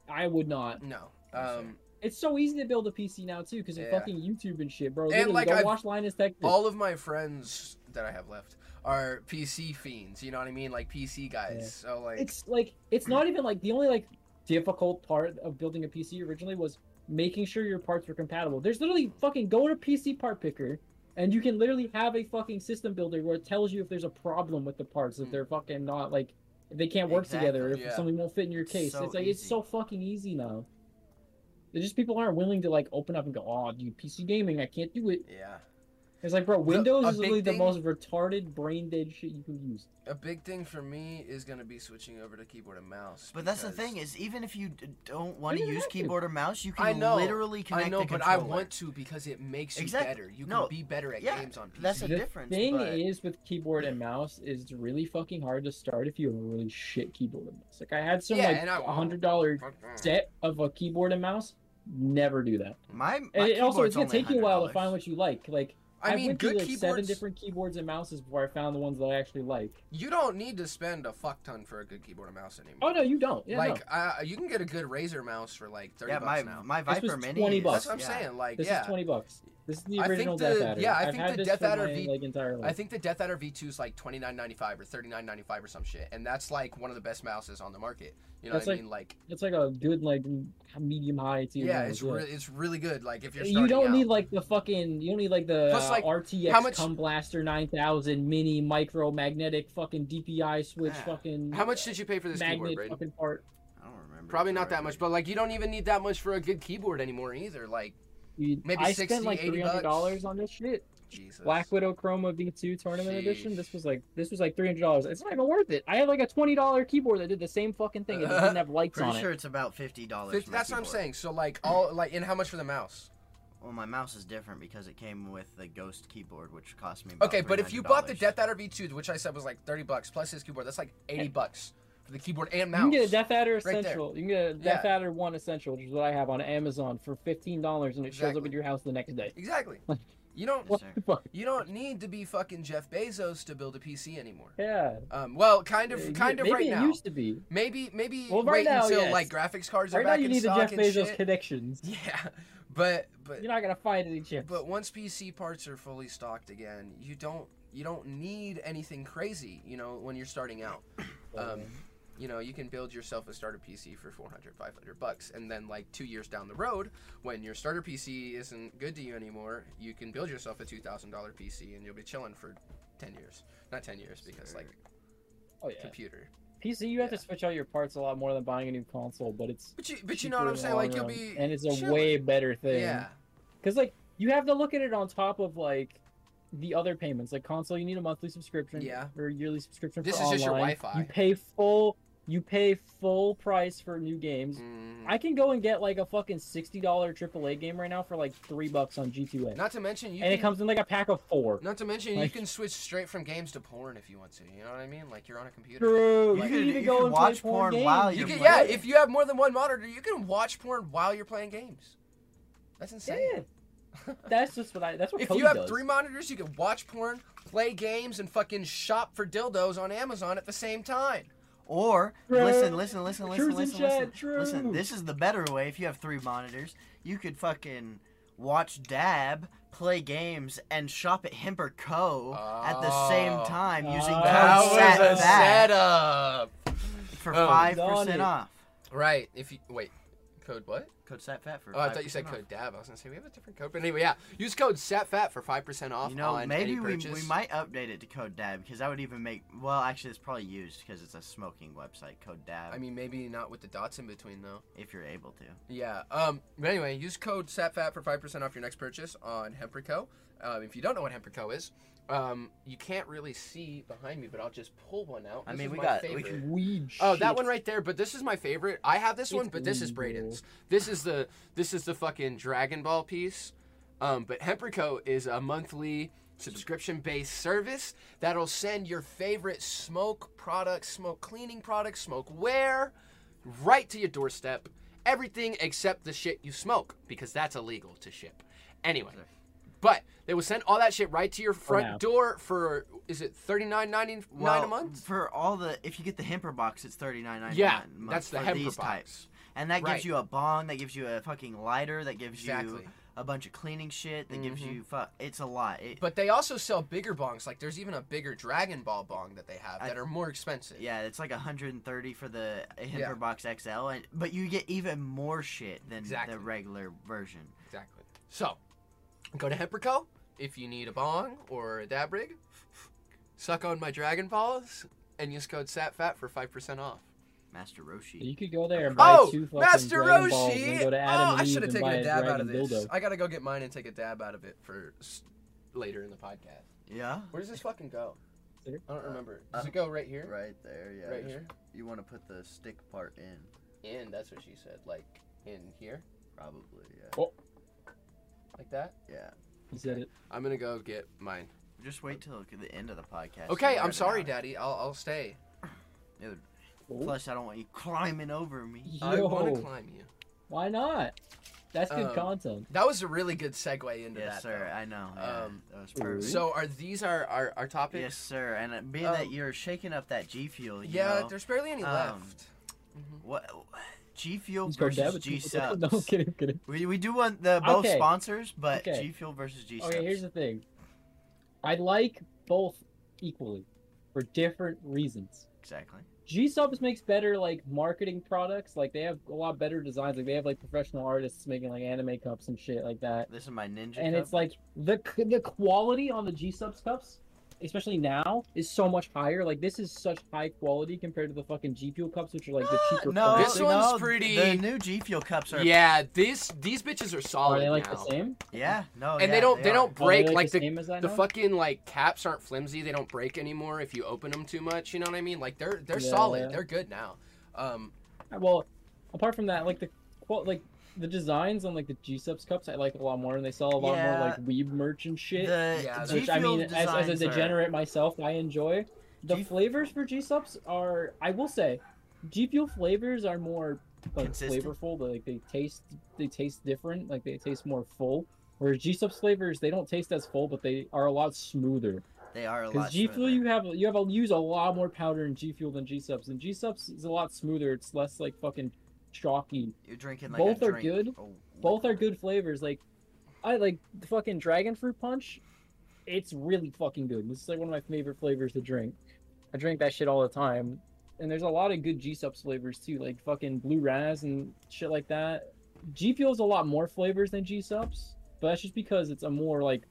Speaker 2: I would not.
Speaker 3: no.
Speaker 1: Yes, sir.
Speaker 3: Um,
Speaker 2: It's so easy to build a PC now too, because of
Speaker 3: Yeah.
Speaker 2: fucking YouTube and shit, bro. Literally,
Speaker 3: like,
Speaker 2: go
Speaker 3: I've-
Speaker 2: watch Linus Tech. Tips.
Speaker 3: All of my friends that I have left are PC fiends. You know what I mean? Like PC guys.
Speaker 2: Yeah.
Speaker 3: So like,
Speaker 2: it's like it's not even like the only like difficult part of building a PC originally was making sure your parts were compatible. There's literally fucking go to PC part picker and you can literally have a fucking system builder where it tells you if there's a problem with the parts if
Speaker 3: Mm.
Speaker 2: they're fucking not like if they can't work together if
Speaker 3: Exactly, yeah.
Speaker 2: something won't fit in your case.
Speaker 1: So
Speaker 2: it's like it's
Speaker 1: easy.
Speaker 2: so fucking easy now. It's just people aren't willing to like open up and go, "Oh, dude, PC gaming, I can't do it."
Speaker 3: yeah.
Speaker 2: It's like, bro, Windows
Speaker 3: a
Speaker 2: is literally
Speaker 3: big
Speaker 2: the
Speaker 3: thing-
Speaker 2: most retarded, brain dead shit you can use.
Speaker 3: A big thing for me is gonna be switching over to keyboard and mouse.
Speaker 1: But that's the
Speaker 3: because-
Speaker 1: thing is, even if you d- don't want to
Speaker 2: don't
Speaker 1: use
Speaker 2: have to.
Speaker 1: keyboard or mouse, you can
Speaker 3: I know,
Speaker 1: literally connect
Speaker 3: I know,
Speaker 1: the
Speaker 3: but
Speaker 1: controller.
Speaker 3: I want to because it makes you
Speaker 1: Exact-
Speaker 3: better. You can
Speaker 1: no,
Speaker 3: be better at
Speaker 1: yeah,
Speaker 3: games on PC.
Speaker 1: that's a
Speaker 2: the
Speaker 1: difference,
Speaker 2: thing
Speaker 1: but-
Speaker 2: is with keyboard and mouse is it's really fucking hard to start if you have a really shit keyboard and mouse. Like I had some
Speaker 3: Yeah,
Speaker 2: like
Speaker 3: and I-
Speaker 2: a hundred dollar set of a keyboard and mouse. Never do that.
Speaker 1: My, my
Speaker 2: And it also it's
Speaker 1: keyboard's
Speaker 2: gonna
Speaker 1: only
Speaker 2: take you a while to
Speaker 1: $100.
Speaker 2: find what you like. Like
Speaker 3: I
Speaker 2: went
Speaker 3: mean,
Speaker 2: through
Speaker 3: good
Speaker 2: like seven
Speaker 3: keyboards.
Speaker 2: different keyboards and mouses before I found the ones that I actually like.
Speaker 3: You don't need to spend a fuck ton for a good keyboard and mouse anymore.
Speaker 2: Oh no, you don't. Yeah,
Speaker 3: like, uh, you can get a good Razer mouse for like thirty
Speaker 1: Yeah,
Speaker 3: bucks
Speaker 1: my
Speaker 3: now.
Speaker 1: my
Speaker 2: This
Speaker 1: Viper
Speaker 2: was
Speaker 1: Mini.
Speaker 2: 20
Speaker 1: is-
Speaker 2: bucks.
Speaker 3: that's what I'm
Speaker 1: yeah.
Speaker 3: saying. Like,
Speaker 2: no. This
Speaker 3: yeah,
Speaker 2: is twenty bucks. This is the
Speaker 3: I think
Speaker 2: original
Speaker 3: the-
Speaker 2: Death Adder.
Speaker 3: yeah, I
Speaker 2: I've
Speaker 3: think
Speaker 2: had
Speaker 3: the
Speaker 2: this
Speaker 3: Death
Speaker 2: for
Speaker 3: Adder
Speaker 2: my,
Speaker 3: V-
Speaker 2: like entire life.
Speaker 3: I think the Death Adder V2 is like twenty nine ninety five or thirty nine ninety five or some shit, and that's like one of the best mouses on the market. You know
Speaker 2: That's
Speaker 3: what I
Speaker 2: like-
Speaker 3: mean? Like,
Speaker 2: it's like a good like medium high to
Speaker 3: yeah,
Speaker 2: mouse,
Speaker 3: it's really it's really good. Like, if you're
Speaker 2: You don't
Speaker 3: starting out.
Speaker 2: need like the fucking. You don't need like the
Speaker 3: Plus, like,
Speaker 2: uh, RTX
Speaker 3: how much-
Speaker 2: cum blaster nine thousand mini micro magnetic fucking DPI switch
Speaker 1: Ah.
Speaker 2: fucking.
Speaker 3: How much did you pay for this
Speaker 2: magnet
Speaker 3: keyboard, Braden?
Speaker 2: fucking part?
Speaker 1: I don't remember.
Speaker 3: Probably
Speaker 1: if I
Speaker 3: not that
Speaker 1: read
Speaker 3: much,
Speaker 1: it.
Speaker 3: but like you don't even need that much for a good keyboard anymore either. Like
Speaker 2: You-
Speaker 3: Maybe
Speaker 2: I
Speaker 3: 60,
Speaker 2: spent like
Speaker 3: 80
Speaker 2: three hundred dollars on this shit.
Speaker 3: Jesus.
Speaker 2: Black Widow Chroma V two Tournament Edition.
Speaker 3: Sheesh.
Speaker 2: This was like this was like three hundred dollars. It's not even worth it. I had like a twenty dollar keyboard that did the same fucking thing and it didn't have lights on
Speaker 1: Pretty
Speaker 2: it.
Speaker 1: sure it's about fifty dollars.
Speaker 3: Fif- that's what I'm saying. So like all like and how much for the mouse?
Speaker 1: Well, my mouse is different because it came with the Ghost keyboard, which cost me. About
Speaker 3: Okay, but if you bought the
Speaker 1: $300.
Speaker 3: Death Adder V2, which I said was like 30 bucks plus his keyboard, that's like 80 bucks for the keyboard and mouse.
Speaker 2: You can get a Death Adder
Speaker 3: there.
Speaker 2: Essential. you can get a Death Adder One Essential, which is what I have on Amazon for fifteen dollars, and it shows up
Speaker 3: Exactly.
Speaker 2: at your house the next day.
Speaker 3: Exactly. You don't
Speaker 1: Yes,
Speaker 2: What
Speaker 1: sir.
Speaker 2: the fuck?
Speaker 3: you don't need to be fucking Jeff Bezos to build a PC anymore.
Speaker 2: Yeah.
Speaker 3: Um well, kind
Speaker 2: Yeah,
Speaker 3: of kind of
Speaker 2: maybe
Speaker 3: right
Speaker 2: it
Speaker 3: now.
Speaker 2: used to be.
Speaker 3: Maybe maybe
Speaker 2: Well, right
Speaker 3: wait
Speaker 2: now,
Speaker 3: until
Speaker 2: yes.
Speaker 3: like graphics cards are
Speaker 2: Right now,
Speaker 3: back
Speaker 2: you
Speaker 3: in
Speaker 2: need the Jeff
Speaker 3: stock
Speaker 2: Bezos
Speaker 3: and shit.
Speaker 2: connections.
Speaker 3: Yeah. But but
Speaker 2: You're not gonna find any chips.
Speaker 3: But once PC parts are fully stocked again, you don't you don't need anything crazy. You know, when you're starting out,
Speaker 2: Oh,
Speaker 3: um, you know you can build yourself a starter PC for 400, 500 bucks, and then like two years down the road, when your starter PC isn't good to you anymore, you can build yourself a two thousand dollar PC, and you'll be chilling for ten years. Not ten years because like
Speaker 2: oh yeah.
Speaker 3: computer.
Speaker 2: PC, you have
Speaker 3: yeah.
Speaker 2: to switch out your parts a lot more than buying a new console, but it's.
Speaker 3: But you but you know what
Speaker 2: cheaper
Speaker 3: I'm
Speaker 2: in the
Speaker 3: saying? Like
Speaker 2: long
Speaker 3: you'll
Speaker 2: run,
Speaker 3: be
Speaker 2: And it's a
Speaker 3: chilling.
Speaker 2: way better thing.
Speaker 3: yeah.
Speaker 2: Because like you have to look at it on top of like the other payments. Like console, you need a monthly subscription.
Speaker 3: Yeah.
Speaker 2: Or yearly subscription.
Speaker 3: This
Speaker 2: for
Speaker 3: is just your
Speaker 2: online.
Speaker 3: Wi-Fi.
Speaker 2: You pay full. You pay full price for new games.
Speaker 3: Mm.
Speaker 2: I can go and get like a fucking sixty dollar AAA game right now for like three bucks on G2A,
Speaker 3: Not to mention you
Speaker 2: and it
Speaker 3: can-
Speaker 2: comes in like a pack of four.
Speaker 3: Not to mention,
Speaker 2: Like-
Speaker 3: you can switch straight from games to porn if you want to. You know what I mean? Like you're on a computer.
Speaker 2: True.
Speaker 1: You
Speaker 2: You
Speaker 1: could-
Speaker 2: can
Speaker 1: you
Speaker 2: even go
Speaker 1: could
Speaker 2: and play
Speaker 1: watch
Speaker 2: porn
Speaker 1: porn while
Speaker 2: games.
Speaker 3: You
Speaker 1: you're
Speaker 3: can,
Speaker 1: playing
Speaker 3: yeah,
Speaker 1: it.
Speaker 3: if you have more than one monitor, you can watch porn while you're playing games. That's insane.
Speaker 2: Yeah. That's just what I. That's what
Speaker 3: if
Speaker 2: Cody
Speaker 3: you have
Speaker 2: does.
Speaker 3: three monitors, you can watch porn, play games, and fucking shop for dildos on Amazon at the same time.
Speaker 1: Or
Speaker 2: True.
Speaker 1: listen, listen, listen, listen,
Speaker 2: Truth in
Speaker 1: listen,
Speaker 2: chat,
Speaker 1: listen. Listen,
Speaker 2: truth.
Speaker 1: this is the better way. If you have three monitors, you could fucking watch Dab, play games, and shop at Hemper Co. at the same
Speaker 3: Oh.
Speaker 1: time using
Speaker 2: Oh.
Speaker 1: code
Speaker 2: That was
Speaker 1: SAT
Speaker 2: a
Speaker 1: that
Speaker 3: setup.
Speaker 1: for
Speaker 3: Oh.
Speaker 1: five
Speaker 2: Done it.
Speaker 1: percent off.
Speaker 3: Right. If you wait, code what?
Speaker 1: Code SAT fat for.
Speaker 3: Oh, I thought you
Speaker 1: 5%
Speaker 3: said
Speaker 1: off.
Speaker 3: code DAB. I was gonna say we have a different code, but anyway, yeah. Use code E SATFAT for five percent off
Speaker 1: You know,
Speaker 3: on
Speaker 1: maybe
Speaker 3: any
Speaker 1: we,
Speaker 3: purchase.
Speaker 1: we might update it to Code Dab because that would even make. Well, actually, it's probably used because it's a smoking website. Code Dab,
Speaker 3: I mean, maybe not with the dots in between though.
Speaker 1: if you're able to.
Speaker 3: Yeah. Um. But anyway, use code SATFAT for five percent off your next purchase on Hemperco. Um, if you don't know what Hemperco is, um, you can't really see behind me, but I'll just pull one out.
Speaker 1: I
Speaker 3: This
Speaker 1: mean,
Speaker 3: is
Speaker 1: we
Speaker 3: my
Speaker 1: got- we
Speaker 3: favorite.
Speaker 1: can-
Speaker 2: Weed.
Speaker 3: Oh, that
Speaker 2: shit.
Speaker 3: one right there. But this is my favorite. I have this one,
Speaker 2: It's
Speaker 3: but this is
Speaker 2: legal.
Speaker 3: Braden's. This is the this is the fucking Dragon Ball piece. Um, but Hemperco is a monthly subscription-based service that'll send your favorite smoke products, smoke cleaning products, smoke wear, right to your doorstep. Everything except the shit you smoke, because that's illegal to ship. Anyway, but they will send all that shit right to your front
Speaker 2: now.
Speaker 3: door for is it thirty nine ninety nine
Speaker 1: Well,
Speaker 3: a month?
Speaker 1: for all the if you get the Hemper box, it's thirty nine ninety nine.
Speaker 3: Yeah, that's the
Speaker 1: for
Speaker 3: Hemper
Speaker 1: these
Speaker 3: box.
Speaker 1: types. and that gives
Speaker 3: Right.
Speaker 1: you a bong, that gives you a fucking lighter, that gives
Speaker 3: Exactly.
Speaker 1: you a bunch of cleaning shit, that gives
Speaker 3: Mhm.
Speaker 1: you fuck. It's a lot. It,
Speaker 3: But they also sell bigger bongs. Like there's even a bigger Dragon Ball bong that they have
Speaker 1: I-
Speaker 3: that are more expensive.
Speaker 1: yeah, it's like 130 for the
Speaker 3: Yeah.
Speaker 1: Hemper Box XL, and, but you get even more shit than
Speaker 3: Exactly.
Speaker 1: the regular version.
Speaker 3: Exactly. So, go to Hemperco if you need a bong or a dab rig. Suck on my Dragon Balls and use code SATFAT for 5% off.
Speaker 1: Master Roshi.
Speaker 2: You could go there and buy
Speaker 3: Oh,
Speaker 2: two fucking
Speaker 3: Master
Speaker 2: Dragon Balls and
Speaker 3: Roshi!
Speaker 2: go
Speaker 3: Oh,
Speaker 2: to Adam and
Speaker 3: I
Speaker 2: Eve
Speaker 3: should have
Speaker 2: and
Speaker 3: taken
Speaker 2: buy
Speaker 3: a dab out of
Speaker 2: dragon
Speaker 3: this.
Speaker 2: dildo.
Speaker 3: I gotta go get mine and take a dab out of it for s- later in the podcast.
Speaker 1: Yeah.
Speaker 3: Where does this fucking go?
Speaker 2: There.
Speaker 3: I don't remember. Does it go right here?
Speaker 1: Uh, Right there. Yeah.
Speaker 3: Right here?
Speaker 1: You want to put the stick part in,
Speaker 3: In, that's what she said. Like, in here?
Speaker 1: probably. Yeah.
Speaker 3: Like that?
Speaker 1: Yeah.
Speaker 2: He said it.
Speaker 3: I'm gonna go get mine.
Speaker 1: Just wait till the end of the podcast.
Speaker 3: Okay,
Speaker 1: We're
Speaker 3: I'm
Speaker 1: at
Speaker 3: sorry,
Speaker 1: an
Speaker 3: Daddy. I'll, I'll stay.
Speaker 1: hour.
Speaker 3: Oh.
Speaker 1: Plus, I don't want you climbing over me.
Speaker 3: I want
Speaker 2: Yo,
Speaker 3: to climb you.
Speaker 2: why not? That's good
Speaker 3: Um,
Speaker 2: content.
Speaker 3: That was a really good segue into
Speaker 1: Yes,
Speaker 3: that.
Speaker 1: sir. I know. yeah,
Speaker 3: Um,
Speaker 1: that was
Speaker 2: Ooh.
Speaker 3: though.
Speaker 1: perfect.
Speaker 3: So are these our our, our topics?
Speaker 1: yes, sir. And uh, being
Speaker 3: Um,
Speaker 1: that you're shaking up that G Fuel, you
Speaker 3: Yeah,
Speaker 1: know,
Speaker 3: there's barely any
Speaker 1: um,
Speaker 3: left. mm-hmm.
Speaker 1: what G Fuel
Speaker 2: He's got dab
Speaker 1: versus
Speaker 2: at
Speaker 1: G
Speaker 2: people. No, I'm
Speaker 1: Subs.
Speaker 2: kidding, I'm kidding.
Speaker 1: We, we do want the both
Speaker 2: Okay.
Speaker 1: sponsors, but
Speaker 2: Okay.
Speaker 1: G Fuel versus G Subs.
Speaker 2: Okay, here's the thing. I like both equally for different reasons.
Speaker 1: exactly.
Speaker 2: G Subs makes better like marketing products. Like they have a lot better designs. Like they have like professional artists making like anime cups and shit like that.
Speaker 1: This is my ninja.
Speaker 2: and
Speaker 1: cup.
Speaker 2: it's like the c- the quality on the G subs cups, especially now, is so much higher. Like this is such high quality compared to the fucking G Fuel cups, which are like the cheaper.
Speaker 1: no,
Speaker 3: This
Speaker 2: plastic.
Speaker 1: no,
Speaker 3: one's
Speaker 1: th-
Speaker 3: pretty-
Speaker 1: The new G Fuel cups are. Yeah.
Speaker 3: Yeah, these these bitches are
Speaker 2: are
Speaker 3: solid
Speaker 2: they like
Speaker 3: now.
Speaker 2: the same?
Speaker 1: no.
Speaker 3: and
Speaker 1: yeah,
Speaker 3: they don't they,
Speaker 1: are.
Speaker 2: Are
Speaker 3: don't
Speaker 2: they,
Speaker 3: break like
Speaker 2: the,
Speaker 3: the
Speaker 2: same as I
Speaker 3: the
Speaker 2: know?
Speaker 3: fucking like caps aren't flimsy. They don't break anymore if you open them too much. You know what I mean? Like they're they're
Speaker 2: Yeah,
Speaker 3: solid.
Speaker 2: yeah.
Speaker 3: They're good now. Um,
Speaker 2: Well, apart from that, like the qual like the designs on like the G subs cups, I like a lot more, and they sell a lot
Speaker 1: Yeah.
Speaker 2: more like weeb merch and shit.
Speaker 1: The
Speaker 3: Yeah,
Speaker 1: G
Speaker 2: which
Speaker 1: Fuel
Speaker 2: I mean, as, as a
Speaker 1: designs are-
Speaker 2: degenerate myself, I enjoy. The
Speaker 1: G-
Speaker 2: flavors for G subs are, I will say, G Fuel flavors are more like
Speaker 1: Consistent.
Speaker 2: flavorful. But, like they taste, they taste different. Like they taste more full. Whereas G subs flavors, they don't taste as full, but they are a lot smoother.
Speaker 1: They are a lot.
Speaker 2: Because G Fuel,
Speaker 1: smoother.
Speaker 2: you have you have a, use a lot more powder in G Fuel than G subs, and G subs is a lot smoother. It's less like fucking chalky.
Speaker 1: You're drinking like
Speaker 2: Both
Speaker 1: a
Speaker 2: are
Speaker 1: drink.
Speaker 2: good.
Speaker 1: Oh,
Speaker 2: Both are good flavors. Like, I like the fucking dragon fruit punch. It's really fucking good. This is like one of my favorite flavors to drink. I drink that shit all the time. And there's a lot of good G Subs flavors too, like fucking blue raz and shit like that. G Fuel's a lot more flavors than G Subs, but that's just because it's a more like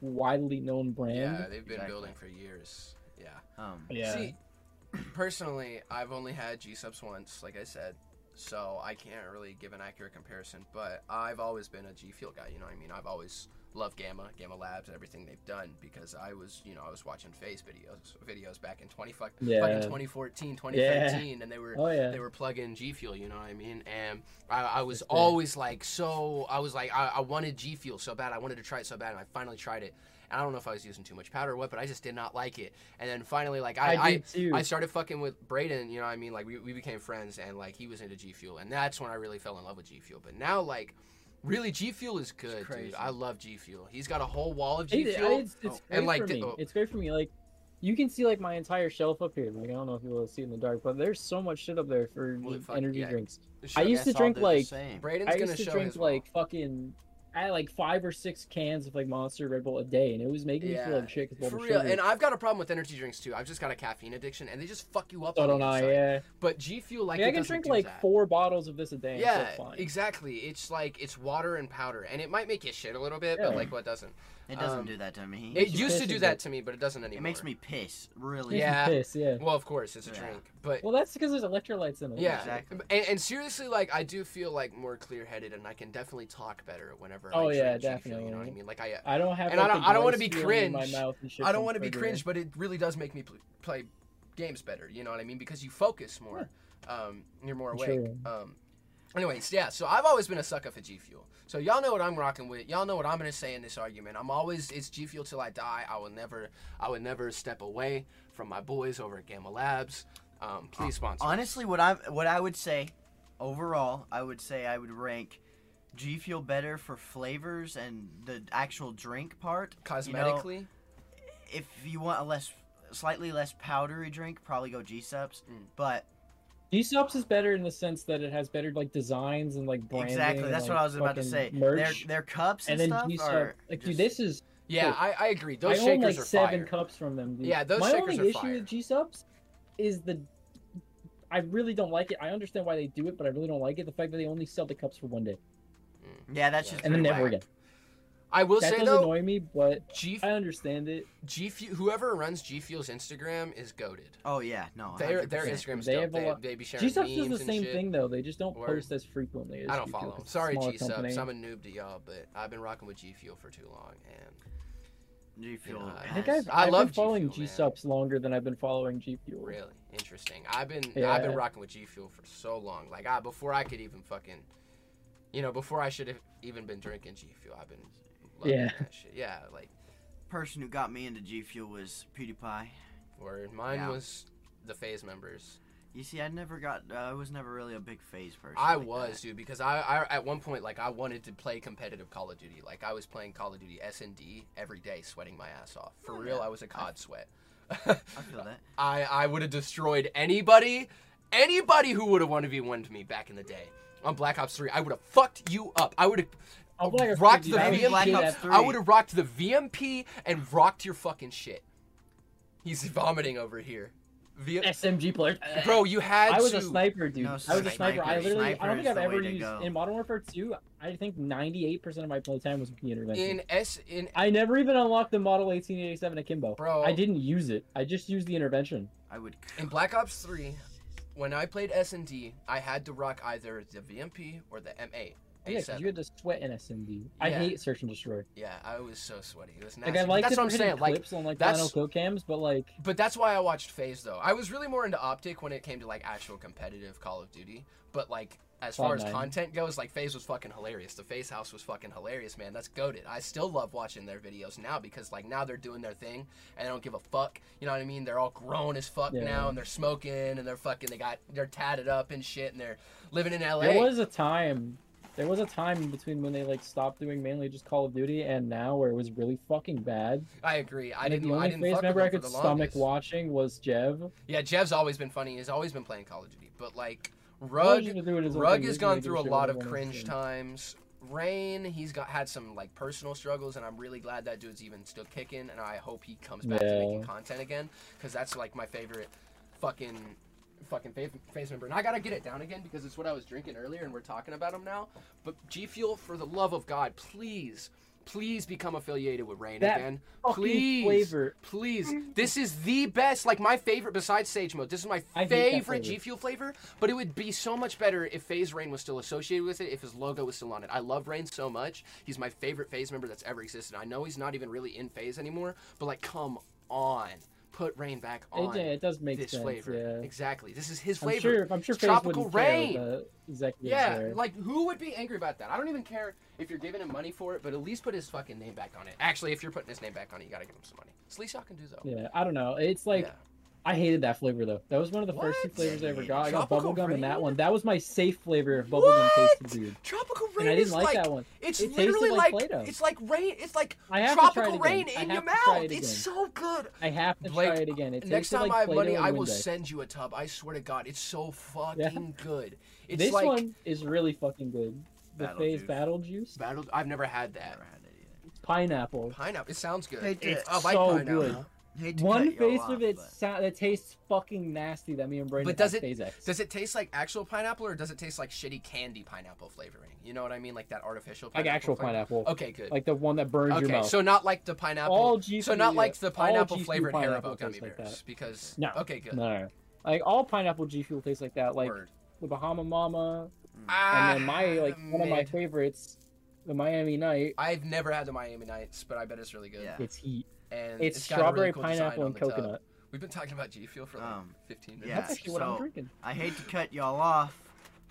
Speaker 2: widely known
Speaker 3: yeah,
Speaker 2: brand.
Speaker 3: they've been
Speaker 1: Exactly.
Speaker 3: building for years. Yeah.
Speaker 1: Um,
Speaker 2: Yeah.
Speaker 3: See, personally, I've only had G subs once, like I said, so I can't really give an accurate comparison. But I've always been a G Fuel guy. You know, what I mean, I've always loved Gamma, Gamma Labs, everything they've done because I was, you know, I was watching Face videos, videos back in twenty fuck, fucking
Speaker 2: Yeah.
Speaker 3: 2014, 2013, and they were
Speaker 2: Oh yeah.
Speaker 3: they were plugging G Fuel, you know what I mean? And I, I was
Speaker 2: That's fair.
Speaker 3: always like, so I was like, I, I wanted G Fuel so bad. I wanted to try it so bad, and I finally tried it. And I don't know if I was using too much powder or what, but I just did not like it. And then finally, like, I,
Speaker 2: I,
Speaker 3: I,
Speaker 2: do too.
Speaker 3: I started fucking with Braden, you know what I mean? Like, we, we became friends, and like, he was into G Fuel, and that's when I really fell in love with G Fuel. But now, like, really, G Fuel is good, dude.
Speaker 1: crazy.
Speaker 3: I love G Fuel. He's got a whole wall of
Speaker 2: It-
Speaker 3: G
Speaker 2: it-
Speaker 3: Fuel.
Speaker 2: it's, it's
Speaker 1: Oh,
Speaker 2: great
Speaker 3: and, like,
Speaker 2: for
Speaker 3: the-
Speaker 2: me.
Speaker 3: oh.
Speaker 2: It's great for me. Like you can see like my entire shelf up here. Like I don't know if you will see it in the dark, but there's so much shit up there for
Speaker 3: Well,
Speaker 2: the
Speaker 3: fuck,
Speaker 2: energy
Speaker 3: yeah.
Speaker 2: drinks.
Speaker 3: Show
Speaker 2: I used to
Speaker 3: us all
Speaker 2: drink,
Speaker 3: the-
Speaker 2: like,
Speaker 1: same.
Speaker 3: Braden's
Speaker 2: I
Speaker 3: gonna
Speaker 2: used to
Speaker 3: show
Speaker 2: drink
Speaker 3: his wall.
Speaker 2: like fucking. I had like five or six cans of like Monster Red Bull a day, and it was making me feel like shit. 'cause of all
Speaker 3: For
Speaker 2: the
Speaker 3: real,
Speaker 2: sugar.
Speaker 3: and I've got a problem with energy drinks too. I've just got a caffeine addiction, and they just fuck you up.
Speaker 2: so
Speaker 3: on the
Speaker 2: don't I?
Speaker 3: inside.
Speaker 2: Yeah,
Speaker 3: But G Fuel, like,
Speaker 2: yeah.
Speaker 3: it
Speaker 2: I can
Speaker 3: doesn't
Speaker 2: drink
Speaker 3: do
Speaker 2: like
Speaker 3: that.
Speaker 2: four bottles of this a day. And
Speaker 3: Yeah,
Speaker 2: it's fine.
Speaker 3: exactly. It's like it's water and powder, and it might make you shit a little bit, but
Speaker 2: Yeah.
Speaker 3: like, what doesn't?
Speaker 1: It doesn't
Speaker 3: Um,
Speaker 1: do that to me.
Speaker 3: It
Speaker 2: you
Speaker 3: used to
Speaker 2: piss
Speaker 3: do
Speaker 2: and
Speaker 3: that
Speaker 2: get-
Speaker 3: to me, but it doesn't anymore.
Speaker 1: It makes me piss, really.
Speaker 2: Makes me
Speaker 3: Yeah.
Speaker 2: piss, yeah.
Speaker 3: Well, of course, it's a
Speaker 1: Yeah.
Speaker 3: drink, but
Speaker 2: Well, that's because there's electrolytes in it.
Speaker 3: yeah,
Speaker 1: Exactly.
Speaker 3: And, and seriously, like I do feel like more clear-headed, and I can definitely talk better whenever.
Speaker 2: Oh,
Speaker 3: I
Speaker 2: yeah,
Speaker 3: drink G Fuel, you know what I
Speaker 2: definitely.
Speaker 3: mean? Like I,
Speaker 2: I don't have.
Speaker 3: And I
Speaker 2: like,
Speaker 3: don't-
Speaker 2: the
Speaker 3: I don't wanna
Speaker 2: gross
Speaker 3: be
Speaker 2: feeling in my
Speaker 3: cringe.
Speaker 2: mouth and shit
Speaker 3: I don't
Speaker 2: from
Speaker 3: want to be
Speaker 2: sugar.
Speaker 3: cringe, but it really does make me pl- play games better. You know what I mean? Because you focus more. Um, you're more awake.
Speaker 2: True.
Speaker 3: Um, anyways, yeah. So I've always been a sucker for G Fuel. So y'all know what I'm rocking with. Y'all know what I'm gonna say in this argument. I'm always it's G Fuel till I die. I will never, I would never step away from my boys over at Gamma Labs. Um, please sponsor.
Speaker 2: Uh,
Speaker 3: us.
Speaker 1: Honestly, what I what I would say, overall, I would say I would rank G Fuel better for flavors and the actual drink part. You know,
Speaker 3: cosmetically,
Speaker 1: if you want a less, slightly less powdery drink, probably go G Subs.
Speaker 3: Mm.
Speaker 1: But
Speaker 2: G-Subs is better in the sense that it has better like designs and like branding.
Speaker 1: exactly.
Speaker 2: and,
Speaker 1: That's
Speaker 2: like,
Speaker 1: what I was about to
Speaker 2: fucking
Speaker 1: say.
Speaker 2: Merch.
Speaker 1: Their their cups
Speaker 2: and
Speaker 1: and,
Speaker 2: then
Speaker 1: stuff
Speaker 2: G-Sub,
Speaker 1: are
Speaker 2: like dude,
Speaker 1: just-
Speaker 2: this is Cool.
Speaker 3: Yeah, I, I agree. Those
Speaker 2: I own
Speaker 3: shakers
Speaker 2: like
Speaker 3: are
Speaker 2: seven
Speaker 3: fire.
Speaker 2: cups from them. Dude.
Speaker 3: Yeah, those
Speaker 2: My
Speaker 3: shakers
Speaker 2: only
Speaker 3: are
Speaker 2: issue
Speaker 3: fire.
Speaker 2: with G subs is the I really don't like it. I understand why they do it, but I really don't like it. The fact that they only sell the cups for one day
Speaker 1: Yeah, that's
Speaker 5: Yeah.
Speaker 1: just
Speaker 2: and then
Speaker 1: pretty
Speaker 2: never
Speaker 1: whack.
Speaker 2: again.
Speaker 3: Mm. I will
Speaker 2: That
Speaker 3: say
Speaker 2: does
Speaker 3: though,
Speaker 2: annoy me, but
Speaker 3: G
Speaker 2: I understand it.
Speaker 3: G Fuel, whoever runs G Fuel's Instagram is goaded.
Speaker 1: Oh yeah, no.
Speaker 3: Their
Speaker 1: 100%.
Speaker 3: their Instagram's
Speaker 2: They
Speaker 3: dope.
Speaker 2: have a
Speaker 3: they,
Speaker 2: lot-
Speaker 3: they be sharing
Speaker 2: G subs
Speaker 3: memes
Speaker 2: does the
Speaker 3: and
Speaker 2: same
Speaker 3: shit.
Speaker 2: thing though. They just don't
Speaker 3: Word.
Speaker 2: post as frequently. As
Speaker 3: I don't
Speaker 2: G Fuel,
Speaker 3: follow
Speaker 2: 'cause
Speaker 3: them.
Speaker 2: it's a
Speaker 3: Sorry,
Speaker 2: smaller
Speaker 3: G Subs.
Speaker 2: company.
Speaker 3: I'm a noob to y'all, but I've been rocking with G Fuel for too long, and
Speaker 1: G Fuel.
Speaker 3: I
Speaker 2: I think
Speaker 1: has-
Speaker 2: I've,
Speaker 3: I
Speaker 2: I've
Speaker 3: love
Speaker 2: been
Speaker 3: G
Speaker 2: following
Speaker 3: Fuel, man.
Speaker 2: subs longer than I've been following G Fuel.
Speaker 3: really interesting. I've been I've been
Speaker 2: Yeah.
Speaker 3: rocking with G Fuel for so long. Like I before I could even fucking, you know, before I should have even been drinking G Fuel, I've been loving
Speaker 2: Yeah.
Speaker 3: that shit. Yeah, like
Speaker 1: person who got me into G Fuel was PewDiePie.
Speaker 3: or mine
Speaker 1: Yeah.
Speaker 3: was the Phase members.
Speaker 1: You see, I never got. Uh, I was never really a big phase person.
Speaker 3: I
Speaker 1: like
Speaker 3: was, dude, because I, I at one point like I wanted to play competitive Call of Duty. Like I was playing Call of Duty S and D every day, sweating my ass off. For
Speaker 1: Oh,
Speaker 3: real,
Speaker 1: yeah.
Speaker 3: I was a COD sweat.
Speaker 1: that. I feel that.
Speaker 3: I I would have destroyed anybody, anybody who would have wanted to be one to me back in the day on Black Ops Three. I would have fucked you up. I would
Speaker 2: Oh, Black
Speaker 3: have
Speaker 2: Ops
Speaker 3: rocked
Speaker 2: 3,
Speaker 3: the
Speaker 2: that was
Speaker 1: Maybe Black
Speaker 2: shit
Speaker 1: Ops
Speaker 3: VMP.
Speaker 2: after-
Speaker 1: 3.
Speaker 3: I would have rocked the VMP and rocked your fucking shit. He's vomiting over here. V-
Speaker 2: SMG player.
Speaker 3: Bro, you had
Speaker 2: I was
Speaker 3: to.
Speaker 2: a sniper, dude.
Speaker 1: No,
Speaker 2: I was a sniper. I
Speaker 1: sniper-
Speaker 2: literally, I
Speaker 1: sniper
Speaker 2: don't
Speaker 1: is
Speaker 2: think I've
Speaker 1: the way
Speaker 2: ever
Speaker 1: to
Speaker 2: used
Speaker 1: go.
Speaker 2: in Modern Warfare 2. I think 98% of my playtime was with intervention.
Speaker 3: in S in
Speaker 2: I never even unlocked the Model 1887 Akimbo.
Speaker 3: Bro.
Speaker 2: I didn't use it. I just used the intervention.
Speaker 1: I would.
Speaker 3: In Black Ops 3, when I played S&D, I had to rock either the VMP or the M8.
Speaker 2: Oh, Yeah, 'cause
Speaker 3: A7.
Speaker 2: you had to sweat in SMD. I
Speaker 3: Yeah.
Speaker 2: hate search and destroy.
Speaker 3: Yeah, I was so sweaty. It was nasty.
Speaker 2: Like I
Speaker 3: But
Speaker 2: like
Speaker 3: that's
Speaker 2: the
Speaker 3: what I'm saying. Like,
Speaker 2: clips on like
Speaker 3: that's-
Speaker 2: Lionel Go cams, but like
Speaker 3: but that's why I watched Phase though. I was really more into optic when it came to like actual competitive Call of Duty. But like as far as
Speaker 2: Online.
Speaker 3: content goes, like Phase was fucking hilarious. The Phase House was fucking hilarious, man. That's goaded. I still love watching their videos now because like now they're doing their thing and they don't give a fuck. You know what I mean? They're all grown as fuck
Speaker 2: Yeah.
Speaker 3: now and they're smoking and they're fucking they got they're tatted up and shit and they're living in LA.
Speaker 2: there was a time, there was a time in between when they like stopped doing mainly just Call of Duty and now where it was really fucking bad.
Speaker 3: I agree. I
Speaker 2: Like,
Speaker 3: didn't.
Speaker 2: The only
Speaker 3: I didn't
Speaker 2: phase
Speaker 3: fuck with
Speaker 2: member
Speaker 3: him
Speaker 2: I
Speaker 3: for
Speaker 2: could
Speaker 3: the
Speaker 2: stomach
Speaker 3: longest.
Speaker 2: watching was Jev.
Speaker 3: Yeah, Jev's always been funny. He's always been playing Call of Duty, but like
Speaker 2: Rug
Speaker 3: Rug, Rug has gone through a lot of cringe times. Rain, he's got had some like personal struggles, and I'm really glad that dude's even still kicking. And I hope he comes back to
Speaker 2: Yeah.
Speaker 3: making content again, because that's like my favorite fucking fucking fa- face member. And I gotta get it down again because it's what I was drinking earlier, and we're talking about him now. But G Fuel, for the love of God, please. Please become affiliated with Rain
Speaker 2: That
Speaker 3: again.
Speaker 2: fucking
Speaker 3: Please,
Speaker 2: flavor.
Speaker 3: please. This is the best. Like my favorite, besides Sage Mode. This is my
Speaker 2: I hate that
Speaker 3: favorite
Speaker 2: flavor.
Speaker 3: G Fuel flavor. But it would be so much better if Phase Rain was still associated with it. If his logo was still on it. I love Rain so much. He's my favorite Phase member that's ever existed. I know he's not even really in Phase anymore. But like, come on, put Rain back on
Speaker 2: It, yeah, it does make
Speaker 3: this
Speaker 2: sense.
Speaker 3: flavor.
Speaker 2: Yeah.
Speaker 3: Exactly. This is his flavor.
Speaker 2: I'm sure. I'm sure.
Speaker 3: It's
Speaker 2: Faze
Speaker 3: tropical
Speaker 2: wouldn't care
Speaker 3: rain.
Speaker 2: the executives
Speaker 3: Yeah,
Speaker 2: there.
Speaker 3: like who would be angry about that? I don't even care if you're giving him money for it, but at least put his fucking name back on it. Actually, if you're putting his name back on it, you gotta give him some money. It's the least y'all can do though.
Speaker 2: Yeah, I don't know. It's like
Speaker 3: Yeah.
Speaker 2: I hated that flavor though. That was one of the first two
Speaker 3: What?
Speaker 2: flavors I ever got. I got
Speaker 3: Tropical
Speaker 2: bubblegum and that
Speaker 3: rain?
Speaker 2: one. That was my safe flavor of bubblegum tasted weird.
Speaker 3: Tropical rain
Speaker 2: And I didn't
Speaker 3: is
Speaker 2: like,
Speaker 3: like,
Speaker 2: that one.
Speaker 3: it's
Speaker 2: It tasted
Speaker 3: literally
Speaker 2: like
Speaker 3: like,
Speaker 2: Play-Doh.
Speaker 3: it's like rain. It's like
Speaker 2: I have to try
Speaker 3: tropical
Speaker 2: it
Speaker 3: rain
Speaker 2: again.
Speaker 3: in
Speaker 2: I
Speaker 3: your
Speaker 2: have to try
Speaker 3: mouth.
Speaker 2: it
Speaker 3: It's
Speaker 2: again.
Speaker 3: so good.
Speaker 2: I have to
Speaker 3: Blake,
Speaker 2: try it again. It
Speaker 3: Next
Speaker 2: tasted
Speaker 3: time
Speaker 2: like
Speaker 3: I have
Speaker 2: Play-Doh
Speaker 3: money,
Speaker 2: and
Speaker 3: I will
Speaker 2: Windex.
Speaker 3: send you a tub. I swear to God, it's so fucking good. It's
Speaker 2: This
Speaker 3: like
Speaker 2: one is really fucking good. The
Speaker 1: Battle
Speaker 2: phase
Speaker 1: juice.
Speaker 2: battle juice,
Speaker 3: battle. I've never had that.
Speaker 1: Never had it either.
Speaker 2: pineapple.
Speaker 3: Pineapple. It sounds good.
Speaker 1: Hey,
Speaker 3: It's-
Speaker 1: it's
Speaker 3: I like
Speaker 2: so
Speaker 3: pineapple.
Speaker 2: good.
Speaker 1: Hate to
Speaker 2: One
Speaker 1: cut y'all
Speaker 2: face
Speaker 1: off,
Speaker 2: of it
Speaker 1: but-
Speaker 2: sa- that tastes fucking nasty. That me and Brandon
Speaker 3: But does
Speaker 2: had
Speaker 3: it-
Speaker 2: phase X.
Speaker 3: Does it taste like actual pineapple or does it taste like shitty candy pineapple flavoring? You know what I mean? Like that artificial
Speaker 2: like
Speaker 3: pineapple.
Speaker 2: actual
Speaker 3: flavor?
Speaker 2: pineapple,
Speaker 3: Okay, good.
Speaker 2: like the one that burns your
Speaker 3: okay,
Speaker 2: mouth.
Speaker 3: so not like the pineapple.
Speaker 2: All G
Speaker 3: so
Speaker 2: Fuel-
Speaker 3: not like the
Speaker 2: all
Speaker 3: pineapple
Speaker 2: G Fuel
Speaker 3: flavored
Speaker 2: pineapple
Speaker 3: Haribo gummy
Speaker 2: tastes like
Speaker 3: bears
Speaker 2: that.
Speaker 3: because
Speaker 2: No.
Speaker 3: okay, good.
Speaker 2: no, like all pineapple G fuel tastes like that. Like
Speaker 3: Word.
Speaker 2: the Bahama Mama,
Speaker 3: Ah,
Speaker 2: and then my like one of my
Speaker 3: mid.
Speaker 2: favorites, the Miami Night.
Speaker 3: I've never had the Miami Nights, but I bet it's really good.
Speaker 1: Yeah.
Speaker 2: It's heat.
Speaker 3: And
Speaker 2: It's,
Speaker 3: got a
Speaker 2: strawberry,
Speaker 3: really cool design
Speaker 2: pineapple,
Speaker 3: on
Speaker 2: and
Speaker 3: the tub.
Speaker 2: coconut.
Speaker 3: We've been talking about G Fuel for like
Speaker 1: Um,
Speaker 3: 15 minutes.
Speaker 1: yeah,
Speaker 2: That's actually what I'm
Speaker 1: so-
Speaker 2: drinking.
Speaker 1: I hate to cut y'all off,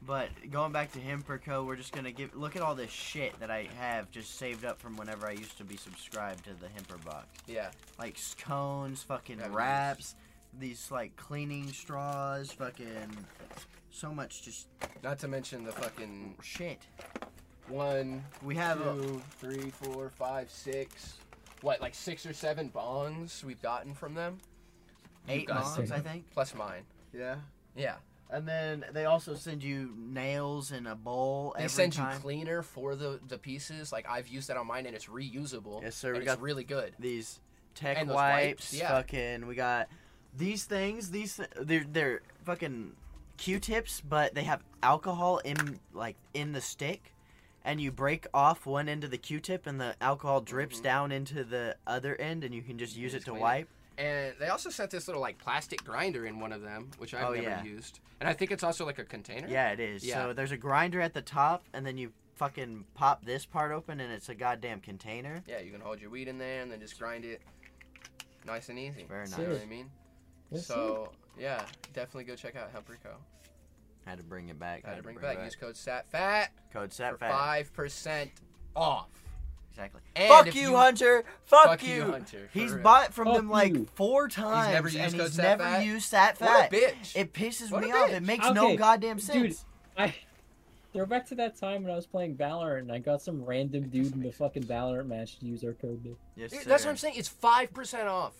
Speaker 1: but going back to Himperco, we're just gonna give look at all this shit that I have just saved up from whenever I used to be subscribed to the Hemper box.
Speaker 3: Yeah.
Speaker 1: Like scones, fucking
Speaker 3: Yeah, we
Speaker 1: wraps, these like cleaning straws, fucking so much just
Speaker 3: Not to mention the fucking
Speaker 1: shit.
Speaker 3: one,
Speaker 1: We have a,
Speaker 3: two, three, four, five, six. What, like six or seven bongs we've gotten from them?
Speaker 1: eight
Speaker 3: guys
Speaker 1: moms,
Speaker 2: say-
Speaker 1: I think.
Speaker 3: Plus mine.
Speaker 5: Yeah.
Speaker 3: Yeah.
Speaker 1: And then they also send you nails in a bowl
Speaker 3: They
Speaker 1: every
Speaker 3: send you
Speaker 1: time.
Speaker 3: cleaner for the the pieces. Like I've used that on mine, and it's reusable.
Speaker 1: Yes, sir,
Speaker 3: and
Speaker 1: we
Speaker 3: it's
Speaker 1: got-
Speaker 3: really good.
Speaker 1: these tech
Speaker 3: And
Speaker 1: wipes,
Speaker 3: those wipes, yeah.
Speaker 1: fucking we got these things these th- they're they're fucking q-tips but they have alcohol in like in the stick and you break off one end of the q-tip and the alcohol drips down into the other end and you can just use it
Speaker 3: Mm-hmm. just
Speaker 1: to
Speaker 3: clean it.
Speaker 1: wipe
Speaker 3: And they also sent this little like plastic grinder in one of them, which I've
Speaker 1: Oh,
Speaker 3: never
Speaker 1: yeah.
Speaker 3: used. And I think it's also like a container.
Speaker 1: yeah it is
Speaker 3: Yeah.
Speaker 1: so there's a grinder at the top and then you fucking pop this part open and it's a goddamn container
Speaker 3: Yeah, you can hold your weed in there and then just grind it nice and easy.
Speaker 1: very nice
Speaker 2: Sick.
Speaker 3: You know what I mean?
Speaker 2: That's
Speaker 3: so yeah, definitely go check out Help Rico.
Speaker 1: had to bring it back
Speaker 3: Gotta bring it back. Use code SATFAT
Speaker 1: code
Speaker 3: for
Speaker 1: set fat
Speaker 3: five percent off.
Speaker 1: exactly
Speaker 3: And
Speaker 1: fuck
Speaker 3: if
Speaker 1: you, Hunter. Fuck,
Speaker 3: Fuck you,
Speaker 1: you.
Speaker 3: Hunter, for
Speaker 1: He's
Speaker 3: real.
Speaker 1: bought from
Speaker 2: Fuck
Speaker 1: them like
Speaker 2: you.
Speaker 1: four times,
Speaker 3: never
Speaker 1: and
Speaker 3: used
Speaker 1: he's
Speaker 3: Code Sat
Speaker 1: never
Speaker 3: Fat.
Speaker 1: used Sat
Speaker 3: What
Speaker 1: Fat.
Speaker 3: a bitch.
Speaker 1: It pisses
Speaker 3: What a
Speaker 1: me off. It
Speaker 3: bitch.
Speaker 1: makes no
Speaker 2: Okay,
Speaker 1: goddamn
Speaker 2: dude.
Speaker 1: sense.
Speaker 2: I throw back to that time when I was playing Valorant and I got some random dude in the fucking Valorant match to use our code. to-
Speaker 1: Yes,
Speaker 3: Dude, that's what I'm saying. It's five percent off.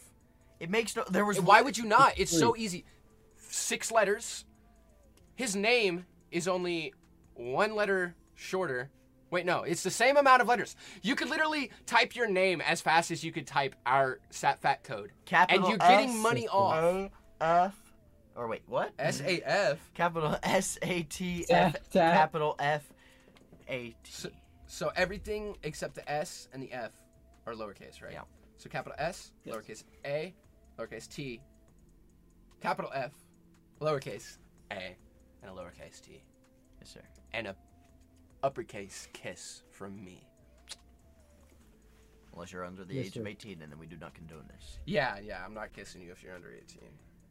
Speaker 1: It makes no. There was
Speaker 3: Why would you not? It's so
Speaker 2: Wait.
Speaker 3: easy. Six letters. His name is only one letter shorter. Wait, no, it's the same amount of letters. You could literally type your name as fast as you could type our sat fat code.
Speaker 1: Capital
Speaker 3: and you're getting
Speaker 1: S,
Speaker 3: money off.
Speaker 1: A F or wait what?
Speaker 3: S A F.
Speaker 1: Capital S A T F
Speaker 2: Sat Fat.
Speaker 1: capital F A T.
Speaker 3: So, so everything except the S and the F are lowercase, right?
Speaker 1: Yeah.
Speaker 3: So capital S,
Speaker 2: Yes.
Speaker 3: lowercase a, lowercase t, capital F, lowercase a, and a lowercase t,
Speaker 1: Yes, sir.
Speaker 3: and a uppercase kiss from me.
Speaker 1: Unless you're under the
Speaker 2: Yes,
Speaker 1: age
Speaker 2: sir.
Speaker 1: of 18, and then we do not condone this.
Speaker 3: Yeah, yeah, I'm not kissing you if you're under 18.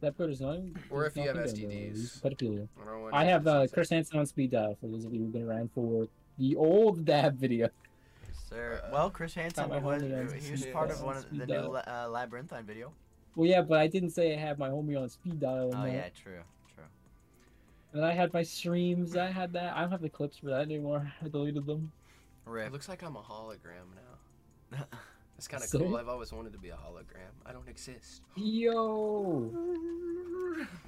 Speaker 2: That code is not. even-
Speaker 3: Or
Speaker 2: it's
Speaker 3: if you
Speaker 2: not
Speaker 3: have
Speaker 2: condemned, though.
Speaker 3: STDs.
Speaker 2: It's pedophilia.
Speaker 3: I, don't want
Speaker 2: I
Speaker 3: to
Speaker 2: have
Speaker 3: kiss
Speaker 2: uh,
Speaker 3: you.
Speaker 2: Chris Hansen on speed dial for those of you who've been around for the old dab video.
Speaker 1: Yes, sir.
Speaker 3: Uh,
Speaker 1: well, Chris Hansen
Speaker 2: my
Speaker 1: was
Speaker 2: homie on
Speaker 1: he was
Speaker 2: speed
Speaker 1: part
Speaker 2: dial.
Speaker 1: of one of the
Speaker 2: Speed
Speaker 1: new
Speaker 2: dial.
Speaker 1: uh, labyrinthine video.
Speaker 2: Well, yeah, but I didn't say I had my homie on speed dial.
Speaker 1: Oh
Speaker 2: and,
Speaker 1: yeah, true, true.
Speaker 2: and I had my streams. I had that. I don't have the clips for that anymore. I deleted them.
Speaker 3: It
Speaker 1: Rip.
Speaker 3: looks like I'm a hologram now. It's kind of
Speaker 2: Sorry?
Speaker 3: cool. I've always wanted to be a hologram. I don't exist.
Speaker 2: Yo.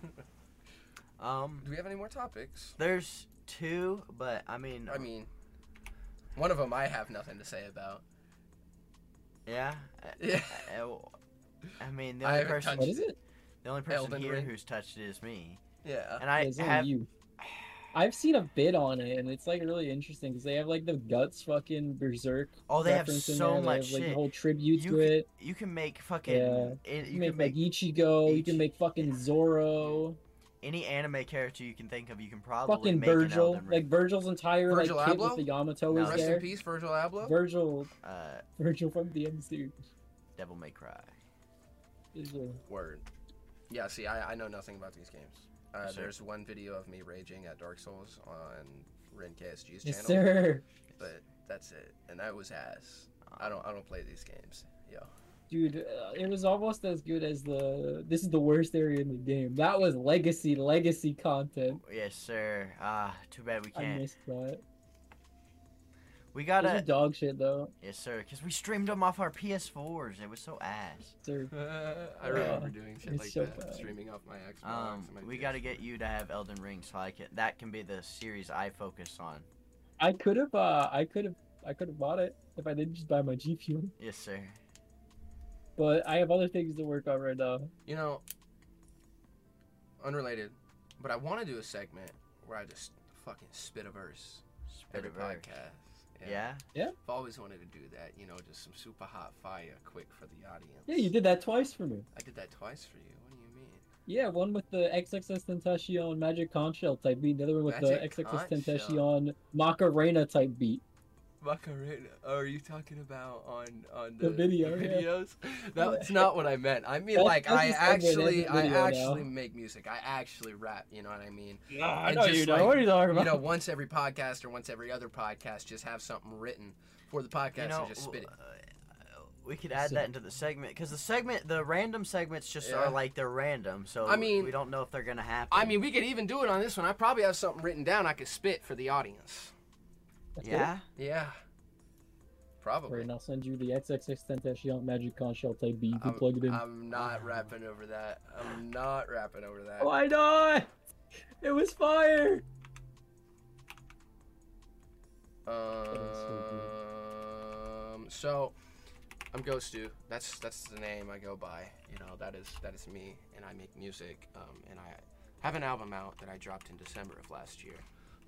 Speaker 1: Um,
Speaker 3: Do we have any more topics?
Speaker 1: There's two, but I mean,
Speaker 3: I mean, one of them I have nothing to say about.
Speaker 1: yeah. I-
Speaker 3: Yeah.
Speaker 1: I, I mean, the
Speaker 3: I
Speaker 1: only
Speaker 3: haven't
Speaker 1: person,
Speaker 2: What is it?
Speaker 1: the only person
Speaker 3: Elden
Speaker 1: here
Speaker 3: Ring.
Speaker 1: who's touched it is me,
Speaker 3: Yeah.
Speaker 1: and I
Speaker 2: Uh, It's only
Speaker 1: have.
Speaker 2: you. I've seen a bit on it, and it's like really interesting because they have like the guts fucking berserk.
Speaker 1: Oh, they have
Speaker 2: reference in
Speaker 1: so
Speaker 2: there, they
Speaker 1: much
Speaker 2: have, like,
Speaker 1: shit.
Speaker 2: The whole tribute
Speaker 1: You
Speaker 2: to
Speaker 1: can-
Speaker 2: it.
Speaker 1: You can make fucking.
Speaker 2: Yeah.
Speaker 1: an-
Speaker 2: You,
Speaker 1: you
Speaker 2: make,
Speaker 1: can make
Speaker 2: like Ichigo. You
Speaker 1: Ichi-
Speaker 2: can make fucking Zoro.
Speaker 1: any anime character you can think of. You can probably
Speaker 2: Fucking
Speaker 1: make an
Speaker 2: Virgil.
Speaker 1: Elden
Speaker 2: Like
Speaker 1: Ring.
Speaker 2: Virgil's entire
Speaker 3: Virgil
Speaker 2: like kid
Speaker 3: Abloh?
Speaker 2: with the Yamato
Speaker 1: No.
Speaker 2: was
Speaker 1: Rest
Speaker 3: Rest
Speaker 2: there.
Speaker 3: in peace, Virgil Abloh.
Speaker 2: Virgil.
Speaker 1: uh,
Speaker 2: Virgil from DMC.
Speaker 1: Devil May Cry.
Speaker 2: Is, uh,
Speaker 3: Word. Yeah, see, I, I know nothing about these games. Uh,
Speaker 1: Yes, sir.
Speaker 3: There's one video of me raging at Dark Souls on Ren KSG's
Speaker 2: Yes,
Speaker 3: channel,
Speaker 2: sir.
Speaker 3: but that's it, and that was ass. I don't I don't play these games, yo.
Speaker 2: Dude, uh, it was almost as good as the. This is the worst area in the game. That was legacy, legacy content.
Speaker 1: Yes, sir. Ah, too bad we
Speaker 2: I
Speaker 1: can't.
Speaker 2: missed that.
Speaker 1: We
Speaker 2: It was
Speaker 1: gotta.
Speaker 2: dog shit though.
Speaker 1: Yes, sir. Because we streamed them off our PS4s. It was so ass.
Speaker 2: Sir,
Speaker 3: I remember doing shit
Speaker 2: it's
Speaker 3: like
Speaker 2: so
Speaker 3: that,
Speaker 2: bad.
Speaker 3: streaming off my Xbox.
Speaker 1: Um,
Speaker 3: and my
Speaker 1: we
Speaker 3: PS4.
Speaker 1: gotta get you to have Elden Ring, so I can. That can be the series I focus on.
Speaker 2: I could have, uh, I could have, I could have bought it if I didn't just buy my GPU.
Speaker 1: Yes, sir.
Speaker 2: But I have other things to work on right now.
Speaker 3: You know, unrelated, but I want to do a segment where I just fucking spit a verse every
Speaker 1: Spider-Verse.
Speaker 3: podcast.
Speaker 1: Yeah.
Speaker 3: I've always wanted to do that. You know, just some super hot fire, quick for the audience.
Speaker 2: Yeah, you did that twice for me.
Speaker 3: I did that twice for you. What do you mean?
Speaker 2: Yeah, one with the XXS Tentacion Magic Conchshell type beat, the other one with
Speaker 3: Magic
Speaker 2: the XXS
Speaker 3: Conch Shell.
Speaker 2: Tentacion Macarena type beat.
Speaker 3: Macarena? Are you talking about on on
Speaker 2: The video, yeah.
Speaker 3: videos? That's not what I meant. I mean,
Speaker 2: That's-
Speaker 3: like
Speaker 2: that's
Speaker 3: I
Speaker 2: just segment
Speaker 3: actually,
Speaker 2: as a
Speaker 3: I
Speaker 2: video now.
Speaker 3: actually make music. I actually rap. You know what I mean?
Speaker 2: Yeah, I
Speaker 3: And know just you know. like, What are
Speaker 2: you talking
Speaker 3: You know, once every podcast or once every other podcast, just have something written for the podcast
Speaker 1: You know,
Speaker 3: and just spit it.
Speaker 1: uh, we could add that into the segment because the segment, the random segments, just
Speaker 3: Yeah.
Speaker 1: are like they're random. So
Speaker 3: I mean-
Speaker 1: we don't know if they're gonna happen.
Speaker 3: I mean, we could even do it on this one. I probably have something written down I could spit for the audience.
Speaker 1: yeah.
Speaker 3: Yeah, probably.
Speaker 2: and I'll send you the XXS Tentacion Magic Conchshell type beat. You can
Speaker 3: I'm,
Speaker 2: plug it in.
Speaker 3: I'm not rapping over that. I'm not rapping over that.
Speaker 2: Why not? It was fire.
Speaker 3: Um, so I'm Ghost Stu. That's that's the name I go by. You know, that is that is me, and I make music. Um, and I have an album out that I dropped in December of last year.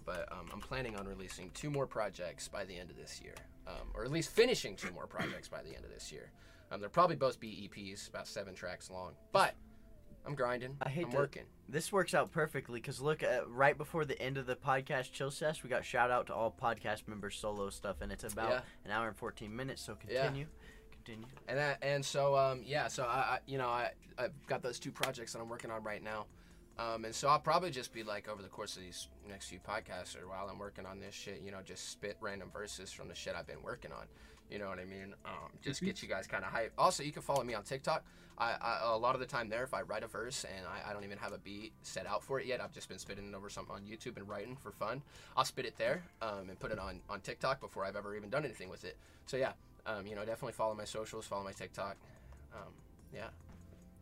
Speaker 3: But um, I'm planning on releasing two more projects by the end of this year, um, or at least finishing two more projects by the end of this year. Um, they're probably both be EPs, about seven tracks long. But I'm grinding.
Speaker 1: I hate
Speaker 3: I'm
Speaker 1: to-
Speaker 3: working.
Speaker 1: This works out perfectly because look, at, right before the end of the podcast chill session, we got shout out to all podcast members solo stuff, and it's about
Speaker 3: Yeah.
Speaker 1: an hour and fourteen minutes. So
Speaker 3: Yeah.
Speaker 1: continue, continue.
Speaker 3: And that, and so um, yeah, so I, I you know I I've got those two projects that I'm working on right now, um, and so I'll probably just be like over the course of these next few podcasts or while I'm working on this shit, you know, just spit random verses from the shit I've been working on. You know what I mean? Um, just get you guys kind of hyped. Also, you can follow me on TikTok. I, I a lot of the time there, if I write a verse and I, I don't even have a beat set out for it yet, I've just been spitting it over something on YouTube and writing for fun. I'll spit it there um, and put it on on TikTok before I've ever even done anything with it. So yeah, um, you know, definitely follow my socials, follow my TikTok. Um, yeah.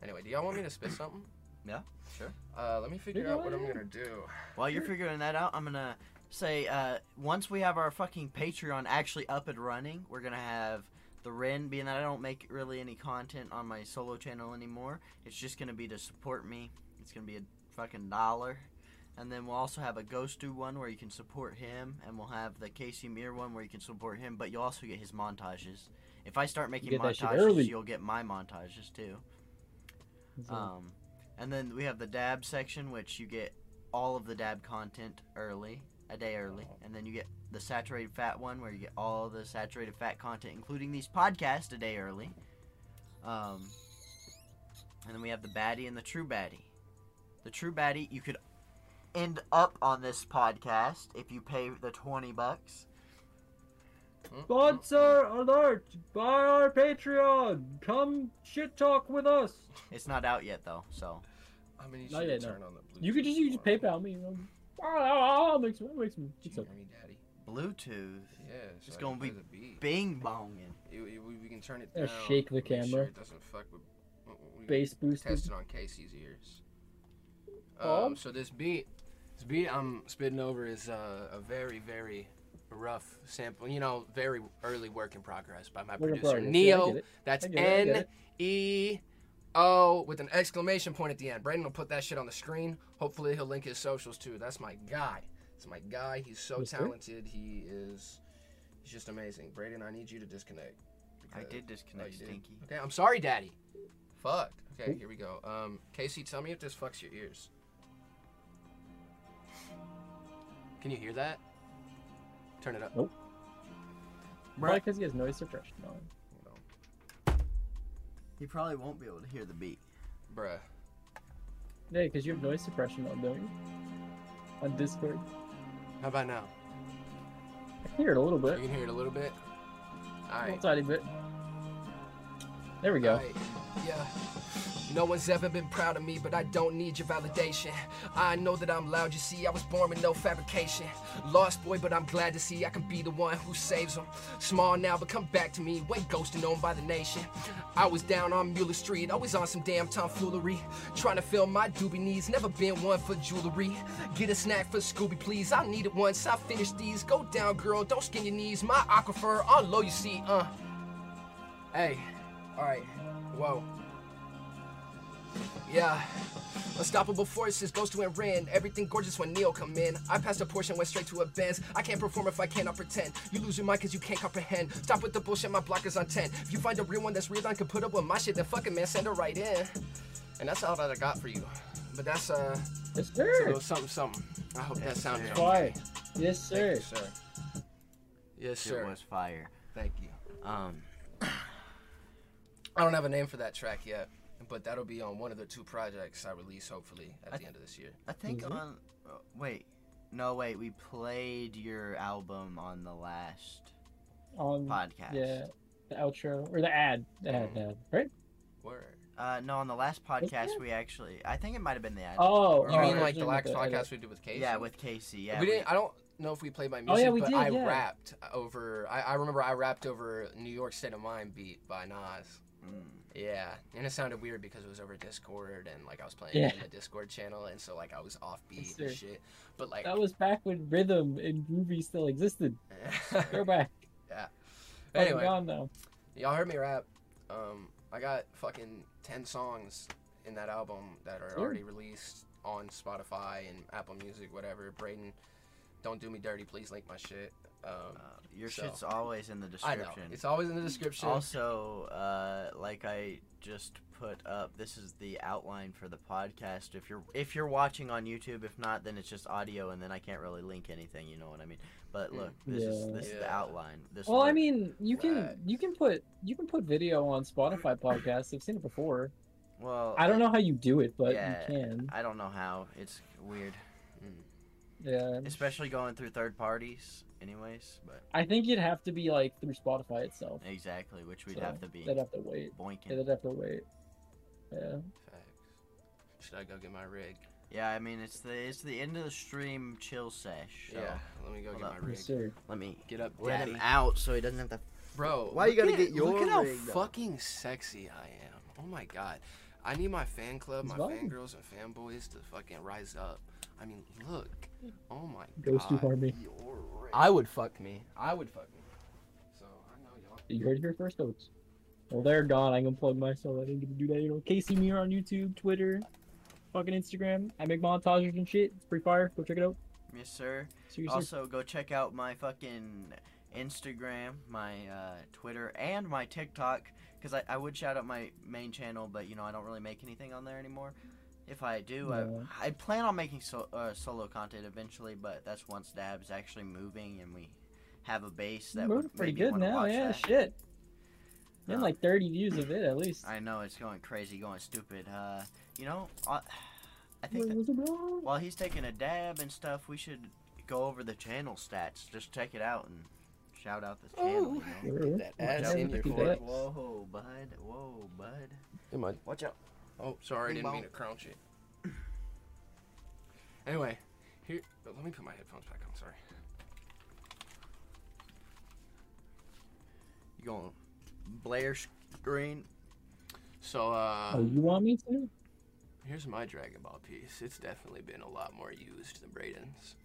Speaker 3: Anyway, do y'all want me to spit something?
Speaker 1: Yeah, sure.
Speaker 3: Uh, let me figure
Speaker 2: Yeah,
Speaker 3: out
Speaker 2: go
Speaker 3: what I'm
Speaker 2: ahead.
Speaker 3: gonna do.
Speaker 1: While you're figuring that out, I'm gonna say uh, once we have our fucking Patreon actually up and running, we're gonna have the Ren. Being that I don't make really any content on my solo channel anymore, it's just gonna be to support me. It's gonna be a fucking dollar. And then we'll also have a Ghost Do one where you can support him, and we'll have the Casey Mir one where you can support him, but you'll also get his montages. If I start making
Speaker 2: get that shit
Speaker 1: montages,
Speaker 2: early.
Speaker 1: you'll get my montages too.
Speaker 3: Ah.
Speaker 1: Um, and then we have the dab section, which you get all of the dab content early, a day early, and then you get the saturated fat one, where you get all the saturated fat content, including these podcasts, a day early. Um, and then we have the baddie and the true baddie. The true baddie, you could end up on this podcast if you pay the twenty bucks.
Speaker 3: Hmm?
Speaker 2: Sponsor alert! Buy our Patreon. Come shit talk with us.
Speaker 1: It's not out yet though, so
Speaker 3: I'm gonna need
Speaker 2: Not
Speaker 3: you to
Speaker 2: yet, no.
Speaker 3: turn on the blue.
Speaker 2: You could just use PayPal me. You know. Oh, oh, oh, make some, make some.
Speaker 3: Do you
Speaker 2: It's
Speaker 3: hear
Speaker 2: okay.
Speaker 3: me, Daddy?
Speaker 1: Bluetooth,
Speaker 3: Yeah. So
Speaker 1: It's
Speaker 3: I can
Speaker 1: gonna
Speaker 3: play
Speaker 1: be
Speaker 3: the beat.
Speaker 1: bing bonging.
Speaker 3: You- you- we, we can turn it
Speaker 2: Yeah,
Speaker 3: down.
Speaker 2: shake the
Speaker 3: make sure
Speaker 2: camera.
Speaker 3: it doesn't fuck with. we- we-
Speaker 2: Bass boosted.
Speaker 3: Test it on Casey's ears.
Speaker 2: Oh.
Speaker 3: Um, so this beat, this beat I'm spitting over is uh, a very, very rough sample. You know, very early work in progress by my
Speaker 2: Work in
Speaker 3: producer
Speaker 2: progress, yeah, I
Speaker 3: Neo.
Speaker 2: get it.
Speaker 3: That's
Speaker 2: I get it, I get
Speaker 3: N
Speaker 2: it.
Speaker 3: E O with an exclamation point at the end. Brandon will put that shit on the screen. Hopefully, he'll link his socials too. That's my guy. It's my guy. He's so
Speaker 2: Mister?
Speaker 3: talented. He is. He's just amazing. Braden, I need you to disconnect.
Speaker 1: I
Speaker 3: because- Oh,
Speaker 1: Oh, did disconnect
Speaker 3: you did?
Speaker 1: Stinky.
Speaker 3: Okay, I'm sorry, Daddy. Fuck. Okay, here we go. Um, Casey, tell me if this fucks your ears. Can you hear that? Turn it up.
Speaker 2: Nope. Why? Because he has noise suppression on.
Speaker 3: Hold on.
Speaker 1: You probably won't be able to hear the beat.
Speaker 3: Bruh.
Speaker 2: Yeah, because you have noise suppression on, don't you? On Discord,
Speaker 3: How about now?
Speaker 2: I can hear it a little
Speaker 3: You
Speaker 2: bit,
Speaker 3: can hear it a little bit. All
Speaker 2: a
Speaker 3: right.
Speaker 2: little tiny bit. There we go.
Speaker 3: Right. Yeah. No one's ever been proud of me, but I don't need your validation. I know that I'm loud, you see, I was born with no fabrication. Lost boy, but I'm glad to see I can be the one who saves them. Small now, but come back to me, way ghosted known by the nation. I was down on Mueller Street, always on some damn tomfoolery. Trying to fill my doobie needs, never been one for jewelry. Get a snack for Scooby, please, I need it once, I finish these. Go down, girl, don't skin your knees, my aquifer, on low, you see, uh. Hey, alright, whoa. Yeah. Unstoppable forces, goes to and ran. Everything gorgeous when Neo come in. I passed a portion, went straight to a Benz. I can't perform if I cannot pretend. You lose your mind cause you can't comprehend. Stop with the bullshit, my block is on 10. If you find a real one that's real, I can put up with my shit, then fuck it, man, send her right in. And that's all that I got for you. But that's uh,
Speaker 2: Yes,
Speaker 3: it's a
Speaker 2: sir.
Speaker 3: little something, something. I hope that sounded
Speaker 2: Why? Yes, sir.
Speaker 3: sir. Yes,
Speaker 1: It
Speaker 3: sir.
Speaker 1: was fire.
Speaker 3: Thank you.
Speaker 1: Um,
Speaker 3: I don't have a name for that track yet, but that'll be on one of the two projects I release hopefully at the end of this year.
Speaker 1: I think
Speaker 2: Mhm.
Speaker 1: on. Uh, wait, no, wait. We played your album on the last
Speaker 2: On
Speaker 1: podcast.
Speaker 2: Mm, yeah, the outro or the ad, the ad, the ad,
Speaker 3: Mm.
Speaker 2: right?
Speaker 3: Word.
Speaker 1: Uh, no, on the last podcast
Speaker 2: it?
Speaker 1: we actually. I think it might have been the ad.
Speaker 2: Oh,
Speaker 3: You
Speaker 2: oh,
Speaker 3: mean
Speaker 2: I
Speaker 3: like the
Speaker 2: think
Speaker 3: last
Speaker 2: the edit.
Speaker 3: podcast we did with Casey?
Speaker 1: yeah, with Casey. Yeah.
Speaker 3: we
Speaker 1: we-
Speaker 3: didn't. I don't know if we played my
Speaker 2: Oh,
Speaker 3: music,
Speaker 2: yeah, we
Speaker 3: but
Speaker 2: did,
Speaker 3: I
Speaker 2: yeah.
Speaker 3: rapped over. I, I remember I rappmed over "New York State of Mind" beat by Nas.
Speaker 1: mm.
Speaker 3: Yeah, and it sounded weird because it was over Discord and like I was playing
Speaker 2: Yeah.
Speaker 3: in the Discord channel, and so like I was offbeat
Speaker 2: Sure.
Speaker 3: and shit. But like,
Speaker 2: That was back when rhythm and groovy still existed. Go back. Fucking
Speaker 3: anyway,
Speaker 2: gone now.
Speaker 3: y'all heard me rap. Um, I got fucking ten songs in that album that are
Speaker 2: Sure.
Speaker 3: already released on Spotify and Apple Music, whatever. Braden, don't do me dirty, please link my shit. Um,
Speaker 1: Uh, your
Speaker 3: So-
Speaker 1: shit's always in the
Speaker 3: I know
Speaker 1: description.
Speaker 3: it's always in the description.
Speaker 1: Also, uh, like I just put up, this is the outline for the podcast. If you're if you're watching on YouTube, if not, then it's just audio, and then I can't really link anything. You know what I mean? But
Speaker 3: Mm.
Speaker 1: look, this is
Speaker 2: Yeah.
Speaker 1: this is the
Speaker 3: Yeah.
Speaker 1: outline. This
Speaker 2: Well, I
Speaker 1: look-
Speaker 2: mean, you
Speaker 3: Right.
Speaker 2: can you can put you can put video on Spotify podcasts. I've seen it before.
Speaker 1: well,
Speaker 2: I don't know how you do it, but
Speaker 1: Yeah.
Speaker 2: you can.
Speaker 1: I don't know how. It's weird,
Speaker 3: Hmm,
Speaker 2: Yeah.
Speaker 1: especially going through third parties. Anyways, but
Speaker 2: I think you'd have to be like through Spotify itself.
Speaker 1: exactly, which we'd
Speaker 2: So,
Speaker 1: have to be
Speaker 2: They'd have to wait. Yeah,
Speaker 1: boinking.
Speaker 2: they'd have to wait. Yeah.
Speaker 3: Facts. Should I go get my rig?
Speaker 1: Yeah, I mean, it's the it's the end of the stream chill sesh. So
Speaker 3: Yeah, let me go
Speaker 1: Hold
Speaker 3: get
Speaker 1: up.
Speaker 3: my rig.
Speaker 2: Yes, sir.
Speaker 1: let me
Speaker 3: Get up,
Speaker 1: let
Speaker 3: daddy.
Speaker 1: him out so he doesn't have to
Speaker 3: Bro,
Speaker 1: Why you
Speaker 3: look
Speaker 1: gotta
Speaker 3: at-
Speaker 1: get your
Speaker 3: Look at how
Speaker 1: rigged up?
Speaker 3: fucking sexy I am. Oh my god, I need my fan club,
Speaker 2: He's
Speaker 3: my
Speaker 2: vibing.
Speaker 3: fangirls and fanboys to fucking rise up. I mean, look. Oh my
Speaker 2: Goes
Speaker 3: god.
Speaker 2: too far, me.
Speaker 3: You're rigged. I would fuck me. I would fuck me. So I know y'all.
Speaker 2: You heard it here first, folks. Well, they're gone. I can plug myself. I didn't get to do that. You know, Casey Muir on YouTube, Twitter, fucking Instagram. I make montages and shit. It's free fire. Go check it out.
Speaker 1: Yes, sir.
Speaker 2: Seriously.
Speaker 1: Also, go check out my fucking Instagram, my uh, Twitter, and my TikTok. Because I, I would shout out my main channel, but you know, I don't really make anything on there anymore. If I do,
Speaker 2: No.
Speaker 1: I, I plan on making so, uh, solo content eventually, but that's once Dab's actually moving and we have a base that
Speaker 2: We're
Speaker 1: would
Speaker 2: pretty
Speaker 1: make me
Speaker 2: good
Speaker 1: wanna
Speaker 2: now.
Speaker 1: watch
Speaker 2: Yeah,
Speaker 1: that.
Speaker 2: shit. Been
Speaker 1: Um,
Speaker 2: like 30 views of it at least.
Speaker 1: I know it's going crazy, going stupid. Uh, you know, I, I think that
Speaker 2: Was it wrong?
Speaker 1: while he's taking a dab and stuff, we should go over the channel stats. Just check it out and shout out the channel. you know?
Speaker 2: Sure.
Speaker 3: That ass
Speaker 1: out
Speaker 3: in
Speaker 1: with
Speaker 3: your
Speaker 2: the
Speaker 3: face.
Speaker 2: butt.
Speaker 1: Whoa, bud. Whoa, bud.
Speaker 3: Am I-
Speaker 1: Watch out.
Speaker 3: Oh, sorry, I didn't mean
Speaker 1: Bow.
Speaker 3: to crunch it. Anyway, here. Let me put my headphones back on. Sorry.
Speaker 1: You going Blair screen?
Speaker 3: So uh.
Speaker 2: Oh, you want me to?
Speaker 3: Here's my Dragon Ball piece. It's definitely been a lot more used than Braden's.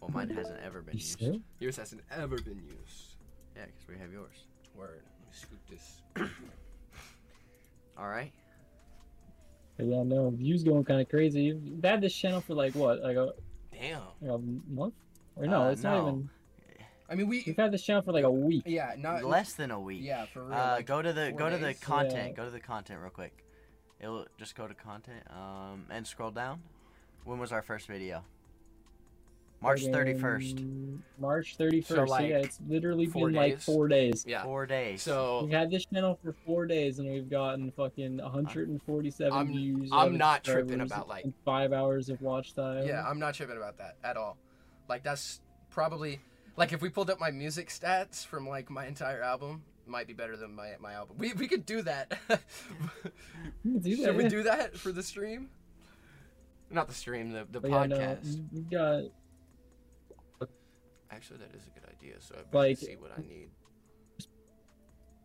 Speaker 1: Well, mine hasn't ever been
Speaker 2: You
Speaker 1: used.
Speaker 2: sure?
Speaker 3: Yours hasn't ever been used.
Speaker 1: Yeah, because we have yours.
Speaker 3: Word. Let me scoop this.
Speaker 1: All right.
Speaker 2: Yeah, no. Views going kind of crazy. You've had this channel for like what? Like a,
Speaker 3: Damn.
Speaker 2: like a month? Or no,
Speaker 1: Uh,
Speaker 2: it's
Speaker 1: no.
Speaker 2: not even.
Speaker 3: I mean, we.
Speaker 2: We've had this channel for like a week.
Speaker 6: Yeah, not
Speaker 1: Less than a week.
Speaker 6: Uh, Yeah, for real.
Speaker 1: Uh,
Speaker 6: like,
Speaker 1: go to the
Speaker 6: four
Speaker 1: go to the
Speaker 6: days?
Speaker 1: content.
Speaker 2: Yeah.
Speaker 1: Go to the content real quick. It'll just go to content. Um, and scroll down. When was our first video? March thirty first.
Speaker 2: Friggin' March 31st.
Speaker 3: So,
Speaker 2: So,
Speaker 3: like,
Speaker 2: yeah, it's literally
Speaker 3: four
Speaker 2: been like
Speaker 3: days?
Speaker 2: four days.
Speaker 3: Yeah.
Speaker 1: Four days.
Speaker 3: So
Speaker 2: We've had this channel for four days and we've gotten fucking 147
Speaker 3: I'm-
Speaker 2: views.
Speaker 3: I'm
Speaker 2: average
Speaker 3: not tripping
Speaker 2: subscribers,
Speaker 3: about, like-
Speaker 2: and five hours of watch time.
Speaker 3: yeah, I'm not tripping about that at all. Like that's probably like if we pulled up my music stats from like my entire album, it might be better than my my album. We we could do that.
Speaker 2: You can do that.
Speaker 3: Should we
Speaker 2: yeah.
Speaker 3: do that for the stream? Not the stream, the the
Speaker 2: But yeah, no, mm.
Speaker 3: podcast.
Speaker 2: you- you got
Speaker 3: Actually, that is a good idea. So I better
Speaker 2: Like-
Speaker 3: see what I need.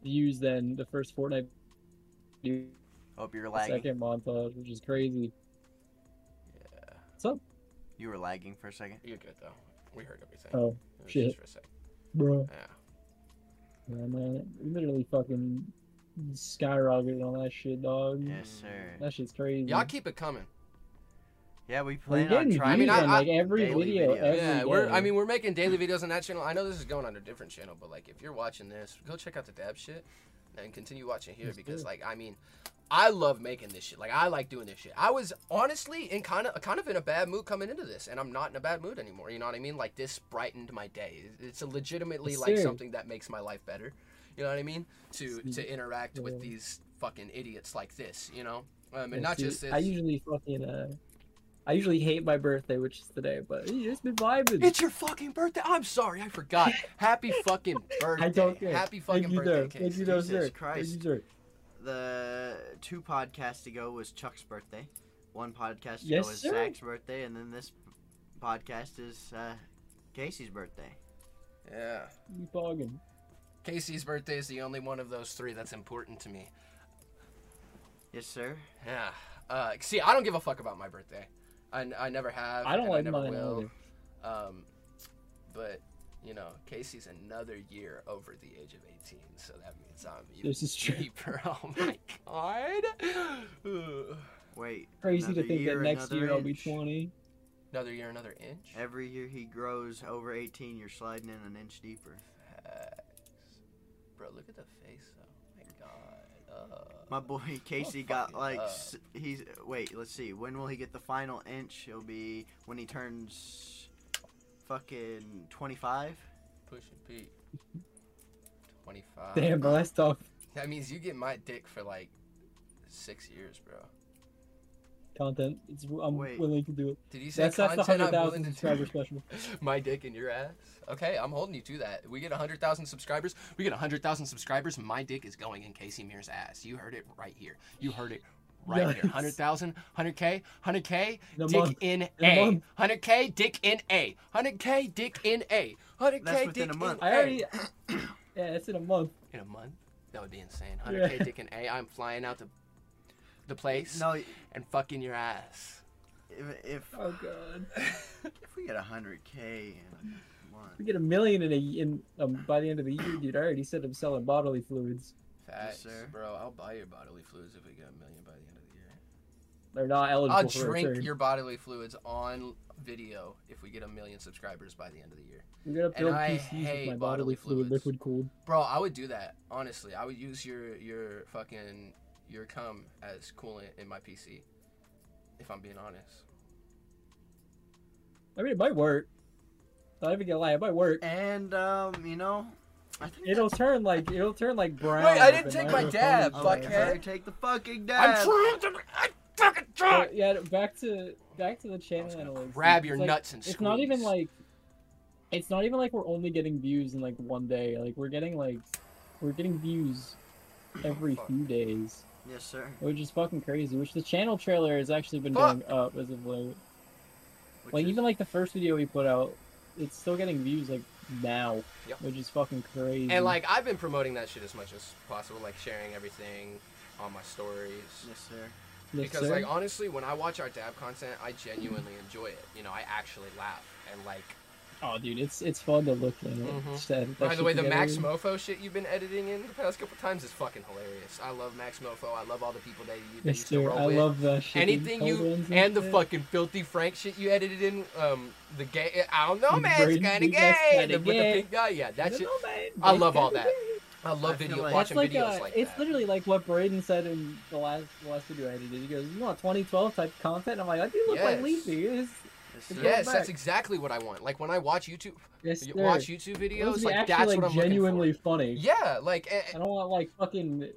Speaker 2: views then the first Fortnite view,
Speaker 1: Hope you're
Speaker 2: the
Speaker 1: lagging.
Speaker 2: second montage, which is crazy.
Speaker 3: Yeah.
Speaker 2: What's up,
Speaker 1: You were lagging for a second.
Speaker 3: You're good though. We heard everything.
Speaker 2: Oh,
Speaker 3: It was
Speaker 2: shit.
Speaker 3: just for a sec.
Speaker 2: bro?
Speaker 3: Yeah.
Speaker 2: Yeah, man, we literally fucking skyrocketed on that shit, dog.
Speaker 1: Yes, sir.
Speaker 2: That shit's crazy.
Speaker 3: Y'all keep it coming.
Speaker 1: Yeah, we
Speaker 2: We're
Speaker 1: plan on
Speaker 2: getting
Speaker 1: trying.
Speaker 3: I mean,
Speaker 2: views
Speaker 3: I-
Speaker 2: on,
Speaker 3: I-
Speaker 2: like every
Speaker 1: daily
Speaker 2: video,
Speaker 1: videos.
Speaker 2: every
Speaker 3: yeah, we're.
Speaker 2: day.
Speaker 3: I mean, we're making daily videos on that channel. I know this is going on a different channel, but like, if you're watching this, go check out the dab shit, and continue watching here
Speaker 2: Let's do
Speaker 3: because,
Speaker 2: it.
Speaker 3: like, I mean, I love making this shit. Like, I like doing this shit. I was honestly in kind of kind of in a bad mood coming into this, and I'm not in a bad mood anymore. You know what I mean? Like, this brightened my day. It's a legitimately
Speaker 2: Yes,
Speaker 3: like
Speaker 2: sir.
Speaker 3: something that makes my life better. You know what I mean? To
Speaker 2: See,
Speaker 3: to interact with
Speaker 2: yeah.
Speaker 3: these fucking idiots like this. You know, um,
Speaker 2: Yeah,
Speaker 3: and not
Speaker 2: see,
Speaker 3: just this.
Speaker 2: I usually fucking uh, I usually hate my birthday, which is today, but it's been vibing.
Speaker 3: It's your fucking birthday. I'm sorry, I forgot. Happy fucking birthday.
Speaker 2: I don't care.
Speaker 3: Happy
Speaker 2: Thank
Speaker 3: fucking
Speaker 2: you,
Speaker 3: birthday,
Speaker 2: sir. Thank
Speaker 3: Casey.
Speaker 2: you, though,
Speaker 1: Jesus
Speaker 2: sir.
Speaker 1: Christ.
Speaker 2: Thank you, sir.
Speaker 1: the two podcasts ago was Chuck's birthday. One podcast
Speaker 2: Yes,
Speaker 1: ago was
Speaker 2: sir.
Speaker 1: Zach's birthday, and then this podcast is uh, Casey's birthday.
Speaker 3: Yeah.
Speaker 2: You fucking.
Speaker 3: Casey's birthday is the only one of those three that's important to me.
Speaker 1: Yes, sir.
Speaker 3: Yeah. Uh, see, I don't give a fuck about my birthday. I, n- I never have.
Speaker 2: I don't
Speaker 3: and
Speaker 2: like
Speaker 3: I never
Speaker 2: mine
Speaker 3: will.
Speaker 2: either.
Speaker 3: Um, but you know, Casey's another year over the age of eighteen, so that means I'm even
Speaker 2: This is true.
Speaker 3: cheaper. Oh my god! Ugh.
Speaker 1: Wait.
Speaker 2: Crazy to
Speaker 1: another
Speaker 2: think that next
Speaker 1: another
Speaker 2: year I'll be
Speaker 1: inch.
Speaker 2: 20.
Speaker 3: another year, another inch.
Speaker 1: Every year he grows over 18, you're sliding in an inch deeper.
Speaker 3: Facts. Bro, look at the face. though. Oh my god. Uh,
Speaker 1: My boy Casey
Speaker 3: Oh,
Speaker 1: got
Speaker 3: fucking
Speaker 1: like
Speaker 3: up.
Speaker 1: s- he's wait. Let's see. When will he get the final inch? It'll be when he turns fucking 25.
Speaker 3: push and Pete. Twenty-five.
Speaker 2: Damn, bro, that's tough.
Speaker 3: That means you get my dick for like six years, bro.
Speaker 2: Content. It's, I'm
Speaker 1: Wait.
Speaker 2: willing to do it.
Speaker 3: Did you say
Speaker 2: That's that's the
Speaker 3: content
Speaker 2: hundred
Speaker 3: I'm
Speaker 2: thousand
Speaker 3: willing to do?
Speaker 2: subscriber special.
Speaker 3: my dick in your ass. Okay, I'm holding you to that. We get 100,000 subscribers. We get 100,000 subscribers. My dick is going in Casey Mears' ass. You heard it right here. You heard it right
Speaker 2: Nice.
Speaker 3: here. 100,000, 100K, 100K,
Speaker 2: In a
Speaker 3: dick
Speaker 2: month.
Speaker 3: in
Speaker 2: In a
Speaker 3: A.
Speaker 2: month.
Speaker 3: 100K, dick in A. 100K, dick in A. 100K,
Speaker 1: That's
Speaker 3: dick
Speaker 1: within a
Speaker 3: in
Speaker 1: month.
Speaker 2: I already. yeah, it's in a month.
Speaker 3: In a month? That would be insane. 100K,
Speaker 2: Yeah.
Speaker 3: dick in A. I'm flying out to the place
Speaker 1: No, if,
Speaker 3: and fucking your ass.
Speaker 1: if
Speaker 2: Oh god.
Speaker 1: if we get 100k in a month,
Speaker 2: We get a million in a in um, by the end of the year, dude. I already said I'm selling bodily fluids.
Speaker 3: Facts,
Speaker 1: sir.
Speaker 3: bro. I'll buy your bodily fluids if we get a million by the end of the year.
Speaker 2: They're not eligible
Speaker 3: I'll
Speaker 2: for
Speaker 3: drink
Speaker 2: return.
Speaker 3: your bodily fluids on video if we get a million subscribers by the end of the year.
Speaker 2: I'm gonna build
Speaker 3: I
Speaker 2: PCs with
Speaker 3: hate
Speaker 2: my bodily
Speaker 3: bodily
Speaker 2: fluid,
Speaker 3: fluids.
Speaker 2: liquid cooled.
Speaker 3: Bro, I would do that. Honestly, I would use your your fucking your cum as coolant in my PC. If I'm being honest.
Speaker 2: I mean, it might work. Not even gonna lie, it might work.
Speaker 1: and um, you know, I think
Speaker 2: It'll turn like it'll turn like brown.
Speaker 3: Wait, I
Speaker 2: if
Speaker 3: didn't
Speaker 2: it
Speaker 3: take
Speaker 2: might
Speaker 3: my
Speaker 2: look
Speaker 3: dab,
Speaker 2: funny.
Speaker 1: I'll let
Speaker 3: fuckhead.
Speaker 1: her take the fucking
Speaker 3: I'm
Speaker 1: dab.
Speaker 3: trying to. I'm fucking
Speaker 2: But
Speaker 3: trying.
Speaker 2: yeah, back to back to the
Speaker 3: I was
Speaker 2: channel
Speaker 3: gonna
Speaker 2: analytics.
Speaker 3: grab
Speaker 2: It's
Speaker 3: your
Speaker 2: like-
Speaker 3: nuts and squeeze.
Speaker 2: It's not even like it's not even like we're only getting views in like one day. Like we're getting like we're getting views every
Speaker 3: Fuck.
Speaker 2: few days.
Speaker 1: Yes, sir.
Speaker 2: Which is fucking crazy. Which the channel trailer has actually been
Speaker 3: Fuck.
Speaker 2: going up as of late.
Speaker 1: Which
Speaker 2: Like
Speaker 1: is-
Speaker 2: even like the first video we put out, it's still getting views like now,
Speaker 3: Yep.
Speaker 2: which is fucking crazy.
Speaker 3: And like I've been promoting that shit as much as possible, like sharing everything on my stories.
Speaker 1: yes, sir.
Speaker 2: Yes,
Speaker 3: because
Speaker 2: sir.
Speaker 3: like honestly when i watch our dab content i genuinely enjoy it you know i actually laugh and like
Speaker 2: oh dude, it's it's fun to look at.
Speaker 3: Mhm.
Speaker 2: Just that- that
Speaker 3: by the
Speaker 2: shit
Speaker 3: way the
Speaker 2: together.
Speaker 3: max mofo shit you've been editing in the past couple times is fucking hilarious i love max mofo i love all the people that you that you
Speaker 2: Yes,
Speaker 3: used to
Speaker 2: sir.
Speaker 3: roll
Speaker 2: I
Speaker 3: with
Speaker 2: love the shit. he
Speaker 3: anything
Speaker 2: told
Speaker 3: you
Speaker 2: ones
Speaker 3: and the
Speaker 2: shit.
Speaker 3: fucking filthy frank shit you edited in um the gay i don't know
Speaker 2: The
Speaker 3: man it's
Speaker 2: brain-
Speaker 3: kind of
Speaker 2: that's kinda
Speaker 3: gay the, with the
Speaker 2: gay.
Speaker 3: big guy yeah that
Speaker 2: I
Speaker 3: shit
Speaker 2: don't know, man.
Speaker 3: I love all that.
Speaker 2: That's
Speaker 1: I
Speaker 3: i love
Speaker 1: feel
Speaker 3: video
Speaker 1: like-
Speaker 3: watching
Speaker 2: like
Speaker 3: videos
Speaker 2: uh,
Speaker 3: like
Speaker 2: it's
Speaker 3: that
Speaker 2: literally like what Braden said in the last the last video I did. He goes, "You want 2012 type content?" I'm like, "I do look like
Speaker 3: Yes.
Speaker 2: Leafy." It's,
Speaker 1: Yes,
Speaker 2: It's
Speaker 1: sir.
Speaker 2: going
Speaker 3: yes
Speaker 2: back.
Speaker 3: that's exactly what i want like when i watch youtube
Speaker 2: yes, sir.
Speaker 3: watch youtube
Speaker 2: I want it
Speaker 3: videos
Speaker 2: to be
Speaker 3: like
Speaker 2: actually,
Speaker 3: that's
Speaker 2: like,
Speaker 3: what i'm
Speaker 2: genuinely
Speaker 3: looking for
Speaker 2: funny.
Speaker 3: yeah like eh, eh,
Speaker 2: I don't want like fucking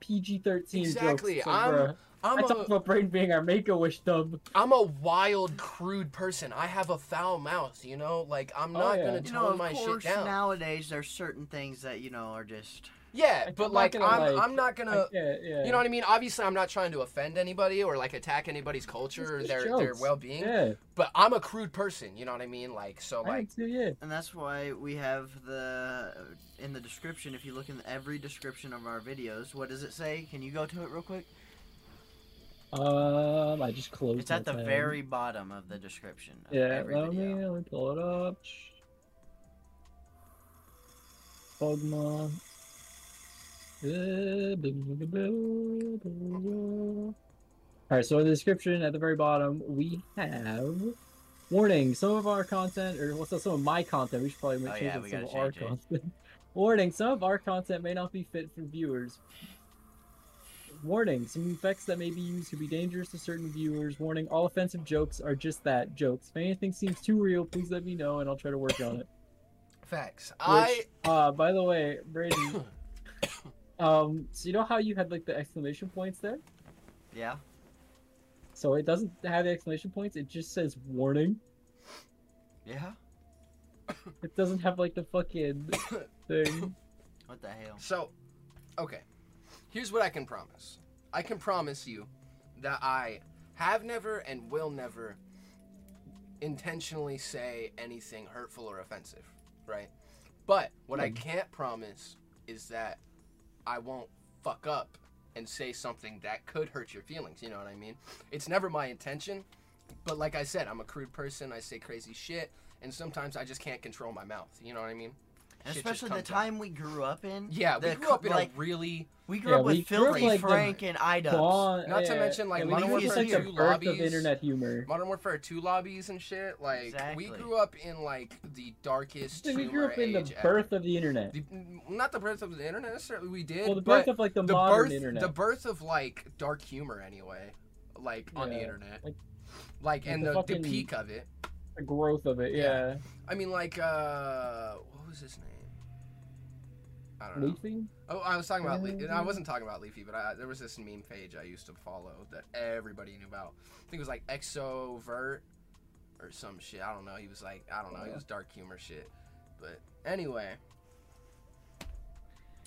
Speaker 2: PG-13
Speaker 3: Exactly,
Speaker 2: jokes. It's
Speaker 3: I'm-
Speaker 2: bruh.
Speaker 3: i'm
Speaker 2: I
Speaker 3: a,
Speaker 2: talk about Braden being our Make-A-Wish dub.
Speaker 3: I'm a wild, crude person. I have a foul mouth, you know? Like, I'm
Speaker 2: Oh,
Speaker 3: not
Speaker 2: yeah.
Speaker 3: gonna
Speaker 2: You
Speaker 3: tone
Speaker 1: You know, of
Speaker 3: my shit
Speaker 1: course,
Speaker 3: down.
Speaker 1: nowadays there's certain things that you know are just.
Speaker 3: Yeah,
Speaker 2: Like,
Speaker 3: but
Speaker 2: I'm not
Speaker 3: like,
Speaker 2: gonna,
Speaker 3: I'm,
Speaker 2: like-
Speaker 3: I'm not
Speaker 2: I
Speaker 3: gonna.
Speaker 2: can't, yeah.
Speaker 3: You know what I mean? Obviously, I'm not trying to offend anybody or like attack anybody's culture or
Speaker 2: just
Speaker 3: their, their
Speaker 2: jokes.
Speaker 3: well being.
Speaker 2: Yeah,
Speaker 3: But I'm a crude person, you know what I mean? Like, so
Speaker 2: I am
Speaker 3: like,
Speaker 2: too, yeah.
Speaker 1: And that's why we have the in the description. If you look in every description of our videos, what does it say? Can you go to it real quick?
Speaker 2: Um, I just closed.
Speaker 1: It's at
Speaker 2: my
Speaker 1: the
Speaker 2: tab.
Speaker 1: very bottom of the description. Of
Speaker 2: Yeah,
Speaker 1: every
Speaker 2: let
Speaker 1: video.
Speaker 2: me, let me pull it up. Pogma. Eh, Alright, so in the description at the very bottom, we have warning some of our content, or what's that, some of my content, we should probably make
Speaker 1: Oh,
Speaker 2: sure
Speaker 1: yeah, we
Speaker 2: that some of
Speaker 1: gotta
Speaker 2: our
Speaker 1: change it.
Speaker 2: content. warning some of our content may not be fit for viewers. Warning: Some effects that may be used could be dangerous to certain viewers. Warning: All offensive jokes are just that, jokes. If anything seems too real, please let me know, and I'll try to work on it.
Speaker 3: facts. I.
Speaker 2: Which, uh, by the way, Braden, um, so you know how you had like the exclamation points there?
Speaker 1: Yeah.
Speaker 2: So it doesn't have the exclamation points. It just says warning.
Speaker 1: Yeah.
Speaker 2: It doesn't have like the fucking thing.
Speaker 1: What the hell?
Speaker 3: So, okay. Here's what I can promise I can promise you that I have never and will never intentionally say anything hurtful or offensive, right?
Speaker 1: Mm-hmm.
Speaker 3: But what I can't promise is that I won't fuck up and say something that could hurt your feelings. You know what I mean? It's never my intention, but like I said, I'm a crude person. I say crazy shit, and sometimes I just can't control my mouth. You know what I mean?
Speaker 1: And
Speaker 3: Shit just
Speaker 1: especially the
Speaker 3: comes out.
Speaker 1: time we grew up in.
Speaker 3: Yeah,
Speaker 1: the
Speaker 3: we grew up
Speaker 1: co-
Speaker 3: in
Speaker 1: like
Speaker 3: a really
Speaker 1: we grew
Speaker 2: Yeah,
Speaker 1: up
Speaker 2: we
Speaker 1: with
Speaker 2: grew up
Speaker 1: Filthy
Speaker 2: like the-
Speaker 1: Frank and Idubs.
Speaker 2: Bon-
Speaker 3: Not to mention, like,
Speaker 2: yeah,
Speaker 1: Modern
Speaker 2: we were just, like
Speaker 1: Warfare
Speaker 2: the
Speaker 1: 2
Speaker 2: birth of
Speaker 3: lobbies.
Speaker 2: internet humor.
Speaker 3: Modern Warfare 2 lobbies and shit. Like we
Speaker 1: Exactly.
Speaker 3: grew up in like the darkest.
Speaker 2: Like, we grew
Speaker 3: humor
Speaker 2: up in
Speaker 3: age
Speaker 2: the
Speaker 3: ever.
Speaker 2: birth of the internet.
Speaker 3: The- not the birth of the internet necessarily. We did.
Speaker 2: Well, the
Speaker 3: but
Speaker 2: birth of like the,
Speaker 3: the
Speaker 2: modern
Speaker 3: birth,
Speaker 2: internet.
Speaker 3: the birth of like dark humor anyway, like on the
Speaker 2: Yeah,
Speaker 3: internet, like,
Speaker 2: like-
Speaker 3: and
Speaker 2: the
Speaker 3: the,
Speaker 2: fucking-
Speaker 3: the peak of it.
Speaker 2: the growth of it, yeah.
Speaker 3: Yeah. I mean, like uh, what was his name? I don't know.
Speaker 2: Leafy?
Speaker 3: Oh, I was talking about. Le- and I
Speaker 2: Uh,
Speaker 3: wasn't talking about Leafy, but I, there was this meme page I used to follow that everybody knew about. I think it was like Exovert or some shit. I don't know. He was like, I don't know. He was dark humor shit. But anyway,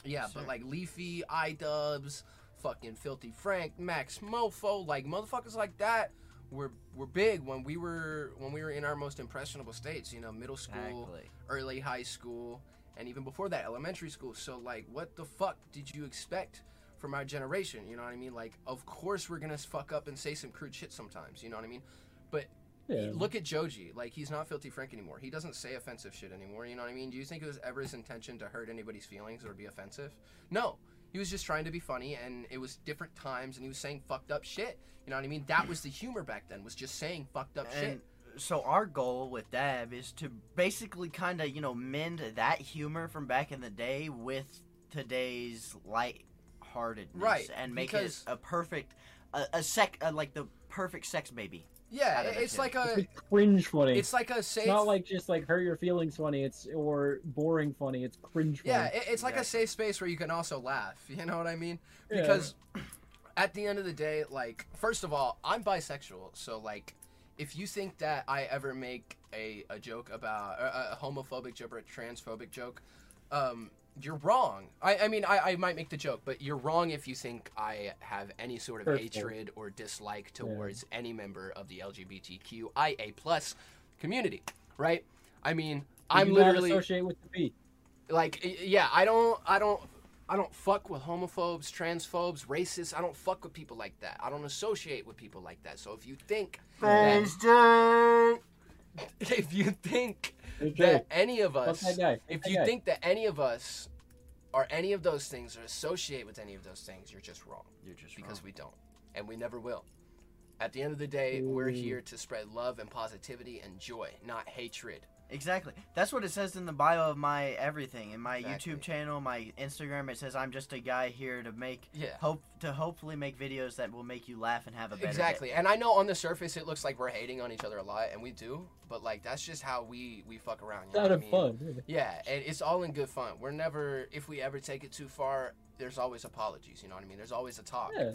Speaker 3: yeah.
Speaker 1: Sure.
Speaker 3: But like Leafy, iDubbbz, fucking Filthy Frank, Max Mofo, like motherfuckers like that were were big when we were when we were in our most impressionable states. You know, middle school
Speaker 1: Exactly.
Speaker 3: early high school and even before that elementary school so like what the fuck did you expect from our generation you know what i mean like of course we're gonna fuck up and say some crude shit sometimes you know what i mean
Speaker 2: Yeah.
Speaker 3: look at joji like he's not filthy frank anymore he doesn't say offensive shit anymore you know what i mean do you think it was ever his intention to hurt anybody's feelings or be offensive no he was just trying to be funny and it was different times and he was saying fucked up shit you know what i mean that was the humor back then was just saying fucked up Oh, shit
Speaker 1: And so our goal with Dab is to basically kind of you know mend that humor from back in the day with today's lightheartedness,
Speaker 3: Right,
Speaker 1: And make
Speaker 3: because-
Speaker 1: it a perfect, a, a sec, uh like the perfect sex baby.
Speaker 3: yeah
Speaker 1: out of the
Speaker 3: it's
Speaker 1: two.
Speaker 3: like
Speaker 2: It's
Speaker 3: a
Speaker 2: like cringe funny.
Speaker 3: it's like a
Speaker 2: It's
Speaker 3: safe
Speaker 2: not like just like hurt your feelings funny. It's or boring funny. It's cringe funny.
Speaker 3: Yeah, it, it's like a
Speaker 1: Exactly.
Speaker 3: safe space where you can also laugh. You know what I mean?
Speaker 2: Yeah.
Speaker 3: Because at the end of the day, like, first of all, I'm bisexual, so like, if you think that I ever make a, a joke about a, a homophobic joke or a transphobic joke, um, you're wrong. I, I mean, I, I might make the joke, but you're wrong if you think I have any sort of
Speaker 2: Hurtful.
Speaker 3: hatred or dislike towards any member of the LGBTQIA plus community, right? I mean,
Speaker 2: You
Speaker 3: I'm
Speaker 2: do
Speaker 3: literally
Speaker 2: not associate with the B.
Speaker 3: like y- yeah i don't i don't i don't fuck with homophobes transphobes racists i don't fuck with people like that i don't associate with people like that so if you think that, if you think
Speaker 2: You're
Speaker 3: that
Speaker 2: gay.
Speaker 3: any of
Speaker 2: Fuck
Speaker 3: us
Speaker 2: that guy.
Speaker 3: if
Speaker 2: Fuck
Speaker 3: you
Speaker 2: that guy.
Speaker 3: think that any of us are any of those things or associate with any of those things you're just wrong
Speaker 1: You're just
Speaker 3: because we don't and we never will at the end of the day we're
Speaker 2: Ooh.
Speaker 3: here to spread love and positivity and joy not hatred
Speaker 1: Exactly. That's what it says in the bio of my everything, in my
Speaker 3: Exactly.
Speaker 1: YouTube channel, my Instagram. It says I'm just a guy here to make
Speaker 3: yeah
Speaker 1: hope to hopefully make videos that will make you laugh and have a better day.
Speaker 3: exactly and i know on the surface it looks like we're hating on each other a lot and we do but like that's just how we we fuck around
Speaker 2: it's
Speaker 3: you know
Speaker 2: out
Speaker 3: what I
Speaker 2: of
Speaker 3: mean?
Speaker 2: fun.
Speaker 3: yeah and it's all in good fun we're never if we ever take it too far there's always apologies you know what i mean there's always a talk
Speaker 2: Yeah.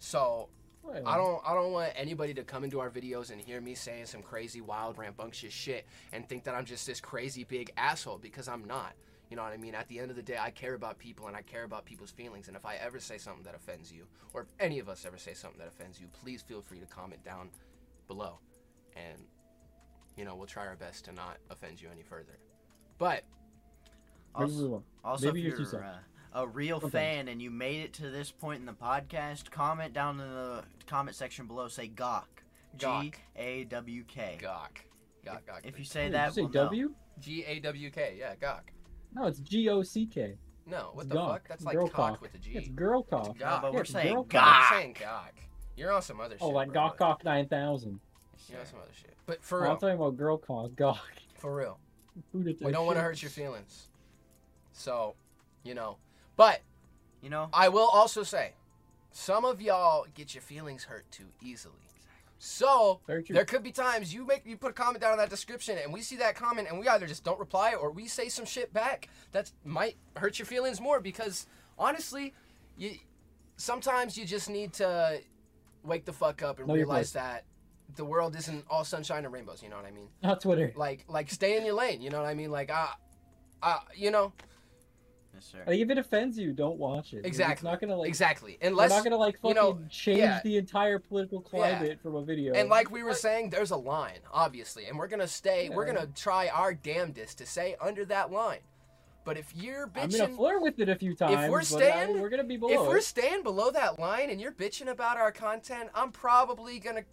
Speaker 3: so
Speaker 2: Right.
Speaker 3: i don't i don't want anybody to come into our videos and hear me saying some crazy wild rambunctious shit and think that i'm just this crazy big asshole because i'm not you know what I mean? At the end of the day, I care about people and I care about people's feelings. And if I ever say something that offends you, or if any of us ever say something that offends you, please feel free to comment down below. And, you know, we'll try our best to not offend you any further. But,
Speaker 2: Maybe we
Speaker 1: Also,
Speaker 2: won't.
Speaker 1: also
Speaker 2: Maybe
Speaker 1: if
Speaker 2: you're too
Speaker 1: you're uh, a real
Speaker 2: Okay.
Speaker 1: fan and you made it to this point in the podcast, comment down in the comment section below. Say gawk.
Speaker 3: Gawk.
Speaker 1: G A W K.
Speaker 3: gawk. Gawk, gawk.
Speaker 1: If you
Speaker 3: please.
Speaker 1: say
Speaker 2: Wait,
Speaker 1: that,
Speaker 2: did you
Speaker 1: we'll
Speaker 2: say
Speaker 1: know.
Speaker 2: W?
Speaker 3: G A W K, yeah, gawk.
Speaker 2: No, it's G O C K.
Speaker 3: No, what
Speaker 2: It's
Speaker 3: the
Speaker 2: gawk.
Speaker 3: fuck? That's like
Speaker 2: Girl
Speaker 3: cock,
Speaker 2: cock.
Speaker 3: with a
Speaker 2: It's
Speaker 3: G.
Speaker 2: girl cock.
Speaker 1: No,
Speaker 3: Gawk.
Speaker 1: but
Speaker 2: Yeah,
Speaker 1: we're
Speaker 2: it's
Speaker 1: saying
Speaker 2: girl
Speaker 1: gawk.
Speaker 2: cock.
Speaker 3: I'm saying gawk. You're on some other shit.
Speaker 2: Oh, like
Speaker 3: bro.
Speaker 2: Gawk Gawk 9000.
Speaker 3: You're on some other shit. But for
Speaker 2: Oh,
Speaker 3: real,
Speaker 2: I'm talking about girl cock. Gawk.
Speaker 3: for real.
Speaker 2: Who did
Speaker 3: We
Speaker 2: that
Speaker 3: don't want to
Speaker 2: shit?
Speaker 3: hurt your feelings. So, you know. But
Speaker 1: You know?
Speaker 3: I will also say, some of y'all get your feelings hurt too easily. So
Speaker 2: Very true.
Speaker 3: there could be times you make you put a comment down in that description, and we see that comment, and we either just don't reply or we say some shit back that might hurt your feelings more. Because honestly, you sometimes you just need to wake the fuck up and
Speaker 2: Know your
Speaker 3: realize that the world isn't all sunshine and rainbows. You know what I mean?
Speaker 2: Not Twitter.
Speaker 3: Like like stay in your lane. You know what I mean? Like I, I you know
Speaker 1: Yes, sir.
Speaker 2: Like if it offends you, don't watch it. Like, It's
Speaker 3: Exactly.
Speaker 2: not gonna like.
Speaker 3: exactly.
Speaker 2: We're
Speaker 3: Unless
Speaker 2: not gonna like
Speaker 3: you
Speaker 2: fucking
Speaker 3: know,
Speaker 2: change
Speaker 3: yeah.
Speaker 2: the entire political
Speaker 3: Yeah.
Speaker 2: climate from a video.
Speaker 3: And like we were saying, there's a line, obviously, and we're gonna stay. We're
Speaker 2: Yeah.
Speaker 3: gonna try our damnedest to say under that line. But if you're
Speaker 2: I'm
Speaker 3: bitching,
Speaker 2: gonna flirt with it a few times. but
Speaker 3: we're
Speaker 2: I-
Speaker 3: staying-
Speaker 2: we're gonna be below.
Speaker 3: if we're
Speaker 2: it.
Speaker 3: staying below that line and you're bitching about our content, I'm probably gonna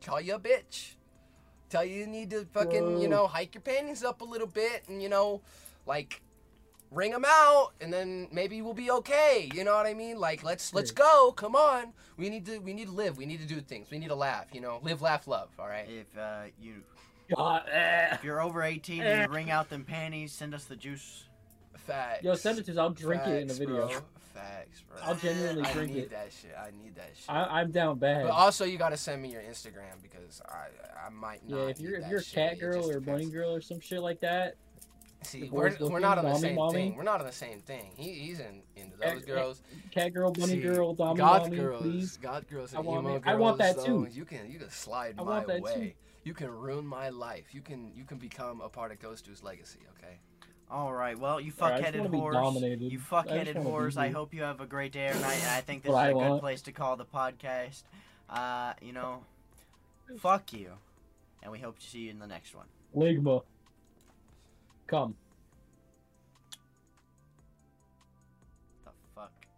Speaker 3: call you a bitch. Tell you you need to fucking, you
Speaker 2: Whoa.
Speaker 3: know, hike your panties up a little bit and, you know, like wring them out and then maybe we'll be okay. You know what I mean? Like let's let's go. Come on. We need to we need to live. We need to do things. We need to laugh, you know. Live, laugh, love, all right?
Speaker 1: If uh, you
Speaker 2: God, eh.
Speaker 1: if you're over 18 and you wring out them panties, send us the juice.
Speaker 3: Facts.
Speaker 2: Yo, send it to us. I'll drink it in a
Speaker 3: Facts,
Speaker 2: video.
Speaker 3: Bro. Facts, bro.
Speaker 2: I'll genuinely
Speaker 3: I
Speaker 2: drink
Speaker 3: need
Speaker 2: it.
Speaker 3: that shit. I need that shit.
Speaker 2: I, I'm down bad.
Speaker 3: But also, you gotta send me your Instagram because I I might not.
Speaker 2: yeah, if you're
Speaker 3: need
Speaker 2: if
Speaker 3: that
Speaker 2: you're a
Speaker 3: shit.
Speaker 2: cat
Speaker 3: It
Speaker 2: girl
Speaker 3: just
Speaker 2: or a bunny
Speaker 3: depends.
Speaker 2: girl or some shit like that,
Speaker 3: See,
Speaker 2: the
Speaker 3: we're,
Speaker 2: boys
Speaker 3: we're
Speaker 2: looking,
Speaker 3: not on the
Speaker 2: mommy,
Speaker 3: same
Speaker 2: mommy.
Speaker 3: thing. We're not on the same thing. He, he's in into
Speaker 2: Cat-
Speaker 3: those girls.
Speaker 2: cat girl, bunny
Speaker 3: See,
Speaker 2: girl, dom
Speaker 3: goth
Speaker 2: mommy,
Speaker 3: girls,
Speaker 2: please.
Speaker 3: goth girls,
Speaker 2: I
Speaker 3: and
Speaker 2: want
Speaker 3: emo
Speaker 2: it.
Speaker 3: girls.
Speaker 2: I want that
Speaker 3: though,
Speaker 2: too.
Speaker 3: You can you can slide
Speaker 2: I
Speaker 3: my
Speaker 2: want that too.
Speaker 3: way. You can ruin my life. You can you can become a part of Ghost Dude's legacy. Okay.
Speaker 1: All right. Well, you
Speaker 2: All right, I just
Speaker 1: fuckheaded
Speaker 2: wanna be
Speaker 1: whores.
Speaker 2: dominated.
Speaker 1: You
Speaker 2: I just
Speaker 1: fuckheaded
Speaker 2: wanna be
Speaker 1: whores. I
Speaker 2: you.
Speaker 1: hope you have a great day or night. And I think this
Speaker 2: What
Speaker 1: is
Speaker 2: I
Speaker 1: a good
Speaker 2: want.
Speaker 1: place to call the podcast. Uh, you know, fuck you, and we hope to see you in the next one.
Speaker 2: Ligma. Come.
Speaker 1: The fuck.